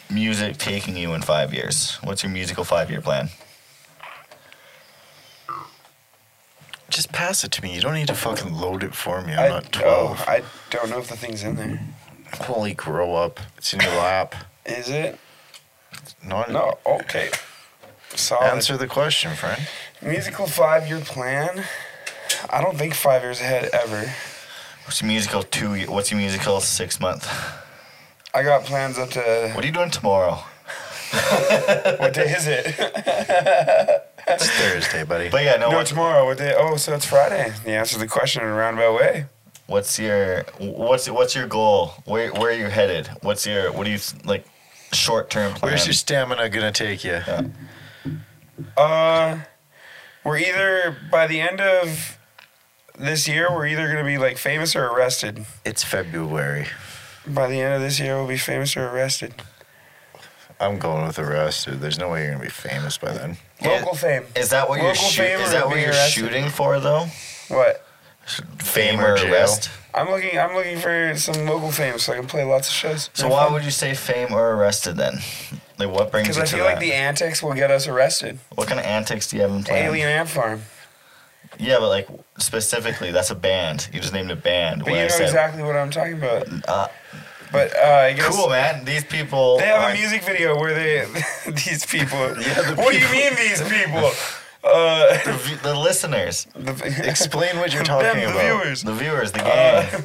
[SPEAKER 3] music taking you in five years? What's your musical five year plan?
[SPEAKER 1] Just pass it to me. You don't need to fucking load it for me. I'm
[SPEAKER 2] I,
[SPEAKER 1] not
[SPEAKER 2] oh,
[SPEAKER 1] 12.
[SPEAKER 2] I don't know if the thing's in there.
[SPEAKER 1] Holy grow up. It's in your lap.
[SPEAKER 2] Is it?
[SPEAKER 1] Not
[SPEAKER 2] No. Okay. Solid.
[SPEAKER 1] Answer the question, friend.
[SPEAKER 2] Musical five year plan. I don't think five years ahead ever.
[SPEAKER 3] What's your musical two? ye- What's your musical six month?
[SPEAKER 2] I got plans up to.
[SPEAKER 3] What are you doing tomorrow?
[SPEAKER 2] What day is it?
[SPEAKER 1] It's Thursday, buddy.
[SPEAKER 3] But yeah, no.
[SPEAKER 2] no,
[SPEAKER 3] what-
[SPEAKER 2] tomorrow. What day? Oh, so it's Friday. You answered the question in a roundabout way.
[SPEAKER 3] what's your what's what's your goal? Where where are you headed? What's your what do you like? Short term
[SPEAKER 2] Oh,
[SPEAKER 3] plan.
[SPEAKER 1] Where's your stamina gonna take you?
[SPEAKER 2] Uh, we're either by the end of this year, we're either gonna be like famous or arrested.
[SPEAKER 1] It's February.
[SPEAKER 2] By the end of this year, we'll be famous or arrested.
[SPEAKER 1] I'm going with arrested. There's no way you're gonna be famous by then.
[SPEAKER 3] Yeah.
[SPEAKER 2] Local fame.
[SPEAKER 3] Is that what you're
[SPEAKER 2] Local
[SPEAKER 3] shoot,
[SPEAKER 2] fame
[SPEAKER 3] Is
[SPEAKER 2] or
[SPEAKER 3] that what
[SPEAKER 2] being
[SPEAKER 3] you're
[SPEAKER 2] arrested?
[SPEAKER 3] shooting for though?
[SPEAKER 2] What?
[SPEAKER 3] Fame
[SPEAKER 1] or
[SPEAKER 3] or
[SPEAKER 1] jail?
[SPEAKER 3] arrest?
[SPEAKER 2] I'm looking. I'm looking for some local fame so I can play lots of shows.
[SPEAKER 3] So why would you say fame or arrested then? Like what brings you
[SPEAKER 2] Because
[SPEAKER 3] to
[SPEAKER 2] I feel
[SPEAKER 3] that?
[SPEAKER 2] like the antics will get us arrested.
[SPEAKER 3] what kind of antics do you have in plan?
[SPEAKER 2] Alien Ant Farm.
[SPEAKER 3] Yeah, but like specifically, that's a band. You just named a band.
[SPEAKER 2] But
[SPEAKER 3] when
[SPEAKER 2] you
[SPEAKER 3] I
[SPEAKER 2] know
[SPEAKER 3] said,
[SPEAKER 2] exactly what I'm talking about.
[SPEAKER 3] uh,
[SPEAKER 2] But uh, I guess
[SPEAKER 3] cool, man. These people.
[SPEAKER 2] they have a
[SPEAKER 3] aren't-
[SPEAKER 2] music video where they these people. What do you mean these people? Uh,
[SPEAKER 3] The, vi- the listeners,
[SPEAKER 2] the,
[SPEAKER 1] Explain what you're talking
[SPEAKER 2] them, the
[SPEAKER 1] about.
[SPEAKER 2] viewers.
[SPEAKER 3] the viewers, Uh, the gang.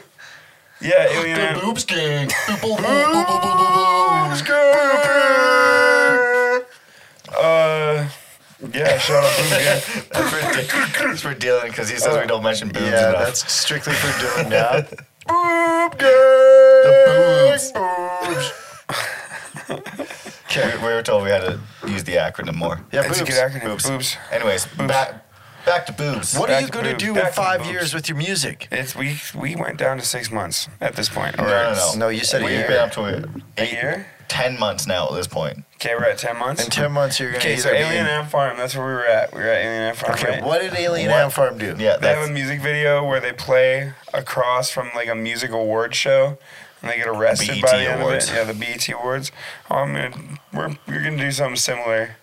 [SPEAKER 2] Yeah, Alien
[SPEAKER 3] the
[SPEAKER 2] Ant.
[SPEAKER 3] boobs gang. Boop, boop, boop, boop, boop, boop, boop.
[SPEAKER 2] Uh, yeah, shout out Boom Gang.
[SPEAKER 3] That's for, that's for Dylan because he says we don't mention boobs
[SPEAKER 1] Yeah,
[SPEAKER 3] enough.
[SPEAKER 1] that's strictly for Dylan now.
[SPEAKER 3] the boobs. Okay, we, we were told we had to use the acronym more.
[SPEAKER 1] Yeah,
[SPEAKER 2] That's a
[SPEAKER 1] boobs.
[SPEAKER 2] good acronym. Boobs.
[SPEAKER 3] Anyways, back back to boobs.
[SPEAKER 1] What are
[SPEAKER 2] Back
[SPEAKER 1] you
[SPEAKER 2] to
[SPEAKER 1] gonna
[SPEAKER 2] boobs.
[SPEAKER 1] do
[SPEAKER 2] Back
[SPEAKER 1] in
[SPEAKER 2] to
[SPEAKER 1] five
[SPEAKER 2] boobs.
[SPEAKER 1] years with your music?
[SPEAKER 2] It's we we went down to six months at this point.
[SPEAKER 3] No,
[SPEAKER 2] Or
[SPEAKER 3] no, no.
[SPEAKER 1] No, you said a
[SPEAKER 3] We've
[SPEAKER 1] year.
[SPEAKER 3] been up to a-
[SPEAKER 2] A year.
[SPEAKER 3] ten months now at this point.
[SPEAKER 2] Okay, we're at ten months.
[SPEAKER 1] In ten months, you're gonna
[SPEAKER 2] Okay,
[SPEAKER 1] either
[SPEAKER 2] so
[SPEAKER 1] be
[SPEAKER 2] Alien
[SPEAKER 1] in-
[SPEAKER 2] Ant Farm. That's where we were at. We were at Alien Ant Farm.
[SPEAKER 1] Okay,
[SPEAKER 2] right?
[SPEAKER 1] what did Alien
[SPEAKER 3] What?
[SPEAKER 1] Ant Farm do?
[SPEAKER 3] Yeah,
[SPEAKER 2] They have
[SPEAKER 3] that's
[SPEAKER 2] a music video where they play across from like a music award show, and they get arrested
[SPEAKER 3] BET
[SPEAKER 1] E
[SPEAKER 2] by the end
[SPEAKER 3] Awards.
[SPEAKER 2] of it. Yeah, the BET Awards. Oh, I'm gonna, we're, you're gonna do something similar.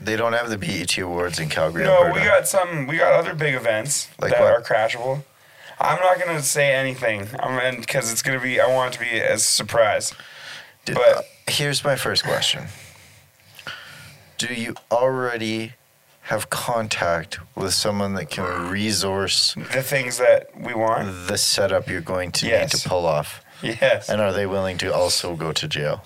[SPEAKER 1] They don't have the BET Awards in Calgary.
[SPEAKER 2] No, we
[SPEAKER 1] Alberta.
[SPEAKER 2] got some. We got other big events
[SPEAKER 1] Like
[SPEAKER 2] that
[SPEAKER 1] what?
[SPEAKER 2] are crashable. I'm not gonna say anything. I'm because it's gonna be. I want it to be a surprise.
[SPEAKER 1] Did-
[SPEAKER 2] but-
[SPEAKER 1] here's my first question: Do you already have contact with someone that can resource
[SPEAKER 2] The things that we want.
[SPEAKER 1] the setup you're going to need
[SPEAKER 2] Yes.
[SPEAKER 1] to pull off?
[SPEAKER 2] Yes.
[SPEAKER 1] Mm. And are they willing to also go to jail?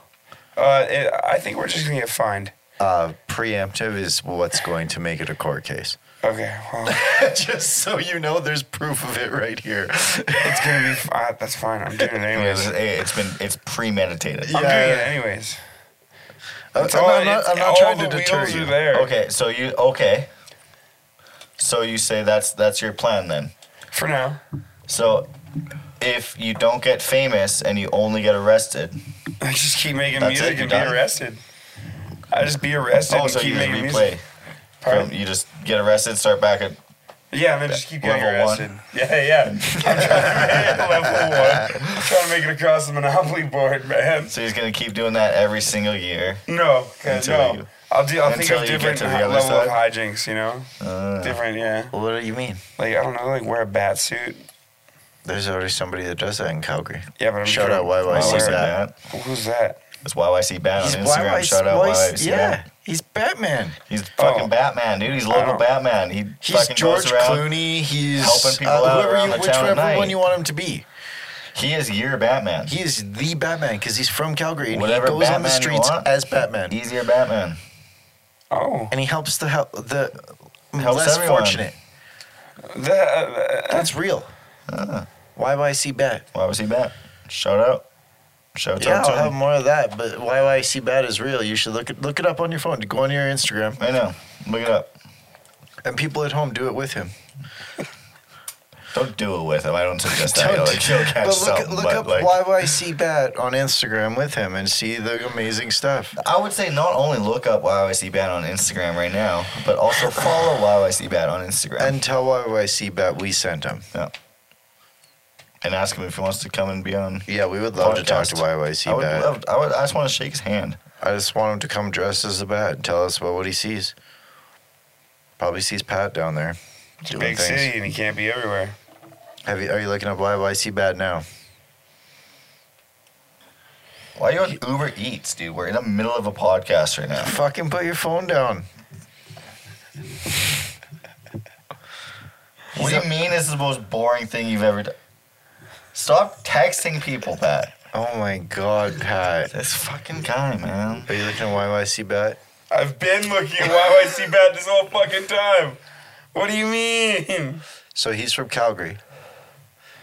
[SPEAKER 2] Uh, it, I think we're just gonna get fined.
[SPEAKER 1] Uh, preemptive is what's going to make it a court case.
[SPEAKER 2] Okay. Well,
[SPEAKER 1] Just so you know, there's proof of it right here.
[SPEAKER 2] it's gonna be. fi- Uh, that's fine. I'm doing it
[SPEAKER 3] I mean, it's,
[SPEAKER 2] anyways. I'm
[SPEAKER 3] it's been it's premeditated.
[SPEAKER 1] Yeah.
[SPEAKER 2] doing it anyways.
[SPEAKER 1] I'm,
[SPEAKER 2] It's all-
[SPEAKER 1] I'm not,
[SPEAKER 2] it's-
[SPEAKER 1] I'm not
[SPEAKER 2] all
[SPEAKER 1] trying to
[SPEAKER 2] the
[SPEAKER 1] deter
[SPEAKER 2] wheels
[SPEAKER 1] you.
[SPEAKER 2] Are there.
[SPEAKER 3] Okay, so you okay. So you say that's that's your plan then.
[SPEAKER 2] For now.
[SPEAKER 3] So if you don't get famous and you only get arrested,
[SPEAKER 2] I just keep making
[SPEAKER 3] That's
[SPEAKER 2] music
[SPEAKER 3] it,
[SPEAKER 2] and be
[SPEAKER 3] you're done?
[SPEAKER 2] arrested. I just be arrested
[SPEAKER 3] oh,
[SPEAKER 2] and
[SPEAKER 3] so
[SPEAKER 2] keep
[SPEAKER 3] you just
[SPEAKER 2] making
[SPEAKER 3] replay.
[SPEAKER 2] music. Pardon?
[SPEAKER 3] From- you just get arrested, start back at.
[SPEAKER 2] Yeah, and then just keep getting
[SPEAKER 3] Level one.
[SPEAKER 2] arrested. Yeah, yeah. I'm trying to make it level one. I'm trying to make it across the monopoly board, man.
[SPEAKER 3] So he's gonna keep doing that every single year.
[SPEAKER 2] No, 'cause
[SPEAKER 3] Until
[SPEAKER 2] no.
[SPEAKER 3] you-
[SPEAKER 2] I'll do. I'll think
[SPEAKER 3] until
[SPEAKER 2] of
[SPEAKER 3] you get
[SPEAKER 2] different
[SPEAKER 3] to the
[SPEAKER 2] hi-
[SPEAKER 3] other
[SPEAKER 2] level of hijinks. You know,
[SPEAKER 3] Uh,
[SPEAKER 2] different. Yeah.
[SPEAKER 1] What do you mean?
[SPEAKER 2] Like I don't know. Like wear a bat suit.
[SPEAKER 1] There's already somebody that does that in Calgary.
[SPEAKER 2] Yeah, but I'm
[SPEAKER 1] Shout
[SPEAKER 2] sure-
[SPEAKER 1] out YYC
[SPEAKER 3] YYC
[SPEAKER 1] Bat.
[SPEAKER 3] Bat.
[SPEAKER 2] Who's that?
[SPEAKER 3] It's YYC Bat on Instagram.
[SPEAKER 1] YYC
[SPEAKER 3] Shout out YYC
[SPEAKER 1] Yeah,
[SPEAKER 3] Bat.
[SPEAKER 1] he's Batman.
[SPEAKER 3] He's fucking
[SPEAKER 2] Oh.
[SPEAKER 3] Batman, dude. He's local
[SPEAKER 2] Oh.
[SPEAKER 3] Batman. He
[SPEAKER 1] He's
[SPEAKER 3] fucking
[SPEAKER 1] George
[SPEAKER 3] goes around.
[SPEAKER 1] Clooney. He's uh,
[SPEAKER 3] helping people out
[SPEAKER 1] whoever
[SPEAKER 3] around
[SPEAKER 1] you,
[SPEAKER 3] the town at
[SPEAKER 1] whichever one
[SPEAKER 3] night.
[SPEAKER 1] you want him to be.
[SPEAKER 3] He is your Batman.
[SPEAKER 1] He is the Batman because he's from Calgary and
[SPEAKER 3] Whatever
[SPEAKER 1] he goes on the
[SPEAKER 3] Batman you
[SPEAKER 1] streets
[SPEAKER 3] want.
[SPEAKER 1] as Batman.
[SPEAKER 3] He's your Batman.
[SPEAKER 2] Oh,
[SPEAKER 1] and he helps the hel- the
[SPEAKER 3] Helps
[SPEAKER 1] less
[SPEAKER 3] everyone.
[SPEAKER 1] fortunate.
[SPEAKER 2] the, uh,
[SPEAKER 1] That's real.
[SPEAKER 3] Ah.
[SPEAKER 1] YYC Bat.
[SPEAKER 3] YYC Bat. Shout out. Shout
[SPEAKER 1] Yeah,
[SPEAKER 3] out to
[SPEAKER 1] I'll have
[SPEAKER 3] him.
[SPEAKER 1] more of that. But YYC Bat is real. You should look it look it up on your phone. Go on your Instagram,
[SPEAKER 3] I know. Look it up.
[SPEAKER 1] and people at home do it with him.
[SPEAKER 3] Don't do it with him. I don't suggest that.
[SPEAKER 1] Don't-
[SPEAKER 3] Like, he'll catch
[SPEAKER 1] but look,
[SPEAKER 3] something,
[SPEAKER 1] look
[SPEAKER 3] but,
[SPEAKER 1] up
[SPEAKER 3] like,
[SPEAKER 1] YYC Bat on Instagram with him and see the amazing stuff.
[SPEAKER 3] I would say not only look up YYC Bat on Instagram right now, but also follow YYC Bat on Instagram
[SPEAKER 1] And tell YYC Bat we sent him.
[SPEAKER 3] and ask him if he wants to come and be on.
[SPEAKER 1] Yeah, we would love to talk to
[SPEAKER 3] Podcast.
[SPEAKER 1] YYC
[SPEAKER 3] I would,
[SPEAKER 1] Bat.
[SPEAKER 3] love, I would. I just want to shake his hand.
[SPEAKER 1] I just want him to come dressed as a bat and tell us about what he sees. Probably sees Pat down there.
[SPEAKER 2] It's a
[SPEAKER 1] doing
[SPEAKER 2] big
[SPEAKER 1] things.
[SPEAKER 2] city and he can't be everywhere.
[SPEAKER 1] Have you, are you looking up YYC Bat now?
[SPEAKER 3] Why are you on Uber Eats, dude? We're in the middle of a podcast right now.
[SPEAKER 1] Fucking put your phone down.
[SPEAKER 3] What do you mean? This is the most boring thing you've ever done. Stop texting people, Pat.
[SPEAKER 1] Oh my god, Pat.
[SPEAKER 3] This fucking guy, man.
[SPEAKER 1] Are you looking at YYC Bat?
[SPEAKER 2] I've been looking at YYC Bat this whole fucking time. What do you mean?
[SPEAKER 1] So he's from Calgary.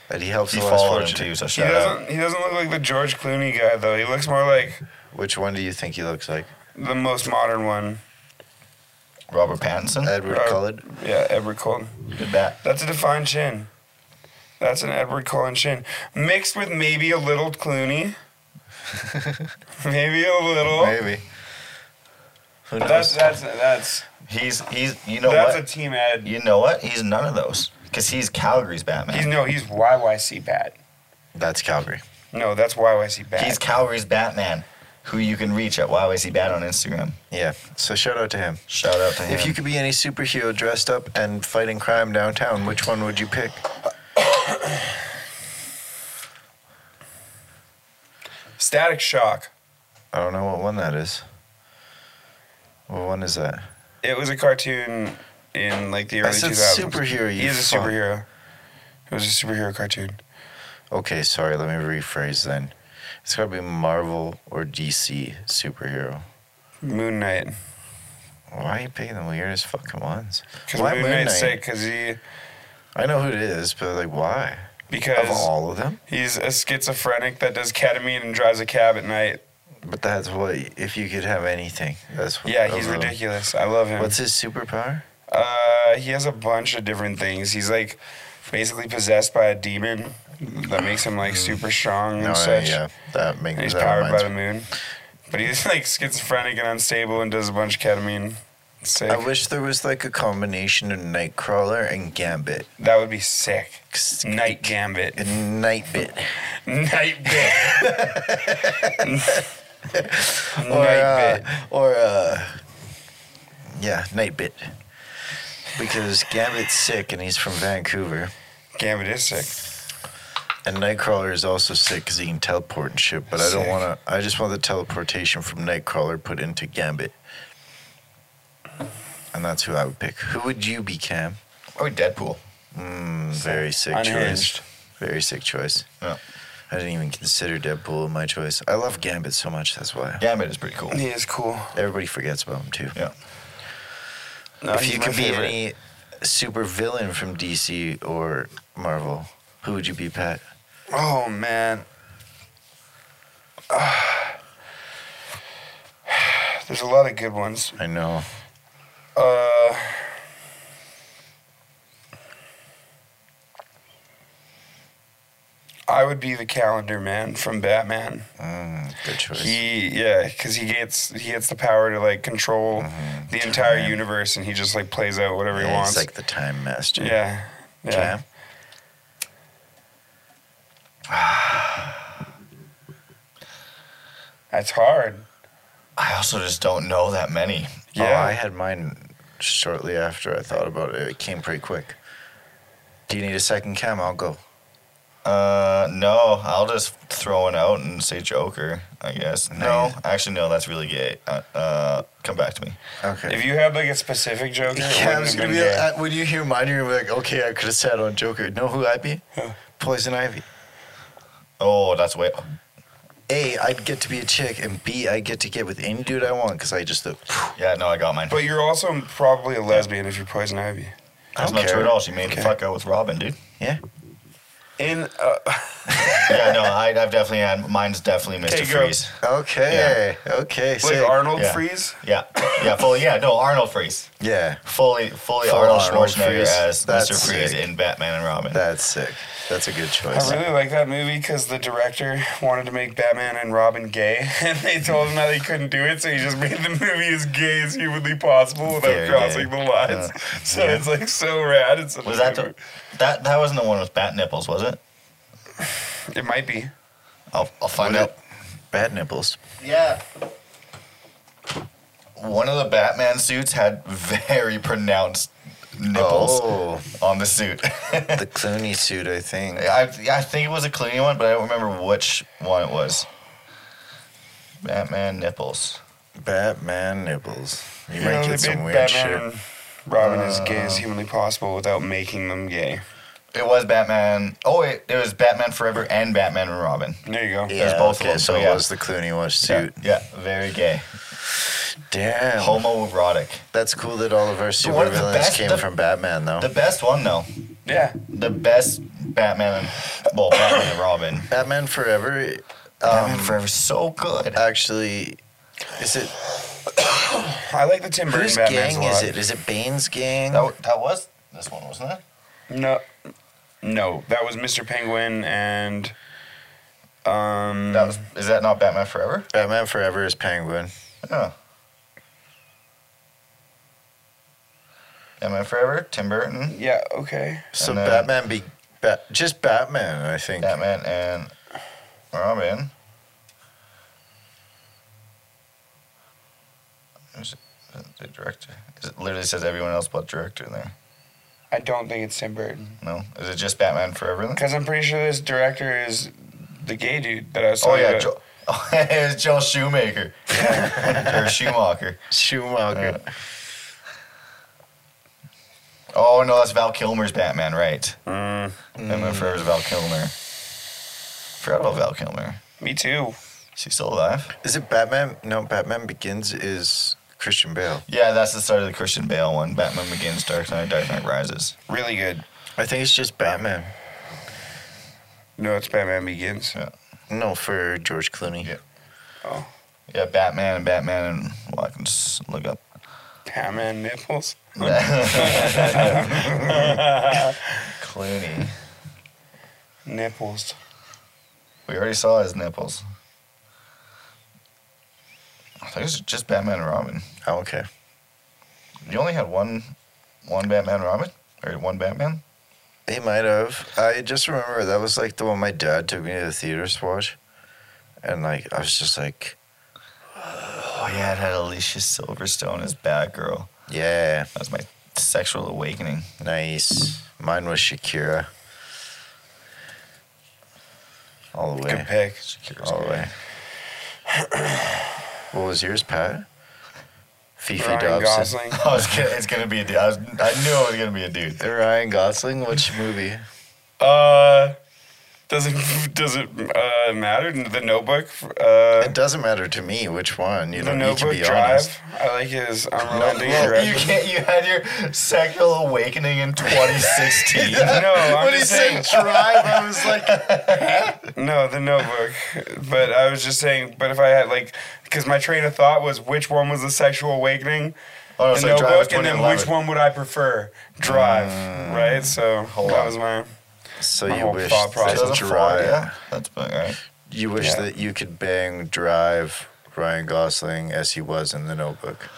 [SPEAKER 1] And he helps
[SPEAKER 3] He
[SPEAKER 1] the less
[SPEAKER 3] followed him
[SPEAKER 1] fortunate.
[SPEAKER 3] too, so
[SPEAKER 2] He
[SPEAKER 3] shout out.
[SPEAKER 2] doesn't. He doesn't look like the George Clooney guy though. He looks more like
[SPEAKER 1] Which one do you think he looks like?
[SPEAKER 2] the most modern one.
[SPEAKER 3] Robert Pattinson.
[SPEAKER 1] Edward
[SPEAKER 2] Uh,
[SPEAKER 1] Cullen?
[SPEAKER 2] Yeah, Edward Cullen.
[SPEAKER 3] Good bat.
[SPEAKER 2] That's a defined chin. That's an Edward Cullen chin, mixed with maybe a little Clooney. maybe a little.
[SPEAKER 1] Maybe. Who knows?
[SPEAKER 2] That's that's that's
[SPEAKER 3] He's he's. You know
[SPEAKER 2] that's
[SPEAKER 3] what?
[SPEAKER 2] a team Ed.
[SPEAKER 3] you know what? He's none of those. Cause he's Calgary's Batman.
[SPEAKER 2] He's no, he's YYC Bat.
[SPEAKER 1] That's Calgary.
[SPEAKER 2] No, that's YYC Bat.
[SPEAKER 3] He's Calgary's Batman, who you can reach at YYC Bat on Instagram.
[SPEAKER 1] Yeah. So shout out to him.
[SPEAKER 3] Shout out to him.
[SPEAKER 1] If you could be any superhero dressed up and fighting crime downtown, which one would you pick?
[SPEAKER 2] Static Shock.
[SPEAKER 1] I don't know what one that is. What one is that?
[SPEAKER 2] It was a cartoon in like the early
[SPEAKER 1] I said
[SPEAKER 2] 2000s.
[SPEAKER 1] superhero.
[SPEAKER 2] He
[SPEAKER 1] you
[SPEAKER 2] is a
[SPEAKER 1] fuck.
[SPEAKER 2] superhero. It was a superhero cartoon.
[SPEAKER 1] Okay, sorry. Let me rephrase then. It's got to be Marvel or DC superhero.
[SPEAKER 2] Moon Knight.
[SPEAKER 1] Why are you picking the weirdest fucking ones?
[SPEAKER 2] Because
[SPEAKER 1] Why
[SPEAKER 2] Moon
[SPEAKER 1] Moon
[SPEAKER 2] Knight's
[SPEAKER 1] Knight?
[SPEAKER 2] sick because he
[SPEAKER 1] I know who it is, but like, why? Of
[SPEAKER 2] because
[SPEAKER 1] all of them?
[SPEAKER 2] he's a schizophrenic that does ketamine and drives a cab at night.
[SPEAKER 1] But that's what if you could have anything. That's what,
[SPEAKER 2] Yeah,
[SPEAKER 1] of
[SPEAKER 2] he's
[SPEAKER 1] them.
[SPEAKER 2] ridiculous. I love him.
[SPEAKER 1] What's his superpower?
[SPEAKER 2] Uh, he has a bunch of different things. He's like basically possessed by a demon that makes him like super strong and
[SPEAKER 1] Mm. No,
[SPEAKER 2] such.
[SPEAKER 1] Oh, yeah, that makes
[SPEAKER 2] And he's
[SPEAKER 1] that
[SPEAKER 2] powered by
[SPEAKER 1] reminds
[SPEAKER 2] the moon. But he's like schizophrenic and unstable and does a bunch of ketamine. Sick.
[SPEAKER 1] I wish there was like a combination of Nightcrawler and Gambit.
[SPEAKER 2] that would be sick.
[SPEAKER 1] 'Cause-
[SPEAKER 2] Night Gambit.
[SPEAKER 1] Nightbit.
[SPEAKER 2] Night bit.
[SPEAKER 1] Or,
[SPEAKER 2] Night
[SPEAKER 1] uh,
[SPEAKER 2] bit.
[SPEAKER 1] or uh, yeah, Nightbit. Because Gambit's sick and he's from Vancouver.
[SPEAKER 2] Gambit is sick.
[SPEAKER 1] And Nightcrawler is also sick because he can teleport and shit. But I don't
[SPEAKER 2] Sick.
[SPEAKER 1] want to. I just want the teleportation from Nightcrawler put into Gambit. And that's who I would pick. Who would you be, Cam?
[SPEAKER 3] oh, Deadpool.
[SPEAKER 1] Mm, very sick
[SPEAKER 2] Unhinged.
[SPEAKER 1] choice. Very sick choice.
[SPEAKER 3] Yeah.
[SPEAKER 1] I didn't even consider Deadpool in my choice. I love Gambit so much. That's why
[SPEAKER 3] Gambit is pretty cool.
[SPEAKER 2] He is cool.
[SPEAKER 1] everybody forgets about him too.
[SPEAKER 3] Yeah.
[SPEAKER 2] No,
[SPEAKER 1] if
[SPEAKER 2] he's
[SPEAKER 1] you
[SPEAKER 2] my
[SPEAKER 1] could be
[SPEAKER 2] favorite.
[SPEAKER 1] any super villain from DC or Marvel, who would you be, Pat?
[SPEAKER 2] Oh man. Ah. There's a lot of good ones.
[SPEAKER 1] I know.
[SPEAKER 2] Uh, I would be the Calendar Man from Batman.
[SPEAKER 1] Mm, good choice.
[SPEAKER 2] He, yeah, because he gets he gets the power to like control the entire universe, and he just like plays out whatever he
[SPEAKER 1] yeah,
[SPEAKER 2] wants.
[SPEAKER 1] he's like the time master.
[SPEAKER 2] yeah, yeah.
[SPEAKER 1] Cam?
[SPEAKER 2] That's hard.
[SPEAKER 3] I also just don't know that many.
[SPEAKER 1] Oh, I
[SPEAKER 2] Yeah,
[SPEAKER 1] had mine shortly after I thought about it. It came pretty quick. Do you need a second cam? I'll go.
[SPEAKER 3] Uh, no, I'll just throw one out and say Joker, I guess. No, actually, no, that's really gay. Uh, uh come back to me.
[SPEAKER 1] Okay.
[SPEAKER 2] if you had like a specific Joker, it wouldn't
[SPEAKER 1] Cam's
[SPEAKER 2] have
[SPEAKER 1] gonna
[SPEAKER 2] been
[SPEAKER 1] be
[SPEAKER 2] gay.
[SPEAKER 1] like, uh, when you hear mine, you're gonna be like, okay, I could have sat on Joker. Know who I'd be?
[SPEAKER 2] Who?
[SPEAKER 1] Poison Ivy.
[SPEAKER 3] Oh, that's way.
[SPEAKER 1] A, I'd get to be a chick, and B, I get to get with any dude I want because I just look.
[SPEAKER 3] Yeah, no, I got mine.
[SPEAKER 2] But you're also probably a lesbian if you're Poison Ivy.
[SPEAKER 1] I
[SPEAKER 3] That's
[SPEAKER 1] don't
[SPEAKER 3] not
[SPEAKER 1] care.
[SPEAKER 3] true at all. She made
[SPEAKER 2] Okay.
[SPEAKER 3] the fuck out with Robin, dude.
[SPEAKER 1] Yeah.
[SPEAKER 2] in. Uh,
[SPEAKER 3] yeah, no, I, I've definitely had mine's definitely Mr.
[SPEAKER 2] Okay, go.
[SPEAKER 3] Freeze.
[SPEAKER 1] Okay. Okay.
[SPEAKER 2] like
[SPEAKER 1] sick.
[SPEAKER 2] Arnold
[SPEAKER 3] yeah.
[SPEAKER 2] Freeze.
[SPEAKER 3] Yeah, yeah, fully. Yeah, no, Arnold Freeze.
[SPEAKER 1] yeah.
[SPEAKER 3] Fully, fully
[SPEAKER 1] Full
[SPEAKER 3] Arnold
[SPEAKER 1] Arnold
[SPEAKER 3] Schwarzenegger
[SPEAKER 1] Freeze.
[SPEAKER 3] as
[SPEAKER 1] That's
[SPEAKER 3] Mr. Freeze
[SPEAKER 1] sick.
[SPEAKER 3] in Batman and Robin.
[SPEAKER 1] That's sick. That's a good choice.
[SPEAKER 2] I really like that movie because the director wanted to make Batman and Robin gay, and they told him that he couldn't do it, so he just made the movie as gay as humanly possible without
[SPEAKER 3] Very gay.
[SPEAKER 2] crossing the lines. so it's like so rad. It's
[SPEAKER 3] was that the, that that wasn't the one with bat nipples, was it?
[SPEAKER 2] It might be.
[SPEAKER 3] I'll, I'll find
[SPEAKER 1] Was
[SPEAKER 3] out.
[SPEAKER 1] it? Bad nipples.
[SPEAKER 3] Yeah. One of the Batman suits had very pronounced nipples
[SPEAKER 1] Oh,
[SPEAKER 3] on the suit.
[SPEAKER 1] the Clooney suit, I think.
[SPEAKER 3] I, I think it was a Clooney one, but I don't remember which one it was. Batman nipples.
[SPEAKER 1] Batman nipples. You,
[SPEAKER 2] You
[SPEAKER 1] might
[SPEAKER 2] know,
[SPEAKER 1] get
[SPEAKER 2] they
[SPEAKER 1] some
[SPEAKER 2] made
[SPEAKER 1] weird
[SPEAKER 2] Batman
[SPEAKER 1] shit.
[SPEAKER 2] and Robin as gay
[SPEAKER 3] Uh.
[SPEAKER 2] as humanly possible without making them gay.
[SPEAKER 3] It was Batman. Oh, it, it was Batman Forever and Batman and Robin.
[SPEAKER 2] There you go.
[SPEAKER 1] Yeah,
[SPEAKER 3] both of
[SPEAKER 1] okay,
[SPEAKER 3] them,
[SPEAKER 1] so
[SPEAKER 3] so
[SPEAKER 1] it
[SPEAKER 3] yeah.
[SPEAKER 1] was the Clooney one
[SPEAKER 3] Yeah,
[SPEAKER 1] suit.
[SPEAKER 3] yeah, very gay.
[SPEAKER 1] Damn.
[SPEAKER 3] Oh. Homoerotic.
[SPEAKER 1] That's cool that all of our
[SPEAKER 3] But one of the
[SPEAKER 1] supervillains
[SPEAKER 3] best-
[SPEAKER 1] came
[SPEAKER 3] the-
[SPEAKER 1] from Batman, though.
[SPEAKER 3] The best one, though.
[SPEAKER 2] Yeah.
[SPEAKER 3] The best Batman and, well, Batman and Robin. Um,
[SPEAKER 1] Batman Forever,
[SPEAKER 3] Batman Forever so good.
[SPEAKER 1] actually, is it
[SPEAKER 2] I like the Tim Burton
[SPEAKER 1] whose
[SPEAKER 2] Batman's
[SPEAKER 1] gang
[SPEAKER 2] a
[SPEAKER 1] is
[SPEAKER 2] lot.
[SPEAKER 1] it? Is it Bane's gang?
[SPEAKER 3] That, that was this one, wasn't it?
[SPEAKER 2] No. No, that was Mr. Penguin and um
[SPEAKER 3] That was. Is that not Batman Forever?
[SPEAKER 1] Batman Forever is Penguin.
[SPEAKER 3] Oh. Batman Forever, Tim Burton,
[SPEAKER 2] Yeah, okay.
[SPEAKER 1] So
[SPEAKER 3] And then-
[SPEAKER 1] Batman be ba- just Batman, I think.
[SPEAKER 3] Batman and Robin. Who's the director? Is it literally says everyone else but director in there.
[SPEAKER 2] I don't think it's Tim Burton.
[SPEAKER 3] No, is it just Batman Forever? Then?
[SPEAKER 2] Because I'm pretty sure this director is the gay dude that I was
[SPEAKER 3] Oh
[SPEAKER 2] talking
[SPEAKER 3] yeah,
[SPEAKER 2] about.
[SPEAKER 3] Joe, oh, it's Joel Shoemaker or Schumacher.
[SPEAKER 1] Schumacher.
[SPEAKER 3] Oh no, that's Val Kilmer's Batman, right?
[SPEAKER 2] Mm,
[SPEAKER 3] Batman Forever's Val Kilmer. Forgot about Val Kilmer.
[SPEAKER 2] me too.
[SPEAKER 3] Is he still alive?
[SPEAKER 1] Is it Batman? No, Batman Begins is Christian Bale.
[SPEAKER 3] Yeah, that's the start of the Christian Bale one. Batman Begins, Dark Knight, Dark Knight Rises.
[SPEAKER 2] Really good.
[SPEAKER 1] I think it's just Batman.
[SPEAKER 2] No, it's Batman Begins.
[SPEAKER 3] Yeah.
[SPEAKER 1] No, for George Clooney.
[SPEAKER 3] Yeah.
[SPEAKER 2] Oh.
[SPEAKER 3] Yeah, Batman and Batman and well, I can just look up.
[SPEAKER 2] Batman nipples.
[SPEAKER 3] Clooney.
[SPEAKER 2] Nipples.
[SPEAKER 3] We already saw his nipples. I think it's just Batman and Robin.
[SPEAKER 1] Oh, okay.
[SPEAKER 3] You only had one, one Batman and Robin or one Batman.
[SPEAKER 1] He might have. I just remember that was like the one my dad took me to the theaters to watch, and like I was just like,
[SPEAKER 3] Oh yeah, it had Alicia Silverstone as Batgirl.
[SPEAKER 1] yeah,
[SPEAKER 3] That was my sexual awakening.
[SPEAKER 1] nice. Mine was Shakira. All the
[SPEAKER 2] Good
[SPEAKER 1] way.
[SPEAKER 2] pick.
[SPEAKER 3] Shakira's
[SPEAKER 1] All the
[SPEAKER 3] great.
[SPEAKER 1] way. what was yours, Pat? Fifi
[SPEAKER 2] Ryan
[SPEAKER 1] Dobson.
[SPEAKER 2] Gosling.
[SPEAKER 3] I was gonna, it's gonna be a dude. I, was, I knew it was gonna be a dude.
[SPEAKER 1] Ryan Gosling. Which movie?
[SPEAKER 2] Uh, does it does it uh, matter? The Notebook. Uh,
[SPEAKER 1] It doesn't matter to me which one. You
[SPEAKER 2] the
[SPEAKER 1] don't need to
[SPEAKER 2] Notebook
[SPEAKER 1] be honest.
[SPEAKER 2] Drive. I like his um, unrelenting
[SPEAKER 1] no,
[SPEAKER 3] You
[SPEAKER 2] direction.
[SPEAKER 3] can't. You had your sexual awakening in 2016.
[SPEAKER 2] No, I'm
[SPEAKER 1] When he
[SPEAKER 2] just
[SPEAKER 1] said
[SPEAKER 2] saying.
[SPEAKER 1] drive, I was like,
[SPEAKER 2] No, the Notebook. But I was just saying. But if I had like, because my train of thought was which one was the sexual awakening,
[SPEAKER 3] Oh,
[SPEAKER 2] the
[SPEAKER 3] so Drive was
[SPEAKER 2] Notebook, and then
[SPEAKER 3] 2011.
[SPEAKER 2] which one would I prefer? Drive, right? So that
[SPEAKER 3] on.
[SPEAKER 2] was my.
[SPEAKER 1] so
[SPEAKER 2] My
[SPEAKER 1] you
[SPEAKER 2] whole
[SPEAKER 1] wish
[SPEAKER 2] thought
[SPEAKER 1] that
[SPEAKER 2] process.
[SPEAKER 3] That's
[SPEAKER 1] drive.
[SPEAKER 3] Yeah, that's about right.
[SPEAKER 1] You wish
[SPEAKER 2] Yeah.
[SPEAKER 1] that you could bang drive Ryan Gosling as he was in the Notebook.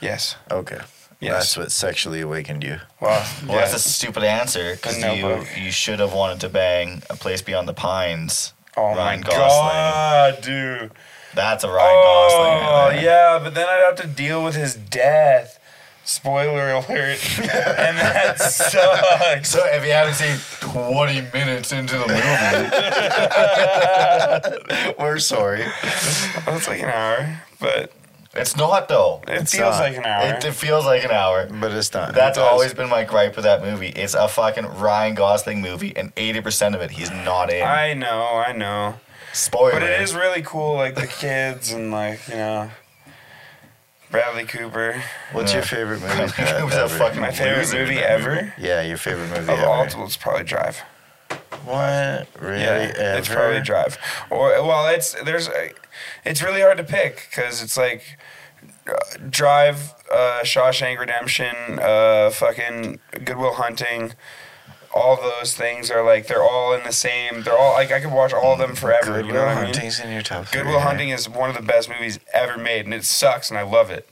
[SPEAKER 2] Yes.
[SPEAKER 1] Okay.
[SPEAKER 2] Yes.
[SPEAKER 1] That's what sexually awakened you.
[SPEAKER 2] Wow.
[SPEAKER 3] Well, that's a stupid answer because
[SPEAKER 2] The
[SPEAKER 3] you
[SPEAKER 2] Notebook.
[SPEAKER 3] you should have wanted to bang a place beyond the pines.
[SPEAKER 2] oh
[SPEAKER 3] Ryan
[SPEAKER 2] my
[SPEAKER 3] Gosling.
[SPEAKER 2] god, dude.
[SPEAKER 3] That's a Ryan Gosling.
[SPEAKER 2] Oh,
[SPEAKER 3] right there.
[SPEAKER 2] yeah, but then I'd have to deal with his death. Spoiler alert. and that sucks.
[SPEAKER 3] So if you haven't seen 20 minutes into the movie,
[SPEAKER 1] We're sorry.
[SPEAKER 2] It's like an hour, but
[SPEAKER 3] it's not though.
[SPEAKER 2] it
[SPEAKER 1] It's
[SPEAKER 2] feels
[SPEAKER 1] not.
[SPEAKER 2] like an hour.
[SPEAKER 3] It, it feels like an hour.
[SPEAKER 1] But it's not.
[SPEAKER 3] That's
[SPEAKER 2] does.
[SPEAKER 3] always been my gripe with that movie. It's a fucking Ryan Gosling movie, and 80% of it he's not in.
[SPEAKER 2] I know, I know.
[SPEAKER 3] Spoiler.
[SPEAKER 2] But it is really cool, like the kids and like, you know. Bradley Cooper.
[SPEAKER 1] What's your favorite movie? Pat,
[SPEAKER 3] It was a
[SPEAKER 1] ever?
[SPEAKER 3] fucking-
[SPEAKER 2] My favorite
[SPEAKER 3] Loser,
[SPEAKER 2] movie
[SPEAKER 3] that
[SPEAKER 2] ever
[SPEAKER 3] movie.
[SPEAKER 1] Yeah, your favorite movie
[SPEAKER 2] of all
[SPEAKER 1] ever.
[SPEAKER 2] it's probably Drive.
[SPEAKER 1] What? Really?
[SPEAKER 2] yeah, it's
[SPEAKER 1] Ever?
[SPEAKER 2] probably Drive. Or well, it's there's, a- it's really hard to pick because it's like uh, Drive, uh, Shawshank Redemption, uh, fucking Goodwill Hunting. All those things are like they're all in the same. They're all like I could watch all of them forever.
[SPEAKER 1] Goodwill
[SPEAKER 2] you know what I mean?
[SPEAKER 1] Hunting's in your top three.
[SPEAKER 2] Goodwill Hunting is one of the best movies ever made, and it sucks, and I love it.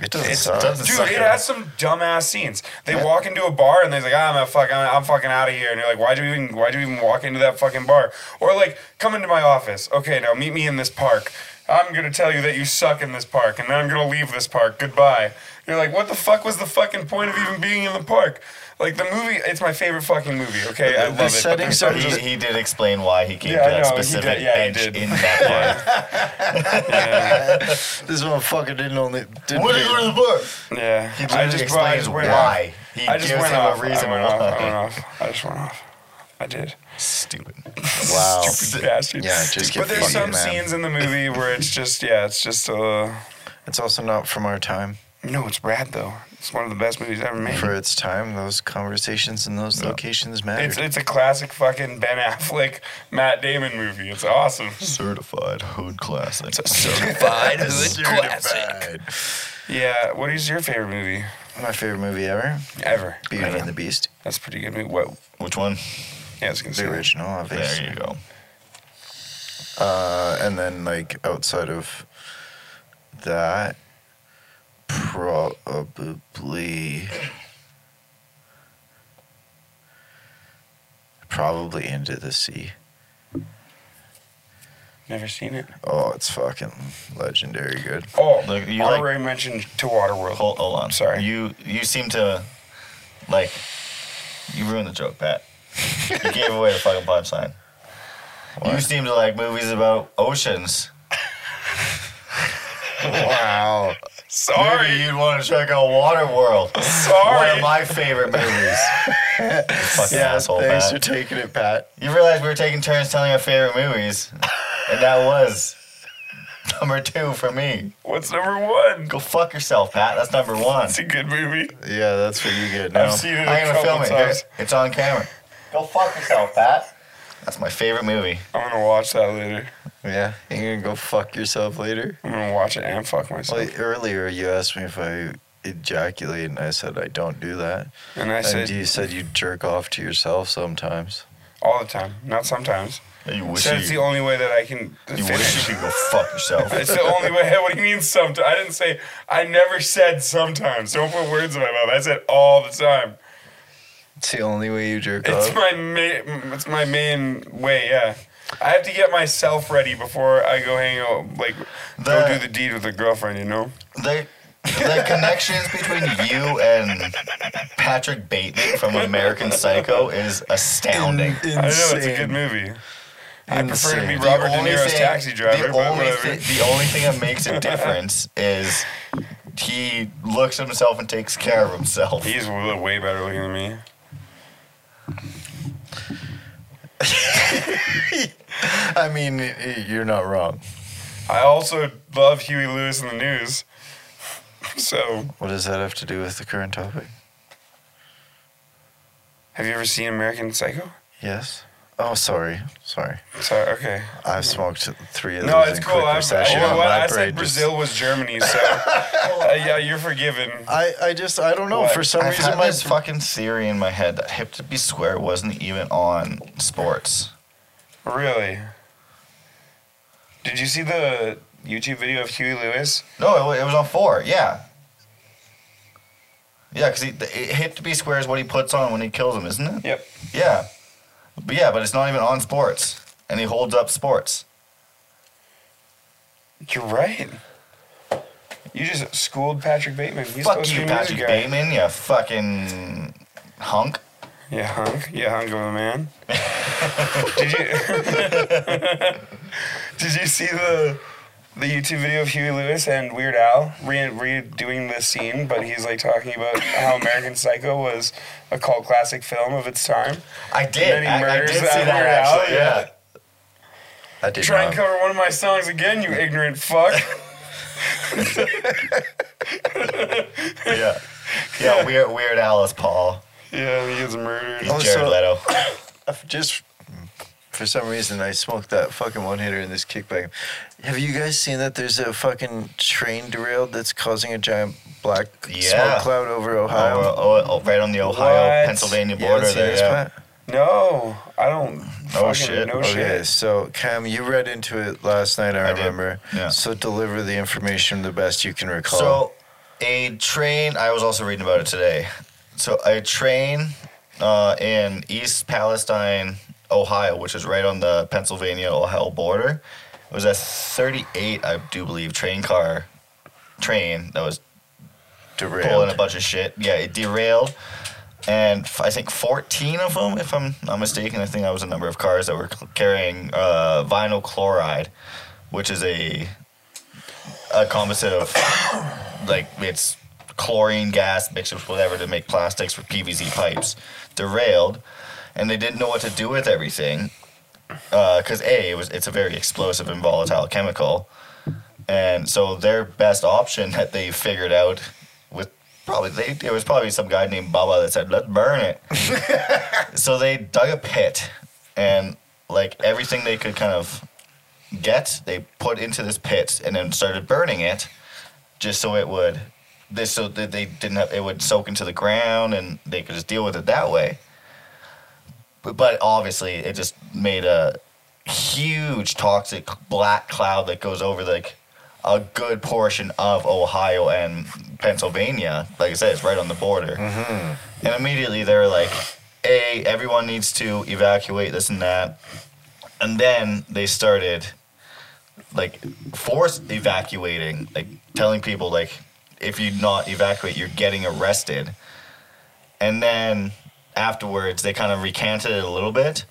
[SPEAKER 1] It doesn't
[SPEAKER 2] It's-
[SPEAKER 1] suck.
[SPEAKER 3] doesn't-
[SPEAKER 2] Dude,
[SPEAKER 3] suck
[SPEAKER 2] it
[SPEAKER 3] it.
[SPEAKER 2] has some dumbass scenes. They walk into a bar and they're like, "Ah, "I'm a fuck, I'm, I'm fucking out of here." And you're like, "Why'd you even? Why'd you even walk into that fucking bar?" Or like, "Come into my office." Okay, now meet me in this park. I'm gonna tell you that you suck in this park, and then I'm gonna leave this park. Goodbye. You're like, "What the fuck was the fucking point of even being in the park?" Like the movie, it's my favorite fucking movie. Okay, I
[SPEAKER 1] The
[SPEAKER 2] love it. but
[SPEAKER 1] settings
[SPEAKER 2] there's
[SPEAKER 1] are
[SPEAKER 2] some-
[SPEAKER 3] He, he did explain why he came
[SPEAKER 2] Yeah, I
[SPEAKER 3] to that
[SPEAKER 2] know, he did.
[SPEAKER 3] specific
[SPEAKER 2] Yeah, he
[SPEAKER 3] bench
[SPEAKER 2] did.
[SPEAKER 3] in that bar.
[SPEAKER 1] This motherfucker didn't only. Didn't
[SPEAKER 3] What did you go to the book?
[SPEAKER 2] yeah.
[SPEAKER 3] He
[SPEAKER 2] I
[SPEAKER 3] literally
[SPEAKER 2] just, I
[SPEAKER 3] explains
[SPEAKER 2] just went off.
[SPEAKER 3] why. He
[SPEAKER 2] I just
[SPEAKER 3] gives
[SPEAKER 2] went
[SPEAKER 3] him
[SPEAKER 2] off.
[SPEAKER 3] a reason
[SPEAKER 2] I went off. I
[SPEAKER 3] why.
[SPEAKER 2] went off. I just went off. I did.
[SPEAKER 3] Stupid.
[SPEAKER 1] Wow.
[SPEAKER 2] Stupid bastard.
[SPEAKER 1] Yeah, just get
[SPEAKER 2] But
[SPEAKER 1] fucking
[SPEAKER 2] there's some
[SPEAKER 1] mad.
[SPEAKER 2] scenes in the movie where it's just yeah, it's just uh
[SPEAKER 1] It's also not from our time.
[SPEAKER 2] no, it's rad though. It's one of the best movies ever made.
[SPEAKER 1] For its time, those conversations and those locations
[SPEAKER 2] It's
[SPEAKER 1] mattered.
[SPEAKER 2] it's a classic fucking Ben Affleck, Matt Damon movie. It's awesome.
[SPEAKER 3] Certified hood classic.
[SPEAKER 2] Certified
[SPEAKER 1] Classic.
[SPEAKER 2] Yeah. What is your favorite movie
[SPEAKER 1] My favorite movie ever,
[SPEAKER 2] ever?
[SPEAKER 1] Beauty and the Beast,
[SPEAKER 2] That's a pretty good movie. What?
[SPEAKER 3] Which one?
[SPEAKER 2] Yeah, I was gonna
[SPEAKER 1] the
[SPEAKER 2] say.
[SPEAKER 1] original, obviously.
[SPEAKER 3] There you go.
[SPEAKER 1] Uh, and then like outside of that, probably probably into the sea.
[SPEAKER 2] Never seen it.
[SPEAKER 1] Oh, it's fucking legendary good.
[SPEAKER 2] Oh,
[SPEAKER 3] Look,
[SPEAKER 2] I
[SPEAKER 3] you like-
[SPEAKER 2] already mentioned to Waterworld.
[SPEAKER 3] Hold, hold on.
[SPEAKER 2] Sorry.
[SPEAKER 3] You you seem to like you ruined the joke, Pat. you gave away the fucking punchline. You seem to like movies about oceans.
[SPEAKER 1] Wow.
[SPEAKER 2] Sorry.
[SPEAKER 3] Maybe you'd want to check out Waterworld. One
[SPEAKER 2] Sorry.
[SPEAKER 3] of my favorite movies. You fucking
[SPEAKER 1] Yeah,
[SPEAKER 3] asshole,
[SPEAKER 1] thanks
[SPEAKER 3] Pat.
[SPEAKER 1] for taking it, Pat.
[SPEAKER 3] You realize we were taking turns telling our favorite movies, and that was number two for me.
[SPEAKER 2] What's number one?
[SPEAKER 3] Go fuck yourself, Pat. That's number one.
[SPEAKER 2] It's a good movie.
[SPEAKER 1] Yeah, that's what you get now.
[SPEAKER 2] I've seen it a
[SPEAKER 3] I am gonna
[SPEAKER 2] couple
[SPEAKER 3] film it.
[SPEAKER 2] times.
[SPEAKER 3] Here, It's on camera. Go fuck yourself, Pat. That's my favorite movie.
[SPEAKER 2] I'm gonna watch that later.
[SPEAKER 1] Yeah, you're gonna go fuck yourself later.
[SPEAKER 2] I'm gonna watch it and fuck myself.
[SPEAKER 1] Well, earlier you asked me if I ejaculate, and I said I don't do that.
[SPEAKER 2] and I
[SPEAKER 1] and
[SPEAKER 2] said
[SPEAKER 1] you said you jerk off to yourself sometimes.
[SPEAKER 2] all the time, not sometimes.
[SPEAKER 3] You wish
[SPEAKER 2] Said it's the only way that I can
[SPEAKER 3] you
[SPEAKER 2] finish.
[SPEAKER 3] wish you could go fuck yourself.
[SPEAKER 2] It's the only way. What do you mean sometimes? I didn't say. I never said sometimes. Don't put words in my mouth. I said all the time.
[SPEAKER 1] It's the only way you jerk
[SPEAKER 2] It's
[SPEAKER 1] off.
[SPEAKER 2] my main. It's my main way. Yeah. I have to get myself ready before I go hang out, like go
[SPEAKER 3] The-
[SPEAKER 2] do the deed with a girlfriend. You know.
[SPEAKER 3] the, the connections between you and Patrick Bateman from American Psycho is astounding.
[SPEAKER 2] I know it's a good movie. I prefer to be
[SPEAKER 1] Insane.
[SPEAKER 3] The
[SPEAKER 2] Robert De
[SPEAKER 3] only
[SPEAKER 2] Niro's
[SPEAKER 3] thing-
[SPEAKER 2] taxi driver,
[SPEAKER 3] The
[SPEAKER 2] but
[SPEAKER 3] only,
[SPEAKER 2] whatever.
[SPEAKER 3] thi- the only thing that makes a difference is he looks at himself and takes care of himself.
[SPEAKER 2] He's w- way better looking than me.
[SPEAKER 1] I mean, y- y- you're not wrong.
[SPEAKER 2] I also love Huey Lewis in the news. So,
[SPEAKER 1] What does that have to do with the current topic?
[SPEAKER 2] have you ever seen American Psycho?
[SPEAKER 1] Yes. Oh, sorry, sorry.
[SPEAKER 2] Sorry, okay.
[SPEAKER 1] I've smoked three of those.
[SPEAKER 2] No, it's
[SPEAKER 1] in
[SPEAKER 2] cool.
[SPEAKER 1] Quick
[SPEAKER 2] I'm, you
[SPEAKER 1] recession
[SPEAKER 2] know
[SPEAKER 1] on
[SPEAKER 2] what?
[SPEAKER 1] my
[SPEAKER 2] I
[SPEAKER 1] brain
[SPEAKER 2] said
[SPEAKER 1] just-
[SPEAKER 2] Brazil was Germany, so uh, yeah, you're forgiven.
[SPEAKER 1] I, I just I don't know
[SPEAKER 2] What?
[SPEAKER 1] for some
[SPEAKER 3] I've
[SPEAKER 1] reason
[SPEAKER 3] had
[SPEAKER 1] my
[SPEAKER 3] this fucking theory in my head that Hip to Be Square wasn't even on sports.
[SPEAKER 2] Really? Did you see the YouTube video of Huey Lewis?
[SPEAKER 3] No, it, wa- it was on four. Yeah. Yeah, because hip to be square is what he puts on when he kills him, isn't it?
[SPEAKER 2] Yep.
[SPEAKER 3] Yeah. But yeah, but it's not even on sports, and he holds up sports.
[SPEAKER 2] You're right. You just schooled Patrick Bateman. He's
[SPEAKER 3] Fuck
[SPEAKER 2] supposed
[SPEAKER 3] you,
[SPEAKER 2] to be a music
[SPEAKER 3] Patrick
[SPEAKER 2] guy.
[SPEAKER 3] Bateman, you fucking hunk.
[SPEAKER 2] Yeah, hunk. Yeah, hunk of a man. Did you Did you see the the YouTube video of Huey Lewis and Weird Al re- redoing the scene, but he's like talking about how American Psycho was a cult classic film of its time.
[SPEAKER 3] I
[SPEAKER 2] then
[SPEAKER 3] did.
[SPEAKER 2] he
[SPEAKER 3] I, I did
[SPEAKER 2] murders
[SPEAKER 3] see
[SPEAKER 2] that
[SPEAKER 3] that
[SPEAKER 2] weird
[SPEAKER 3] actually.
[SPEAKER 2] alley,
[SPEAKER 3] Yeah.
[SPEAKER 1] I did
[SPEAKER 2] Try
[SPEAKER 1] not.
[SPEAKER 2] and cover one of my songs again, you ignorant fuck.
[SPEAKER 3] Yeah. Yeah. Weird. Weird Alice Paul.
[SPEAKER 2] yeah, he gets murdered.
[SPEAKER 3] He's
[SPEAKER 1] Oh,
[SPEAKER 3] Jared
[SPEAKER 1] so-
[SPEAKER 3] Leto.
[SPEAKER 1] I've just for some reason I smoked that fucking one hitter in this kickback. Have you guys seen that there's a fucking train derailed that's causing a giant black
[SPEAKER 3] Yeah.
[SPEAKER 1] smoke cloud over Ohio?
[SPEAKER 3] Oh, oh, oh, right on the Ohio
[SPEAKER 2] What?
[SPEAKER 3] Pennsylvania
[SPEAKER 1] You haven't
[SPEAKER 3] border
[SPEAKER 1] seen
[SPEAKER 3] there.
[SPEAKER 1] this,
[SPEAKER 3] Yeah.
[SPEAKER 1] Pat?
[SPEAKER 2] No, I don't. fucking
[SPEAKER 3] shit.
[SPEAKER 2] No
[SPEAKER 3] Oh,
[SPEAKER 1] Okay,
[SPEAKER 2] shit.
[SPEAKER 1] so Cam, you read into it last night. I,
[SPEAKER 3] I did.
[SPEAKER 1] remember.
[SPEAKER 3] Yeah.
[SPEAKER 1] So deliver the information the best you can recall.
[SPEAKER 3] So, a train. I was also reading about it today. So, a train uh, in East Palestine, Ohio, which is right on the Pennsylvania Ohio border, it was a 38, I do believe, train car train that was pulling a
[SPEAKER 1] derailed.
[SPEAKER 3] bunch of shit. Yeah, it derailed. And f- I think 14 of them, if I'm not mistaken, I think that was a number of cars that were c- carrying uh, vinyl chloride, which is a a composite of like it's chlorine gas mixed with whatever to make plastics for PVC pipes. Derailed, and they didn't know what to do with everything because a it was it's a very explosive and volatile chemical. And so their best option that they figured out with probably they, there was probably some guy named Baba that said, "Let's burn it." so they dug a pit and like everything they could kind of get, they put into this pit and then started burning it just so it would this so that they didn't have it would soak into the ground and they could just deal with it that way. But, but obviously it just made a huge toxic black cloud that goes over like a good portion of Ohio and Pennsylvania. Like I said, it's right on the border. And immediately they're like, "A, everyone needs to evacuate this and that." And then they started like force evacuating, like telling people like if you not evacuate, you're getting arrested. And then afterwards, they kind of recanted it a little bit.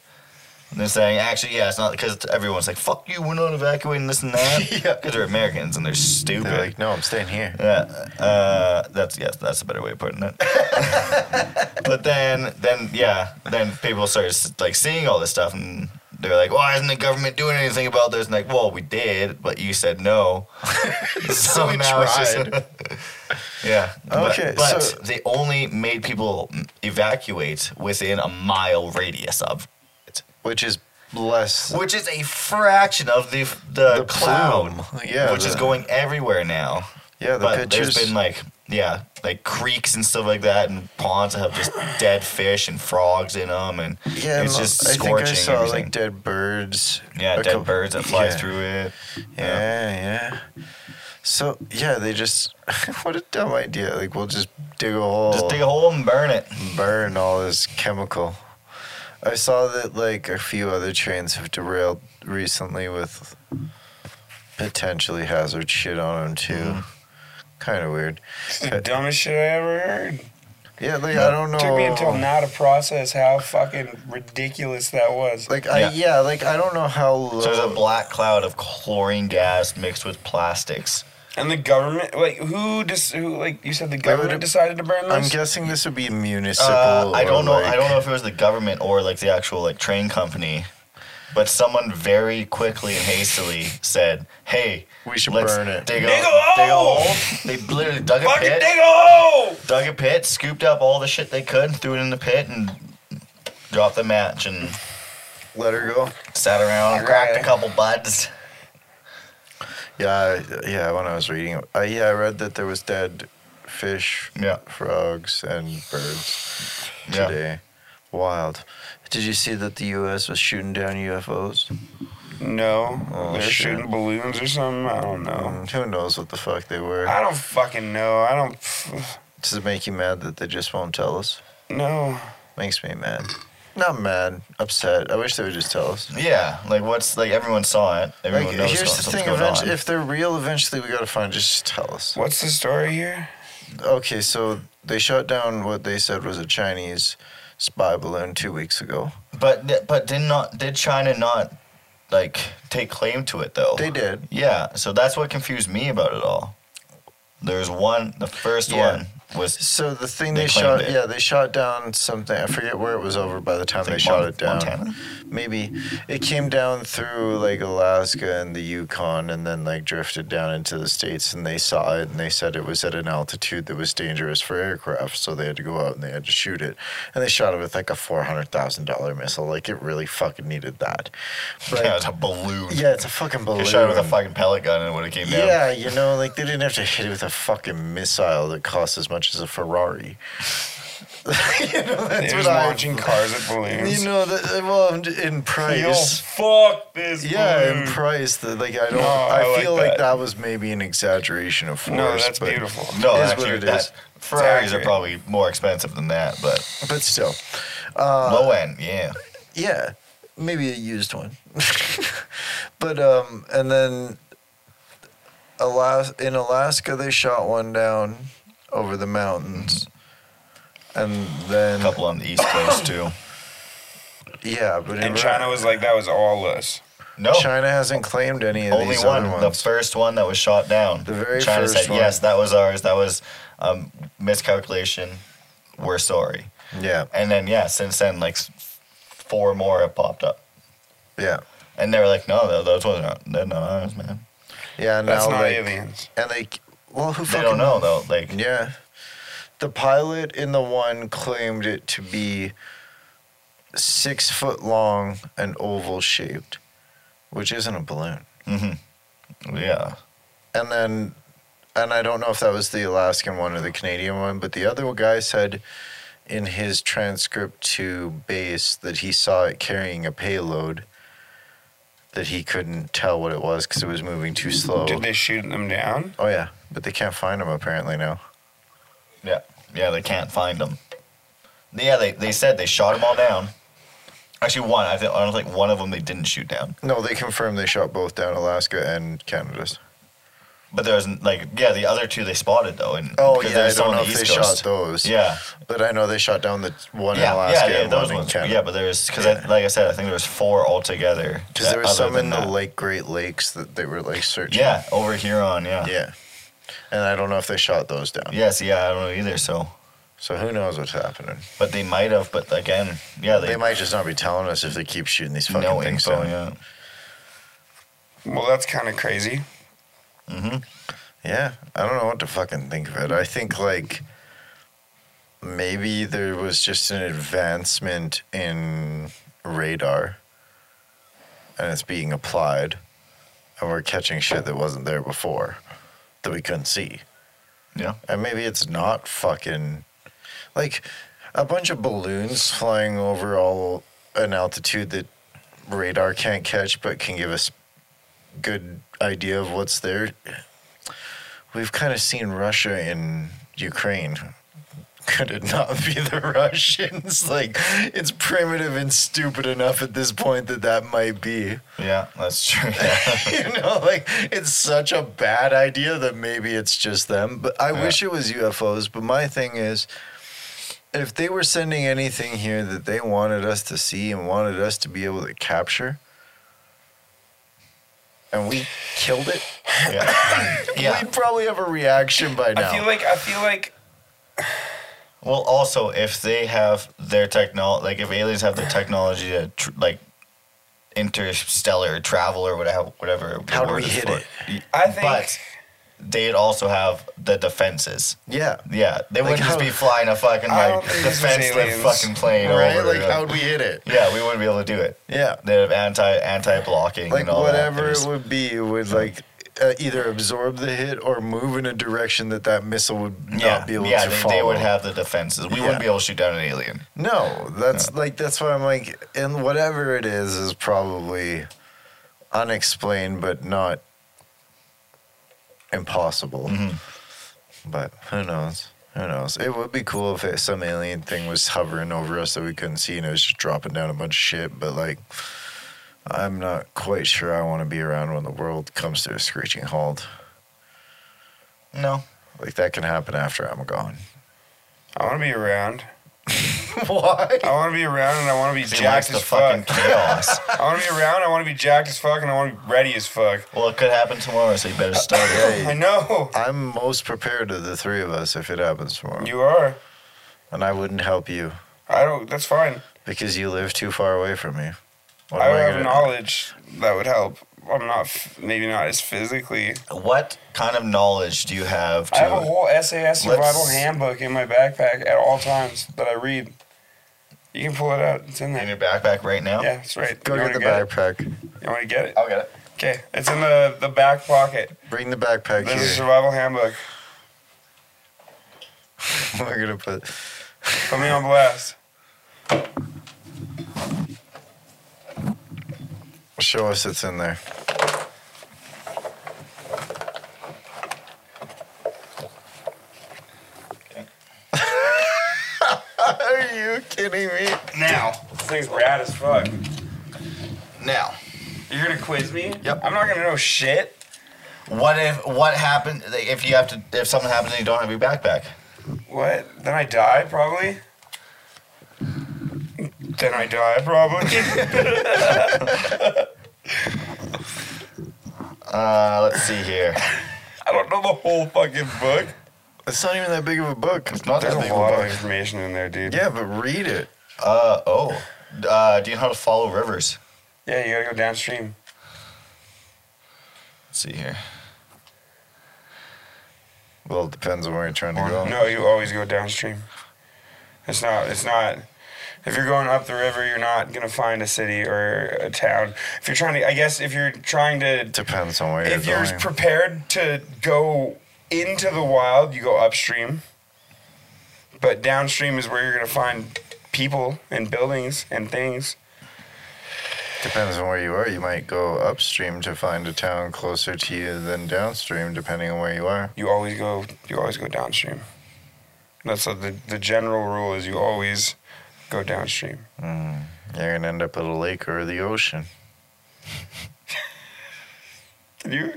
[SPEAKER 3] And they're saying, actually, yeah, it's not because everyone's like, fuck you, we're not evacuating this and that. Because
[SPEAKER 1] Yeah.
[SPEAKER 3] they're Americans and they're stupid.
[SPEAKER 1] They're like, no, I'm staying here.
[SPEAKER 3] Yeah, uh, that's yes, that's a better way of putting it. but then, then yeah, then people started like seeing all this stuff, and they're like, "Why isn't the government doing anything about this?" And like, "Well, we did, but you said no." so,
[SPEAKER 1] we tried.
[SPEAKER 3] yeah. but-
[SPEAKER 1] Okay,
[SPEAKER 3] but,
[SPEAKER 1] so-
[SPEAKER 3] they only made people evacuate within a mile radius of it,
[SPEAKER 1] Which is less.
[SPEAKER 3] which is a fraction of the the,
[SPEAKER 1] The
[SPEAKER 3] cloud,
[SPEAKER 1] plume. Yeah,
[SPEAKER 3] which is
[SPEAKER 1] the-
[SPEAKER 3] going everywhere now
[SPEAKER 1] Yeah, the
[SPEAKER 3] but
[SPEAKER 1] pictures.
[SPEAKER 3] there's been like yeah, like creeks and stuff like that, and ponds that have just dead fish and frogs in them, and
[SPEAKER 1] yeah,
[SPEAKER 3] it's
[SPEAKER 1] and
[SPEAKER 3] just
[SPEAKER 1] I
[SPEAKER 3] scorching
[SPEAKER 1] think I saw
[SPEAKER 3] everything.
[SPEAKER 1] like dead birds.
[SPEAKER 3] yeah,
[SPEAKER 1] a
[SPEAKER 3] dead
[SPEAKER 1] couple-
[SPEAKER 3] birds that fly
[SPEAKER 1] yeah.
[SPEAKER 3] through it.
[SPEAKER 1] Yeah, yeah. So yeah, they just what a dumb idea. Like we'll just dig a hole,
[SPEAKER 3] Just dig a hole and burn it.
[SPEAKER 1] and burn all this chemical. I saw that like a few other trains have derailed recently with potentially hazard shit on them too.
[SPEAKER 3] Mm-hmm.
[SPEAKER 1] Kind of weird.
[SPEAKER 2] It's the dumbest shit I ever heard.
[SPEAKER 1] Yeah, like I don't know.
[SPEAKER 2] Took me until now to process how fucking ridiculous that was.
[SPEAKER 1] Like I yeah.
[SPEAKER 3] Yeah.
[SPEAKER 1] like I don't know how low.
[SPEAKER 3] So there's a black cloud of chlorine gas mixed with plastics.
[SPEAKER 2] and the government, like who dis, who like you said the government
[SPEAKER 1] it-
[SPEAKER 2] decided to burn
[SPEAKER 1] I'm
[SPEAKER 2] this.
[SPEAKER 1] guessing this would be municipal.
[SPEAKER 3] Uh, I
[SPEAKER 1] or,
[SPEAKER 3] don't know. I
[SPEAKER 1] like-
[SPEAKER 3] don't know if it was the government or like the actual like train company, but someone very quickly and hastily said, "Hey,
[SPEAKER 1] We should
[SPEAKER 3] let's
[SPEAKER 1] burn it."
[SPEAKER 3] Dig a,
[SPEAKER 2] Dig a
[SPEAKER 3] dig a
[SPEAKER 2] hole!
[SPEAKER 3] hole. They literally dug a
[SPEAKER 2] oh! Fucking
[SPEAKER 3] pit.
[SPEAKER 2] dig a hole!
[SPEAKER 3] dug a pit, scooped up all the shit they could, threw it in the pit, and dropped the match and
[SPEAKER 1] Let her go.
[SPEAKER 3] sat around, and cracked a couple buds.
[SPEAKER 1] Yeah, I- yeah. When I was reading, it- I, yeah, I read that there was dead fish,
[SPEAKER 3] Yeah.
[SPEAKER 1] frogs, and birds
[SPEAKER 3] Yeah.
[SPEAKER 1] today. Wild. Did you see that the U.S. was shooting down UFOs?
[SPEAKER 2] No,
[SPEAKER 1] Oh,
[SPEAKER 2] they're
[SPEAKER 1] shit.
[SPEAKER 2] shooting balloons or something. I don't know.
[SPEAKER 1] Um, who knows what the fuck they were?
[SPEAKER 2] I don't fucking know. I don't.
[SPEAKER 1] Does it make you mad that they just won't tell us?
[SPEAKER 2] No.
[SPEAKER 1] Makes me mad. Not mad, upset. I wish they would just tell us.
[SPEAKER 3] Yeah, like what's like everyone saw it. Everyone
[SPEAKER 1] Like,
[SPEAKER 3] knows
[SPEAKER 1] here's the
[SPEAKER 3] something's
[SPEAKER 1] thing.
[SPEAKER 3] going
[SPEAKER 1] Eventually,
[SPEAKER 3] on.
[SPEAKER 1] if they're real, eventually we gotta find. Just tell us.
[SPEAKER 2] What's the story here?
[SPEAKER 1] Okay, so they shut down what they said was a Chinese spy balloon two weeks ago.
[SPEAKER 3] but di- but did not did China not like take claim to it though?
[SPEAKER 1] They did.
[SPEAKER 3] Yeah, so that's what confused me about it all. There's one, the first
[SPEAKER 1] Yeah.
[SPEAKER 3] one was
[SPEAKER 1] So the thing
[SPEAKER 3] They
[SPEAKER 1] they, shot,
[SPEAKER 3] claimed it.
[SPEAKER 1] yeah, they shot down something. I forget where it was over by the time
[SPEAKER 3] I think,
[SPEAKER 1] they shot
[SPEAKER 3] Mon-
[SPEAKER 1] it down.
[SPEAKER 3] Montana.
[SPEAKER 1] maybe it came down through like Alaska and the Yukon and then like drifted down into the States and they saw it and they said it was at an altitude that was dangerous for aircraft. So they had to go out and they had to shoot it. And they shot it with like a $400,000 missile. Like it really fucking needed that. But
[SPEAKER 3] yeah,
[SPEAKER 1] yeah,
[SPEAKER 3] it's a balloon.
[SPEAKER 1] it's a fucking balloon.
[SPEAKER 3] They shot it with a fucking pellet gun and it would have came down.
[SPEAKER 1] Yeah, you know, like they didn't have to hit it with a fucking missile that costs as much as a Ferrari. you know, that's
[SPEAKER 2] They're
[SPEAKER 1] what
[SPEAKER 2] just
[SPEAKER 1] I.
[SPEAKER 2] launching cars at balloons.
[SPEAKER 1] You know, the, well, in- in
[SPEAKER 2] Yo,
[SPEAKER 1] price.
[SPEAKER 2] fuck this
[SPEAKER 1] Yeah, in
[SPEAKER 2] balloon.
[SPEAKER 1] price. The, like I don't.
[SPEAKER 2] Mm. No,
[SPEAKER 1] I,
[SPEAKER 2] I
[SPEAKER 1] feel
[SPEAKER 2] like
[SPEAKER 1] like
[SPEAKER 2] that.
[SPEAKER 1] that was maybe an exaggeration of force.
[SPEAKER 2] no, that's
[SPEAKER 1] but,
[SPEAKER 2] beautiful.
[SPEAKER 3] No,
[SPEAKER 1] It is
[SPEAKER 3] actually,
[SPEAKER 1] what it
[SPEAKER 3] that-
[SPEAKER 1] is.
[SPEAKER 3] Ferraris are
[SPEAKER 2] accurate.
[SPEAKER 3] probably more expensive than that, but
[SPEAKER 1] But still, Uh,
[SPEAKER 3] low end, yeah.
[SPEAKER 1] yeah, maybe a used one. but um, and then, Alas- in Alaska they shot one down over the mountains, and then
[SPEAKER 3] A couple on the East Coast too.
[SPEAKER 1] yeah, but in
[SPEAKER 2] And
[SPEAKER 1] Ra-
[SPEAKER 2] China was like, that was all us.
[SPEAKER 3] No,
[SPEAKER 1] China hasn't claimed any of
[SPEAKER 3] only
[SPEAKER 1] these
[SPEAKER 3] one.
[SPEAKER 1] other
[SPEAKER 3] The
[SPEAKER 1] ones.
[SPEAKER 3] first one that was shot down.
[SPEAKER 1] The very
[SPEAKER 3] China
[SPEAKER 1] first
[SPEAKER 3] said,
[SPEAKER 1] one.
[SPEAKER 3] "Yes, that was ours. That was um, miscalculation. We're sorry."
[SPEAKER 1] yeah,
[SPEAKER 3] And then yeah, since then like s- four more have popped up,
[SPEAKER 1] yeah,
[SPEAKER 3] and they were like, "No, tho- those ones aren't. They're not ours, man.
[SPEAKER 1] yeah. Now
[SPEAKER 2] That's not
[SPEAKER 1] like,
[SPEAKER 2] aliens.
[SPEAKER 1] and they well, who
[SPEAKER 3] They
[SPEAKER 1] fucking
[SPEAKER 3] don't know though. Like
[SPEAKER 1] Yeah. The pilot in the one claimed it to be six foot long and oval shaped, which isn't a balloon.
[SPEAKER 3] yeah,
[SPEAKER 1] And then, and I don't know if that was the Alaskan one or the Canadian one, but the other guy said in his transcript to base that he saw it carrying a payload that he couldn't tell what it was because it was moving too slow.
[SPEAKER 2] Did they shoot them down?
[SPEAKER 1] oh, yeah. But they can't find him apparently now.
[SPEAKER 3] yeah, yeah. They can't find them. Yeah, they they said they shot them all down. Actually, one. I, think I don't think one of them they didn't shoot down.
[SPEAKER 1] No, they confirmed they shot both down Alaska and Canada's.
[SPEAKER 3] But there was like yeah, the other two they spotted though, and
[SPEAKER 1] Oh
[SPEAKER 3] because
[SPEAKER 1] yeah, I
[SPEAKER 3] there's some
[SPEAKER 1] don't
[SPEAKER 3] on
[SPEAKER 1] know
[SPEAKER 3] the
[SPEAKER 1] if they
[SPEAKER 3] East
[SPEAKER 1] shot
[SPEAKER 3] Coast.
[SPEAKER 1] those.
[SPEAKER 3] Yeah,
[SPEAKER 1] but I know they shot down the one
[SPEAKER 3] yeah,
[SPEAKER 1] in Alaska
[SPEAKER 3] yeah, yeah,
[SPEAKER 1] and
[SPEAKER 3] those
[SPEAKER 1] one in
[SPEAKER 3] ones.
[SPEAKER 1] Canada.
[SPEAKER 3] Yeah, but there's because
[SPEAKER 1] Yeah.
[SPEAKER 3] like I said, I think there was four altogether.
[SPEAKER 1] because there was
[SPEAKER 3] other
[SPEAKER 1] some
[SPEAKER 3] than
[SPEAKER 1] in the
[SPEAKER 3] that.
[SPEAKER 1] Lake Great Lakes that they were like searching.
[SPEAKER 3] Yeah, over here on yeah.
[SPEAKER 1] yeah, and I don't know if they shot those down.
[SPEAKER 3] Yes, yeah, I don't know either. So,
[SPEAKER 1] So who knows what's happening?
[SPEAKER 3] but they might have. But again, yeah, they,
[SPEAKER 1] They might just not be telling us if they keep shooting these fucking
[SPEAKER 3] no
[SPEAKER 1] things
[SPEAKER 3] info.
[SPEAKER 1] down.
[SPEAKER 3] Yeah,
[SPEAKER 2] Well, that's kind of crazy.
[SPEAKER 1] Yeah, I don't know what to fucking think of it. I think like maybe there was just an advancement in radar and it's being applied and we're catching shit that wasn't there before that we couldn't see.
[SPEAKER 3] yeah,
[SPEAKER 1] And maybe it's not fucking like a bunch of balloons flying over all an altitude that radar can't catch but can give us good idea of what's there. We've kind of seen Russia in Ukraine. Could it not be the Russians? Like it's primitive and stupid enough at this point that that might be
[SPEAKER 3] yeah. That's true. Yeah.
[SPEAKER 1] you know, like it's such a bad idea that maybe it's just them. But I wish it was UFOs. But my thing is, if they were sending anything here that they wanted us to see and wanted us to be able to capture, and we killed it,
[SPEAKER 3] yeah. yeah.
[SPEAKER 1] we'd probably have a reaction by now.
[SPEAKER 2] I feel like I feel like
[SPEAKER 3] Well, also if they have their technology, like if aliens have the technology to tr- like interstellar travel or whatever, whatever. the
[SPEAKER 1] How do
[SPEAKER 3] word
[SPEAKER 1] we
[SPEAKER 3] is
[SPEAKER 1] hit
[SPEAKER 3] for
[SPEAKER 1] it?
[SPEAKER 2] I think
[SPEAKER 3] But they'd also have the defenses.
[SPEAKER 1] yeah.
[SPEAKER 3] Yeah, they
[SPEAKER 1] Like
[SPEAKER 3] wouldn't just
[SPEAKER 1] how-
[SPEAKER 3] be flying a fucking
[SPEAKER 2] I don't
[SPEAKER 3] like
[SPEAKER 2] think this was
[SPEAKER 3] defenseless
[SPEAKER 2] aliens.
[SPEAKER 3] fucking plane,
[SPEAKER 1] Right?
[SPEAKER 3] Over,
[SPEAKER 1] Like,
[SPEAKER 3] uh,
[SPEAKER 1] how'd we hit it?
[SPEAKER 3] yeah, we wouldn't be able to do it.
[SPEAKER 1] Yeah.
[SPEAKER 3] They have anti anti blocking
[SPEAKER 1] like
[SPEAKER 3] and all
[SPEAKER 1] whatever
[SPEAKER 3] that.
[SPEAKER 1] it would be it would like uh, either absorb the hit or move in a direction that that missile would not
[SPEAKER 3] yeah,
[SPEAKER 1] be able
[SPEAKER 3] yeah,
[SPEAKER 1] to
[SPEAKER 3] they,
[SPEAKER 1] follow.
[SPEAKER 3] they would have the defenses. We
[SPEAKER 1] Yeah.
[SPEAKER 3] wouldn't be able to shoot down an alien.
[SPEAKER 1] no, that's like that's why I'm like, and whatever it is is probably unexplained, but not impossible. But who knows? Who knows? It would be cool if it, some alien thing was hovering over us that we couldn't see and it was just dropping down a bunch of shit. But like, I'm not quite sure I want to be around when the world comes to a screeching halt.
[SPEAKER 3] No,
[SPEAKER 1] Like that can happen after I'm gone.
[SPEAKER 2] I want to be around.
[SPEAKER 1] Why?
[SPEAKER 2] I want to be around and I want to be
[SPEAKER 3] they
[SPEAKER 2] jacked
[SPEAKER 3] like the
[SPEAKER 2] as fuck.
[SPEAKER 3] fucking chaos.
[SPEAKER 2] I want to be around. I want to be jacked as fuck and I want to be ready as fuck.
[SPEAKER 3] well, it could happen tomorrow, so you better start it.
[SPEAKER 2] I know
[SPEAKER 1] I'm most prepared of the three of us if it happens tomorrow.
[SPEAKER 2] you are.
[SPEAKER 1] and I wouldn't help you
[SPEAKER 2] I don't. That's fine.
[SPEAKER 1] because you live too far away from me.
[SPEAKER 3] What
[SPEAKER 2] I
[SPEAKER 3] am I
[SPEAKER 2] would have
[SPEAKER 3] gonna-
[SPEAKER 2] knowledge that would help. I'm not f- maybe not as physically.
[SPEAKER 3] What kind of knowledge do you have? To,
[SPEAKER 2] I have a whole SAS survival
[SPEAKER 3] Let's-
[SPEAKER 2] handbook in my backpack at all times that I read. You can pull it out. It's in
[SPEAKER 3] in
[SPEAKER 2] there.
[SPEAKER 3] your backpack right now.
[SPEAKER 2] Yeah, that's right.
[SPEAKER 1] Go
[SPEAKER 2] you
[SPEAKER 1] get
[SPEAKER 2] wanna
[SPEAKER 1] the
[SPEAKER 2] get it?
[SPEAKER 1] backpack.
[SPEAKER 2] You want to get it?
[SPEAKER 3] I'll get it.
[SPEAKER 2] Okay, it's in the the back pocket.
[SPEAKER 1] Bring the backpack
[SPEAKER 2] There's a
[SPEAKER 1] here.
[SPEAKER 2] survival handbook.
[SPEAKER 1] We're gonna put.
[SPEAKER 2] Put me on blast.
[SPEAKER 1] Show us it's in there. Are you kidding me?
[SPEAKER 2] Now, this thing's rad as fuck.
[SPEAKER 3] Now,
[SPEAKER 2] You're gonna quiz me?
[SPEAKER 3] Yep.
[SPEAKER 2] I'm not gonna know shit.
[SPEAKER 3] what if what happened like, if you have to if something happens and you don't have your backpack?
[SPEAKER 2] What? Then I die probably. Then I die probably.
[SPEAKER 3] Uh, let's see here.
[SPEAKER 2] I don't know the whole fucking book.
[SPEAKER 1] It's not even that big of a book.
[SPEAKER 3] It's not
[SPEAKER 2] There's
[SPEAKER 3] that big
[SPEAKER 2] a
[SPEAKER 3] of
[SPEAKER 2] lot of
[SPEAKER 3] book.
[SPEAKER 2] information in there, dude.
[SPEAKER 1] Yeah, but read it.
[SPEAKER 3] Uh oh. Uh, do you know how to follow rivers?
[SPEAKER 2] Yeah, you gotta go downstream.
[SPEAKER 3] Let's see here.
[SPEAKER 1] Well, it depends on where you're trying to go.
[SPEAKER 2] No, you always go downstream. It's not. It's not. If you're going up the river, you're not gonna find a city or a town. If you're trying to, I guess, if you're trying to
[SPEAKER 1] It depends on where
[SPEAKER 2] if
[SPEAKER 1] you're
[SPEAKER 2] you're
[SPEAKER 1] going.
[SPEAKER 2] prepared to go into the wild, you go upstream. But downstream is where you're gonna find people and buildings and things.
[SPEAKER 1] depends on where you are. You might go upstream to find a town closer to you than downstream, depending on where you are.
[SPEAKER 2] You always go. You always go downstream. That's what the the general rule is. You always go downstream.
[SPEAKER 1] Mm. You're gonna end up at a lake or the ocean.
[SPEAKER 2] Can you?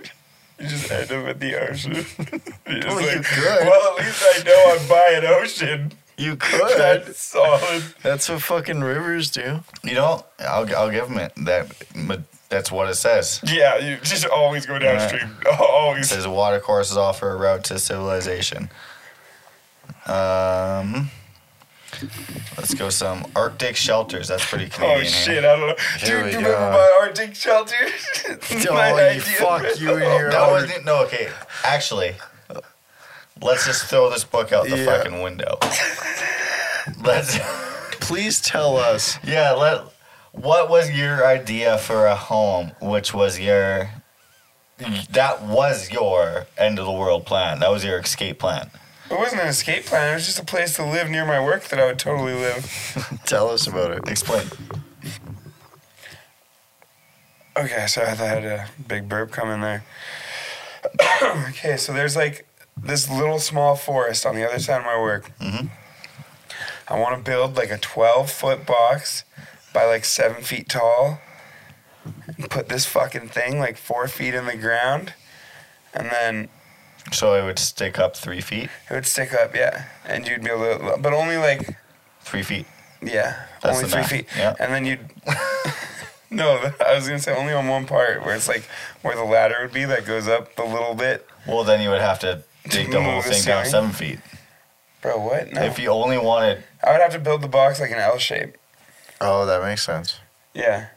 [SPEAKER 2] You just end up at the ocean. You're just
[SPEAKER 1] Well, you
[SPEAKER 2] like,
[SPEAKER 1] could.
[SPEAKER 2] well, at least I know I'm by an ocean.
[SPEAKER 1] You
[SPEAKER 2] That's solid.
[SPEAKER 1] That's what fucking rivers do.
[SPEAKER 3] You know, I'll I'll give him it. That but that's what it says.
[SPEAKER 2] Yeah, you just always go downstream. Always.
[SPEAKER 3] It says water courses offer a route to civilization. Um, let's go some Arctic shelters. That's pretty Canadian.
[SPEAKER 2] Oh
[SPEAKER 3] here.
[SPEAKER 2] shit, I don't know.
[SPEAKER 1] Here
[SPEAKER 2] Dude,
[SPEAKER 1] we
[SPEAKER 2] do you remember
[SPEAKER 1] go.
[SPEAKER 2] my Arctic shelter? It's my
[SPEAKER 1] Oh, you
[SPEAKER 2] idea.
[SPEAKER 1] fuck you and your
[SPEAKER 3] That
[SPEAKER 1] own.
[SPEAKER 3] wasn't no. Okay, actually, let's just throw this book out the
[SPEAKER 1] Yeah.
[SPEAKER 3] fucking window. let's.
[SPEAKER 1] Please tell us.
[SPEAKER 3] Yeah. Let. What was your idea for a home? Which was your. That was your end of the world plan. That was your escape plan.
[SPEAKER 2] It wasn't an escape plan. It was just a place to live near my work that I would totally live.
[SPEAKER 1] Tell us about it.
[SPEAKER 3] Explain.
[SPEAKER 2] Okay, so I thought I had a big burp coming there. okay, so there's like this little small forest on the other side of my work.
[SPEAKER 1] Mm-hmm.
[SPEAKER 3] Mhm.
[SPEAKER 2] I want to build like a 12 foot box by like seven feet tall. And put this fucking thing like four feet in the ground. And then
[SPEAKER 3] So it would stick up three feet.
[SPEAKER 2] It would stick up, yeah. And you'd be able to, but only like,
[SPEAKER 3] Three feet.
[SPEAKER 2] yeah,
[SPEAKER 3] That's
[SPEAKER 2] only
[SPEAKER 3] the
[SPEAKER 2] three
[SPEAKER 3] math,
[SPEAKER 2] feet.
[SPEAKER 3] yeah.
[SPEAKER 2] And then you'd, no, I was gonna say only on one part where it's like where the ladder would be that goes up a little bit.
[SPEAKER 3] Well, then you would have to dig the
[SPEAKER 2] Move
[SPEAKER 3] whole
[SPEAKER 2] the
[SPEAKER 3] thing down
[SPEAKER 2] sign.
[SPEAKER 3] seven feet.
[SPEAKER 2] Bro, what? Mm, No.
[SPEAKER 3] If you only wanted,
[SPEAKER 2] I would have to build the box like an L shape.
[SPEAKER 1] Oh, that makes sense.
[SPEAKER 2] Yeah.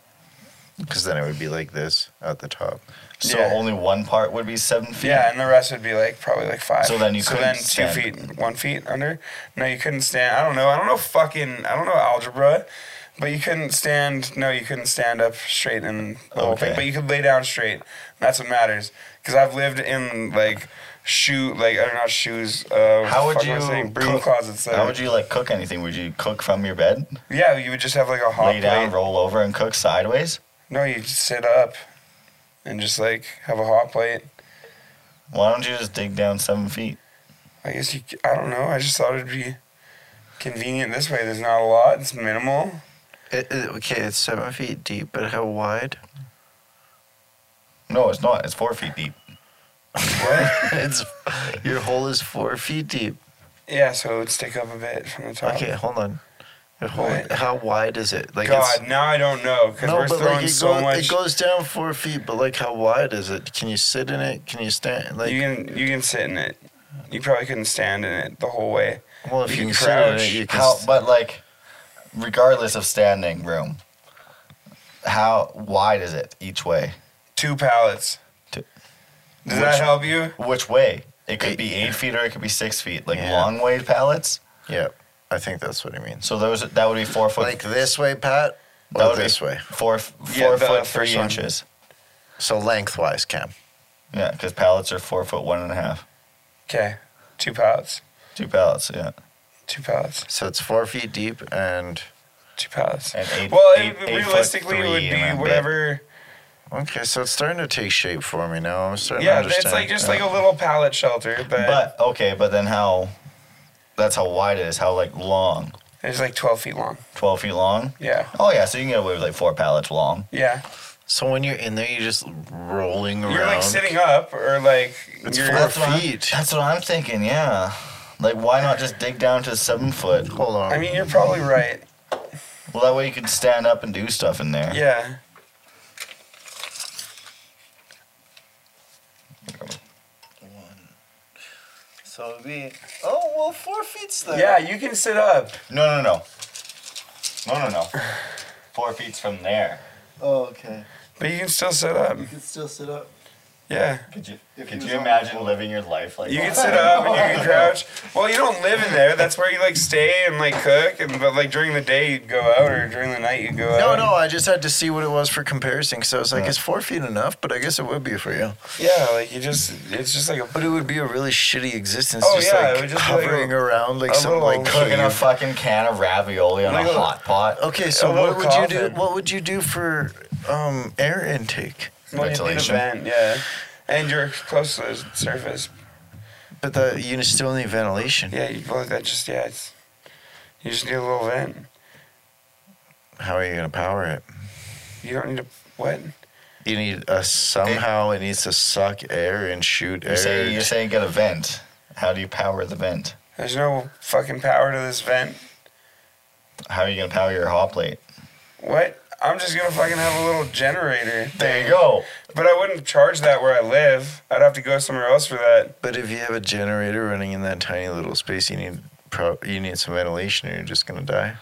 [SPEAKER 1] Because then it would be like this at the top.
[SPEAKER 3] so
[SPEAKER 2] Yeah.
[SPEAKER 3] only one part would be seven feet.
[SPEAKER 2] Yeah, and the rest would be like probably like five.
[SPEAKER 3] So then you
[SPEAKER 2] so then
[SPEAKER 3] couldn't stand.
[SPEAKER 2] two feet, one feet under. No, you couldn't stand. I don't know. I don't know fucking. I don't know algebra, but you couldn't stand. No, you couldn't stand up straight and the whole thing.
[SPEAKER 3] Okay.
[SPEAKER 2] But you could lay down straight. That's what matters. Because I've lived in like shoe, like I don't know shoes. Uh,
[SPEAKER 3] How would
[SPEAKER 2] what the fuck am I
[SPEAKER 3] you
[SPEAKER 2] saying? broom
[SPEAKER 3] cook-
[SPEAKER 2] closets? That
[SPEAKER 3] How would you like cook anything? Would you cook from your bed,
[SPEAKER 2] Yeah, you would just have like a hot
[SPEAKER 3] lay down,
[SPEAKER 2] plate.
[SPEAKER 3] roll over, and cook sideways?
[SPEAKER 2] No, you just sit up, and just like have a hot plate.
[SPEAKER 3] Why don't you just dig down seven feet?
[SPEAKER 2] I guess you. c- I don't know. I just thought it'd be convenient this way. There's not a lot. It's minimal.
[SPEAKER 1] It, it- okay, it's seven feet deep, but how wide?
[SPEAKER 3] No, it's not. It's four feet deep.
[SPEAKER 2] What?
[SPEAKER 1] it's Your hole is four feet deep.
[SPEAKER 2] yeah. So it would stick up a bit from the top.
[SPEAKER 1] Okay, hold on. Your hole-
[SPEAKER 2] Wait.
[SPEAKER 1] How wide is it? Like
[SPEAKER 2] God,
[SPEAKER 1] it's,
[SPEAKER 2] now I don't know because
[SPEAKER 1] no,
[SPEAKER 2] we're
[SPEAKER 1] but
[SPEAKER 2] throwing
[SPEAKER 1] like it,
[SPEAKER 2] so
[SPEAKER 1] goes,
[SPEAKER 2] much.
[SPEAKER 1] it goes down four feet, but like how wide is it? Can you sit in it? Can you stand? Like,
[SPEAKER 2] you can you can sit in it. You probably couldn't stand in it the whole way.
[SPEAKER 1] well, if
[SPEAKER 2] you
[SPEAKER 1] you,
[SPEAKER 2] can
[SPEAKER 1] can sit in
[SPEAKER 2] crouch.
[SPEAKER 1] it, you can.
[SPEAKER 3] How,
[SPEAKER 1] st-
[SPEAKER 3] but like, regardless of standing room, how wide is it each way?
[SPEAKER 2] Two pallets.
[SPEAKER 3] Two.
[SPEAKER 2] Does
[SPEAKER 3] Which-
[SPEAKER 2] that help you?
[SPEAKER 3] Which way? It could be eight feet or it could be six feet, like
[SPEAKER 1] Yeah.
[SPEAKER 3] long way pallets.
[SPEAKER 1] Yeah, I think that's what he means.
[SPEAKER 3] So those that would be four foot.
[SPEAKER 1] Like this way, Pat, or
[SPEAKER 3] that would
[SPEAKER 1] this
[SPEAKER 3] be
[SPEAKER 1] way.
[SPEAKER 3] Four f-
[SPEAKER 2] Yeah,
[SPEAKER 3] four
[SPEAKER 2] the
[SPEAKER 3] foot
[SPEAKER 2] first
[SPEAKER 3] three
[SPEAKER 2] one.
[SPEAKER 3] inches.
[SPEAKER 1] So lengthwise, Cam.
[SPEAKER 3] Yeah, because pallets are four foot one and a half.
[SPEAKER 2] Okay. Two pallets.
[SPEAKER 3] Two pallets. Yeah,
[SPEAKER 2] Two pallets.
[SPEAKER 1] So it's four feet deep and
[SPEAKER 2] Two pallets.
[SPEAKER 3] and eight.
[SPEAKER 2] well, it,
[SPEAKER 3] eight- eight foot
[SPEAKER 2] realistically, it
[SPEAKER 3] three
[SPEAKER 2] would
[SPEAKER 3] and a
[SPEAKER 2] be
[SPEAKER 3] bit.
[SPEAKER 2] whatever.
[SPEAKER 1] okay. So it's starting to take shape for me now. I'm starting
[SPEAKER 2] Yeah,
[SPEAKER 1] to understand.
[SPEAKER 2] it's like just
[SPEAKER 1] Yeah.
[SPEAKER 2] like a little pallet shelter, but,
[SPEAKER 3] But okay, but then how? That's how wide it is. How like long?
[SPEAKER 2] it's like 12 feet long.
[SPEAKER 3] Twelve feet long.
[SPEAKER 2] Yeah.
[SPEAKER 3] Oh yeah, so you can get away with like four pallets long.
[SPEAKER 2] Yeah.
[SPEAKER 1] So when you're in there, you're just rolling around.
[SPEAKER 2] You're like sitting up or like.
[SPEAKER 1] It's
[SPEAKER 2] you're,
[SPEAKER 1] four
[SPEAKER 3] That's what I'm-
[SPEAKER 1] feet.
[SPEAKER 3] That's what I'm thinking. Yeah, like why not just dig down to seven foot?
[SPEAKER 1] Hold on.
[SPEAKER 2] I mean, you're probably right.
[SPEAKER 3] Well, that way you can stand up and do stuff in there.
[SPEAKER 2] Yeah.
[SPEAKER 1] so it'd be oh well, four feet's there.
[SPEAKER 2] Yeah, you can sit up.
[SPEAKER 3] No, no, no. No, no, no. Four feet's from there.
[SPEAKER 1] Oh okay.
[SPEAKER 2] But you can still sit up.
[SPEAKER 1] You can still sit up.
[SPEAKER 2] Yeah.
[SPEAKER 3] Could you?
[SPEAKER 1] If
[SPEAKER 3] could
[SPEAKER 1] he
[SPEAKER 3] you
[SPEAKER 1] was on
[SPEAKER 3] imagine
[SPEAKER 1] the
[SPEAKER 3] living your life like
[SPEAKER 2] You
[SPEAKER 3] that?
[SPEAKER 2] can sit up and you can crouch. Well, you don't live in there. That's where you like stay and like cook. And but like during the day you'd go out or during the night you'd go
[SPEAKER 1] No,
[SPEAKER 2] out.
[SPEAKER 1] no, I just had to see what it was for comparison because I was like,
[SPEAKER 3] Yeah.
[SPEAKER 1] is four feet enough? But I guess it would be for you.
[SPEAKER 2] Yeah, like you just it's just like a
[SPEAKER 1] But it would be a really shitty existence
[SPEAKER 2] Oh,
[SPEAKER 1] just
[SPEAKER 2] yeah, it
[SPEAKER 1] like
[SPEAKER 2] would just be like a-
[SPEAKER 1] hovering around like
[SPEAKER 2] a
[SPEAKER 1] some like
[SPEAKER 2] little-
[SPEAKER 3] cooking a
[SPEAKER 1] cave.
[SPEAKER 3] fucking can of ravioli on
[SPEAKER 2] Like
[SPEAKER 3] a
[SPEAKER 2] a-
[SPEAKER 3] hot pot.
[SPEAKER 1] Okay, so
[SPEAKER 2] a
[SPEAKER 1] what
[SPEAKER 2] little
[SPEAKER 1] would you do?
[SPEAKER 2] coffin.
[SPEAKER 1] What would you do for um, air intake?
[SPEAKER 2] well, you'd need a
[SPEAKER 3] Ventilation.
[SPEAKER 2] vent, yeah. And you're close to the surface.
[SPEAKER 1] But that you still need ventilation.
[SPEAKER 2] Yeah, you well that just yeah, it's you just need a little vent.
[SPEAKER 1] How are you gonna power it?
[SPEAKER 2] You don't need a what?
[SPEAKER 1] You need a somehow it needs to suck air and shoot
[SPEAKER 3] You're
[SPEAKER 1] air.
[SPEAKER 3] saying, you're saying get a vent. How do you power the vent?
[SPEAKER 2] There's no fucking power to this vent.
[SPEAKER 3] How are you gonna power your hot plate?
[SPEAKER 2] What? I'm just gonna fucking have a little generator.
[SPEAKER 3] There you go.
[SPEAKER 2] But I wouldn't charge that where I live. I'd have to go somewhere else for that.
[SPEAKER 1] but if you have a generator running in that tiny little space, you need pro- you need some ventilation, or you're just gonna die.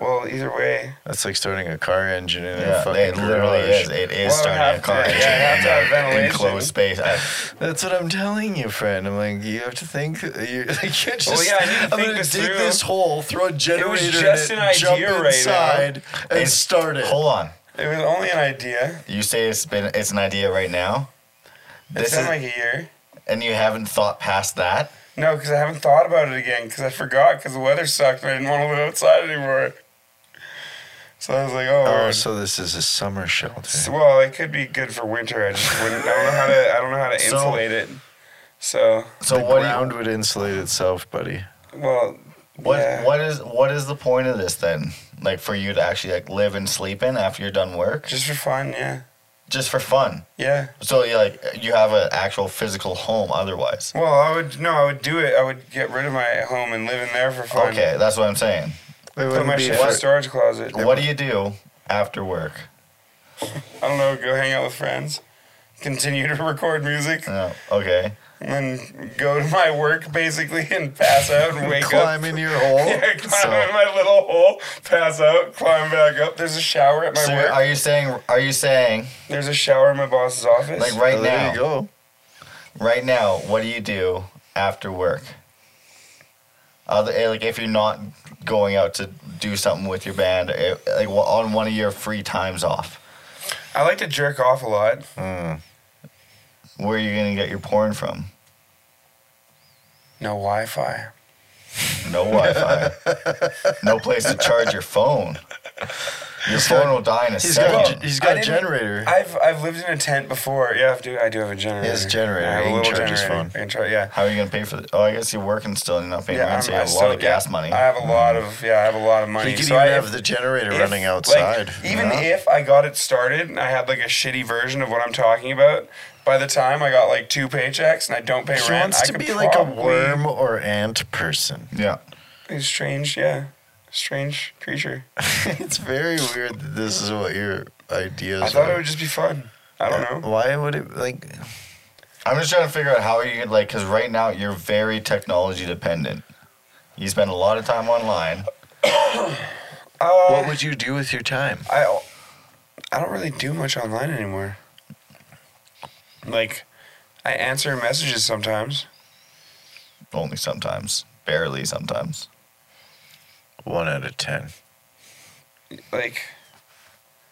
[SPEAKER 2] Well, either way.
[SPEAKER 1] That's like starting a car engine in a
[SPEAKER 3] Yeah,
[SPEAKER 1] fucking
[SPEAKER 3] it literally
[SPEAKER 1] garage.
[SPEAKER 3] is. It is
[SPEAKER 2] Well,
[SPEAKER 3] starting
[SPEAKER 2] have
[SPEAKER 3] a car
[SPEAKER 2] to- yeah,
[SPEAKER 3] engine
[SPEAKER 2] have to have
[SPEAKER 3] in an
[SPEAKER 2] ventilation.
[SPEAKER 3] enclosed space. I-
[SPEAKER 1] That's what I'm telling you, friend. I'm like, you have to think. You you can't just.
[SPEAKER 2] Well, yeah, I need to
[SPEAKER 1] am
[SPEAKER 2] think
[SPEAKER 1] gonna
[SPEAKER 2] this
[SPEAKER 1] dig
[SPEAKER 2] through.
[SPEAKER 1] this hole, throw a generator
[SPEAKER 2] just
[SPEAKER 1] in
[SPEAKER 2] an
[SPEAKER 1] it, jump
[SPEAKER 2] idea right now.
[SPEAKER 1] inside, and
[SPEAKER 3] It's-
[SPEAKER 1] start it.
[SPEAKER 3] Hold on.
[SPEAKER 2] It was only an idea.
[SPEAKER 3] You say it's been it's an idea right now.
[SPEAKER 2] It's
[SPEAKER 3] This
[SPEAKER 2] been
[SPEAKER 3] is,
[SPEAKER 2] like a year.
[SPEAKER 3] and you haven't thought past that.
[SPEAKER 2] No, because I haven't thought about it again because I forgot because the weather sucked and I didn't want to live outside anymore. So I was like, oh,
[SPEAKER 1] Oh,
[SPEAKER 2] Lord.
[SPEAKER 1] so this is a summer shelter.
[SPEAKER 2] So- well, it could be good for winter. I just wouldn't. I don't know how to. I don't know how to
[SPEAKER 3] So-
[SPEAKER 2] insulate it. So
[SPEAKER 3] So
[SPEAKER 1] the
[SPEAKER 3] what? do you-
[SPEAKER 1] ground would insulate itself, buddy.
[SPEAKER 2] well,
[SPEAKER 3] What
[SPEAKER 2] yeah.
[SPEAKER 3] what is what is the point of this then? Like for you to actually like live and sleep in after you're done work,
[SPEAKER 2] Just for fun, yeah,
[SPEAKER 3] just for fun.
[SPEAKER 2] yeah.
[SPEAKER 3] So you like you have an actual physical home otherwise.
[SPEAKER 2] Well, I would no, I would do it. I would get rid of my home and live in there for fun.
[SPEAKER 3] Okay, that's what I'm saying.
[SPEAKER 1] It
[SPEAKER 2] Put my
[SPEAKER 1] wouldn't be
[SPEAKER 2] shit in a
[SPEAKER 1] for-
[SPEAKER 2] storage closet.
[SPEAKER 3] What do you do after work?
[SPEAKER 2] I don't know. Go hang out with friends. Continue to record music.
[SPEAKER 1] Uh.
[SPEAKER 3] No, Oh, okay.
[SPEAKER 2] and then go to my work basically and pass out and wake
[SPEAKER 1] climb
[SPEAKER 2] up.
[SPEAKER 1] in your hole.
[SPEAKER 2] Yeah, climb
[SPEAKER 1] So-
[SPEAKER 2] in my little hole, pass out, climb back up. There's a shower at my
[SPEAKER 3] So
[SPEAKER 2] work.
[SPEAKER 3] are you saying are you saying
[SPEAKER 2] There's a shower in my boss's office.
[SPEAKER 3] like right
[SPEAKER 1] Oh,
[SPEAKER 3] now?
[SPEAKER 1] There you go.
[SPEAKER 3] Right now, what do you do after work? Other eh, like if you're not going out to do something with your band, eh, like wha- on one of your free times off,
[SPEAKER 2] I like to jerk off a lot.
[SPEAKER 3] where are you gonna get your porn from?
[SPEAKER 2] No Wi-Fi.
[SPEAKER 3] No Wi-Fi. no place to charge your phone. Your phone will die in a
[SPEAKER 1] He's
[SPEAKER 3] second.
[SPEAKER 1] got, a, he's got
[SPEAKER 2] I
[SPEAKER 1] a
[SPEAKER 2] didn't-
[SPEAKER 1] generator.
[SPEAKER 2] I've I've lived in a tent before. Yeah, I do. I do have a generator.
[SPEAKER 1] He has a generator.
[SPEAKER 2] I
[SPEAKER 1] He
[SPEAKER 2] have a
[SPEAKER 1] can
[SPEAKER 2] little
[SPEAKER 1] charge his
[SPEAKER 2] generator.
[SPEAKER 1] phone.
[SPEAKER 2] I can charge- yeah.
[SPEAKER 3] How are you gonna pay for? The, oh, I guess you're working still. and You're not paying
[SPEAKER 2] Yeah,
[SPEAKER 3] rent, so you
[SPEAKER 2] I'm-
[SPEAKER 3] have a
[SPEAKER 2] I
[SPEAKER 3] lot
[SPEAKER 2] still-
[SPEAKER 3] of gas
[SPEAKER 2] yeah,
[SPEAKER 3] money.
[SPEAKER 2] I have a lot of yeah. I have a lot of money.
[SPEAKER 1] you can
[SPEAKER 2] So
[SPEAKER 1] even
[SPEAKER 2] I-
[SPEAKER 1] have the generator
[SPEAKER 2] if-
[SPEAKER 1] running
[SPEAKER 2] like,
[SPEAKER 1] outside.
[SPEAKER 2] even
[SPEAKER 1] Yeah.
[SPEAKER 2] if I got it started and I had like a shitty version of what I'm talking about, by the time I got like two paychecks and I don't pay
[SPEAKER 1] he
[SPEAKER 2] rent,
[SPEAKER 1] wants
[SPEAKER 2] I
[SPEAKER 1] to
[SPEAKER 2] could
[SPEAKER 1] be like a
[SPEAKER 2] probably-
[SPEAKER 1] worm or ant person.
[SPEAKER 3] yeah.
[SPEAKER 2] He's strange, yeah, strange creature.
[SPEAKER 1] it's very weird that this is what your ideas.
[SPEAKER 2] I thought
[SPEAKER 1] were.
[SPEAKER 2] it would just be fun. I don't know.
[SPEAKER 1] Why would it like?
[SPEAKER 3] I'm just trying to figure out how are you like because right now you're very technology dependent. You spend a lot of time online.
[SPEAKER 2] Uh,
[SPEAKER 1] What would you do with your time?
[SPEAKER 2] I I don't really do much online anymore. Like, I answer messages sometimes.
[SPEAKER 3] Only sometimes, barely sometimes.
[SPEAKER 1] One out of ten.
[SPEAKER 2] Like,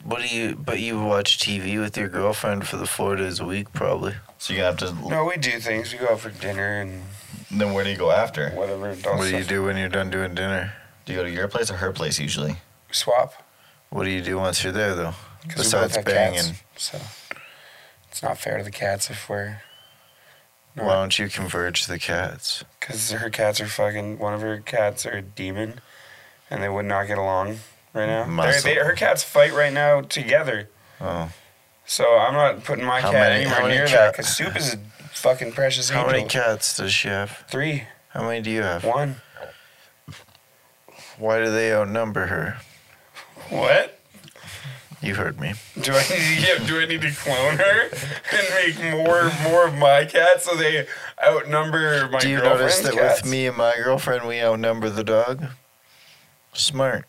[SPEAKER 1] What do you? But you watch TV with your girlfriend for the four days a week, probably.
[SPEAKER 3] So you're gonna have to.
[SPEAKER 2] no, we do things. We go out for dinner and
[SPEAKER 3] Then where do you go after?
[SPEAKER 2] whatever. adult
[SPEAKER 1] what do you
[SPEAKER 2] stuff.
[SPEAKER 1] do when you're done doing dinner?
[SPEAKER 3] Do you go to your place or her place usually?
[SPEAKER 2] Swap.
[SPEAKER 1] What do you do once you're there, though?
[SPEAKER 2] 'cause we
[SPEAKER 1] Besides
[SPEAKER 2] both have cats,
[SPEAKER 1] banging,
[SPEAKER 2] so it's not fair to the cats if we're.
[SPEAKER 1] why don't you converge the cats?
[SPEAKER 2] Because her cats are fucking. One of her cats are a demon, and they would not get along right now. They're- They,
[SPEAKER 1] Muscle.
[SPEAKER 2] her cats fight right now together.
[SPEAKER 1] Oh,
[SPEAKER 2] So I'm not putting my
[SPEAKER 1] How
[SPEAKER 2] cat
[SPEAKER 1] many- how
[SPEAKER 2] anywhere
[SPEAKER 1] many
[SPEAKER 2] near that
[SPEAKER 1] cat-
[SPEAKER 2] because Soup is a fucking precious
[SPEAKER 1] how many
[SPEAKER 2] angel.
[SPEAKER 1] cats does she have?
[SPEAKER 2] Three,
[SPEAKER 1] How many do you have?
[SPEAKER 2] one.
[SPEAKER 1] Why do they outnumber her?
[SPEAKER 2] What?
[SPEAKER 1] You heard me.
[SPEAKER 2] Do I need to give, do I need to clone her and make more more of my cats so they outnumber my
[SPEAKER 1] do you
[SPEAKER 2] girlfriend's
[SPEAKER 1] notice that
[SPEAKER 2] cats?
[SPEAKER 1] with me and my girlfriend, we outnumber the dog? Smart.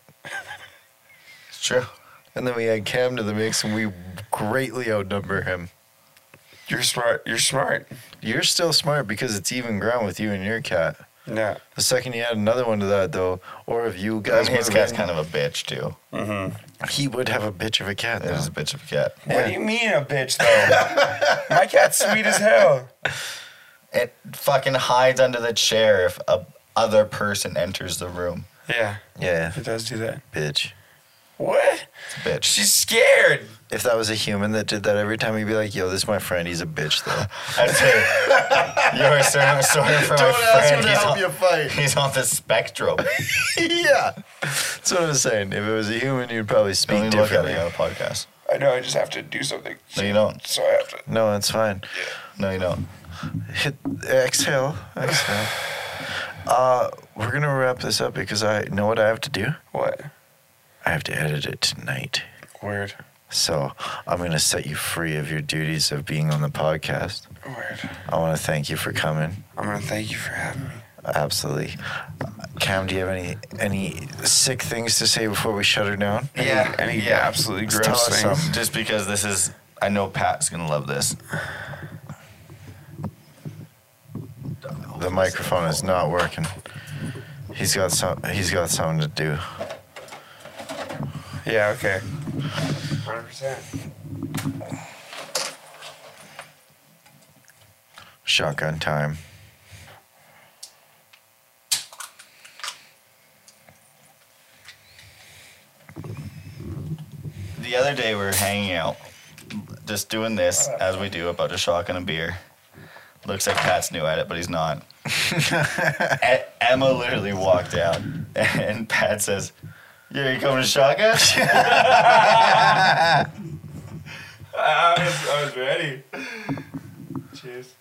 [SPEAKER 3] It's true.
[SPEAKER 1] And then we add Cam to the mix, and we greatly outnumber him.
[SPEAKER 2] You're smart. You're smart.
[SPEAKER 1] You're still smart because it's even ground with you and your cat.
[SPEAKER 2] No.
[SPEAKER 1] The second you add another one to that, though, or if you
[SPEAKER 3] And
[SPEAKER 1] guys
[SPEAKER 3] his
[SPEAKER 1] were
[SPEAKER 3] cat's
[SPEAKER 1] in,
[SPEAKER 3] kind of a bitch too.
[SPEAKER 2] Mm-hmm.
[SPEAKER 1] he would have a bitch of a cat.
[SPEAKER 3] It
[SPEAKER 1] though.
[SPEAKER 3] is a bitch of a cat.
[SPEAKER 2] What do you mean a bitch though? my cat's sweet as hell.
[SPEAKER 3] It fucking hides under the chair if a other person enters the room.
[SPEAKER 2] Yeah,
[SPEAKER 1] Yeah,
[SPEAKER 2] it does do that.
[SPEAKER 1] bitch.
[SPEAKER 2] What?
[SPEAKER 3] It's a bitch.
[SPEAKER 2] She's scared.
[SPEAKER 1] If that was a human that did that every time, he'd be like, "Yo, this is my friend. He's a bitch, though."
[SPEAKER 3] I'd say you're sorry, sorry for my friend. He's on,
[SPEAKER 1] fight.
[SPEAKER 3] he's on the spectrum.
[SPEAKER 1] yeah, that's what I'm saying. If it was a human, you'd probably
[SPEAKER 3] Don't
[SPEAKER 1] speak
[SPEAKER 3] even look at me
[SPEAKER 1] differently.
[SPEAKER 3] on a podcast.
[SPEAKER 2] I know. I just have to do something.
[SPEAKER 3] No, you don't.
[SPEAKER 2] So I have to.
[SPEAKER 1] No, that's fine.
[SPEAKER 3] No, you don't.
[SPEAKER 1] Hit exhale. Exhale. Uh, we're gonna wrap this up because I know what I have to do.
[SPEAKER 2] What?
[SPEAKER 1] I have to edit it tonight.
[SPEAKER 2] Weird.
[SPEAKER 1] So I'm going to set you free of your duties of being on the podcast.
[SPEAKER 2] Weird.
[SPEAKER 1] I want to thank you for coming.
[SPEAKER 2] I'm gonna thank you for having me.
[SPEAKER 1] Absolutely. Cam, do you have any any sick things to say before we shut her down?
[SPEAKER 3] Yeah,
[SPEAKER 2] Any
[SPEAKER 3] yeah.
[SPEAKER 2] absolutely
[SPEAKER 1] Just tell
[SPEAKER 2] gross
[SPEAKER 1] us
[SPEAKER 2] things.
[SPEAKER 1] something.
[SPEAKER 3] Just because this is, I know Pat's gonna love this.
[SPEAKER 1] The microphone is not working. He's got some he's got something to do.
[SPEAKER 2] Yeah. Okay. Hundred percent.
[SPEAKER 1] Shotgun time.
[SPEAKER 3] The other day we were hanging out, just doing this as we do, about to shotgun a beer. Looks like Pat's new at it, but he's not. E- Emma literally walked out, and Pat says, "Yeah, you coming to shotgun?"
[SPEAKER 2] I, I was. I was ready. Cheers.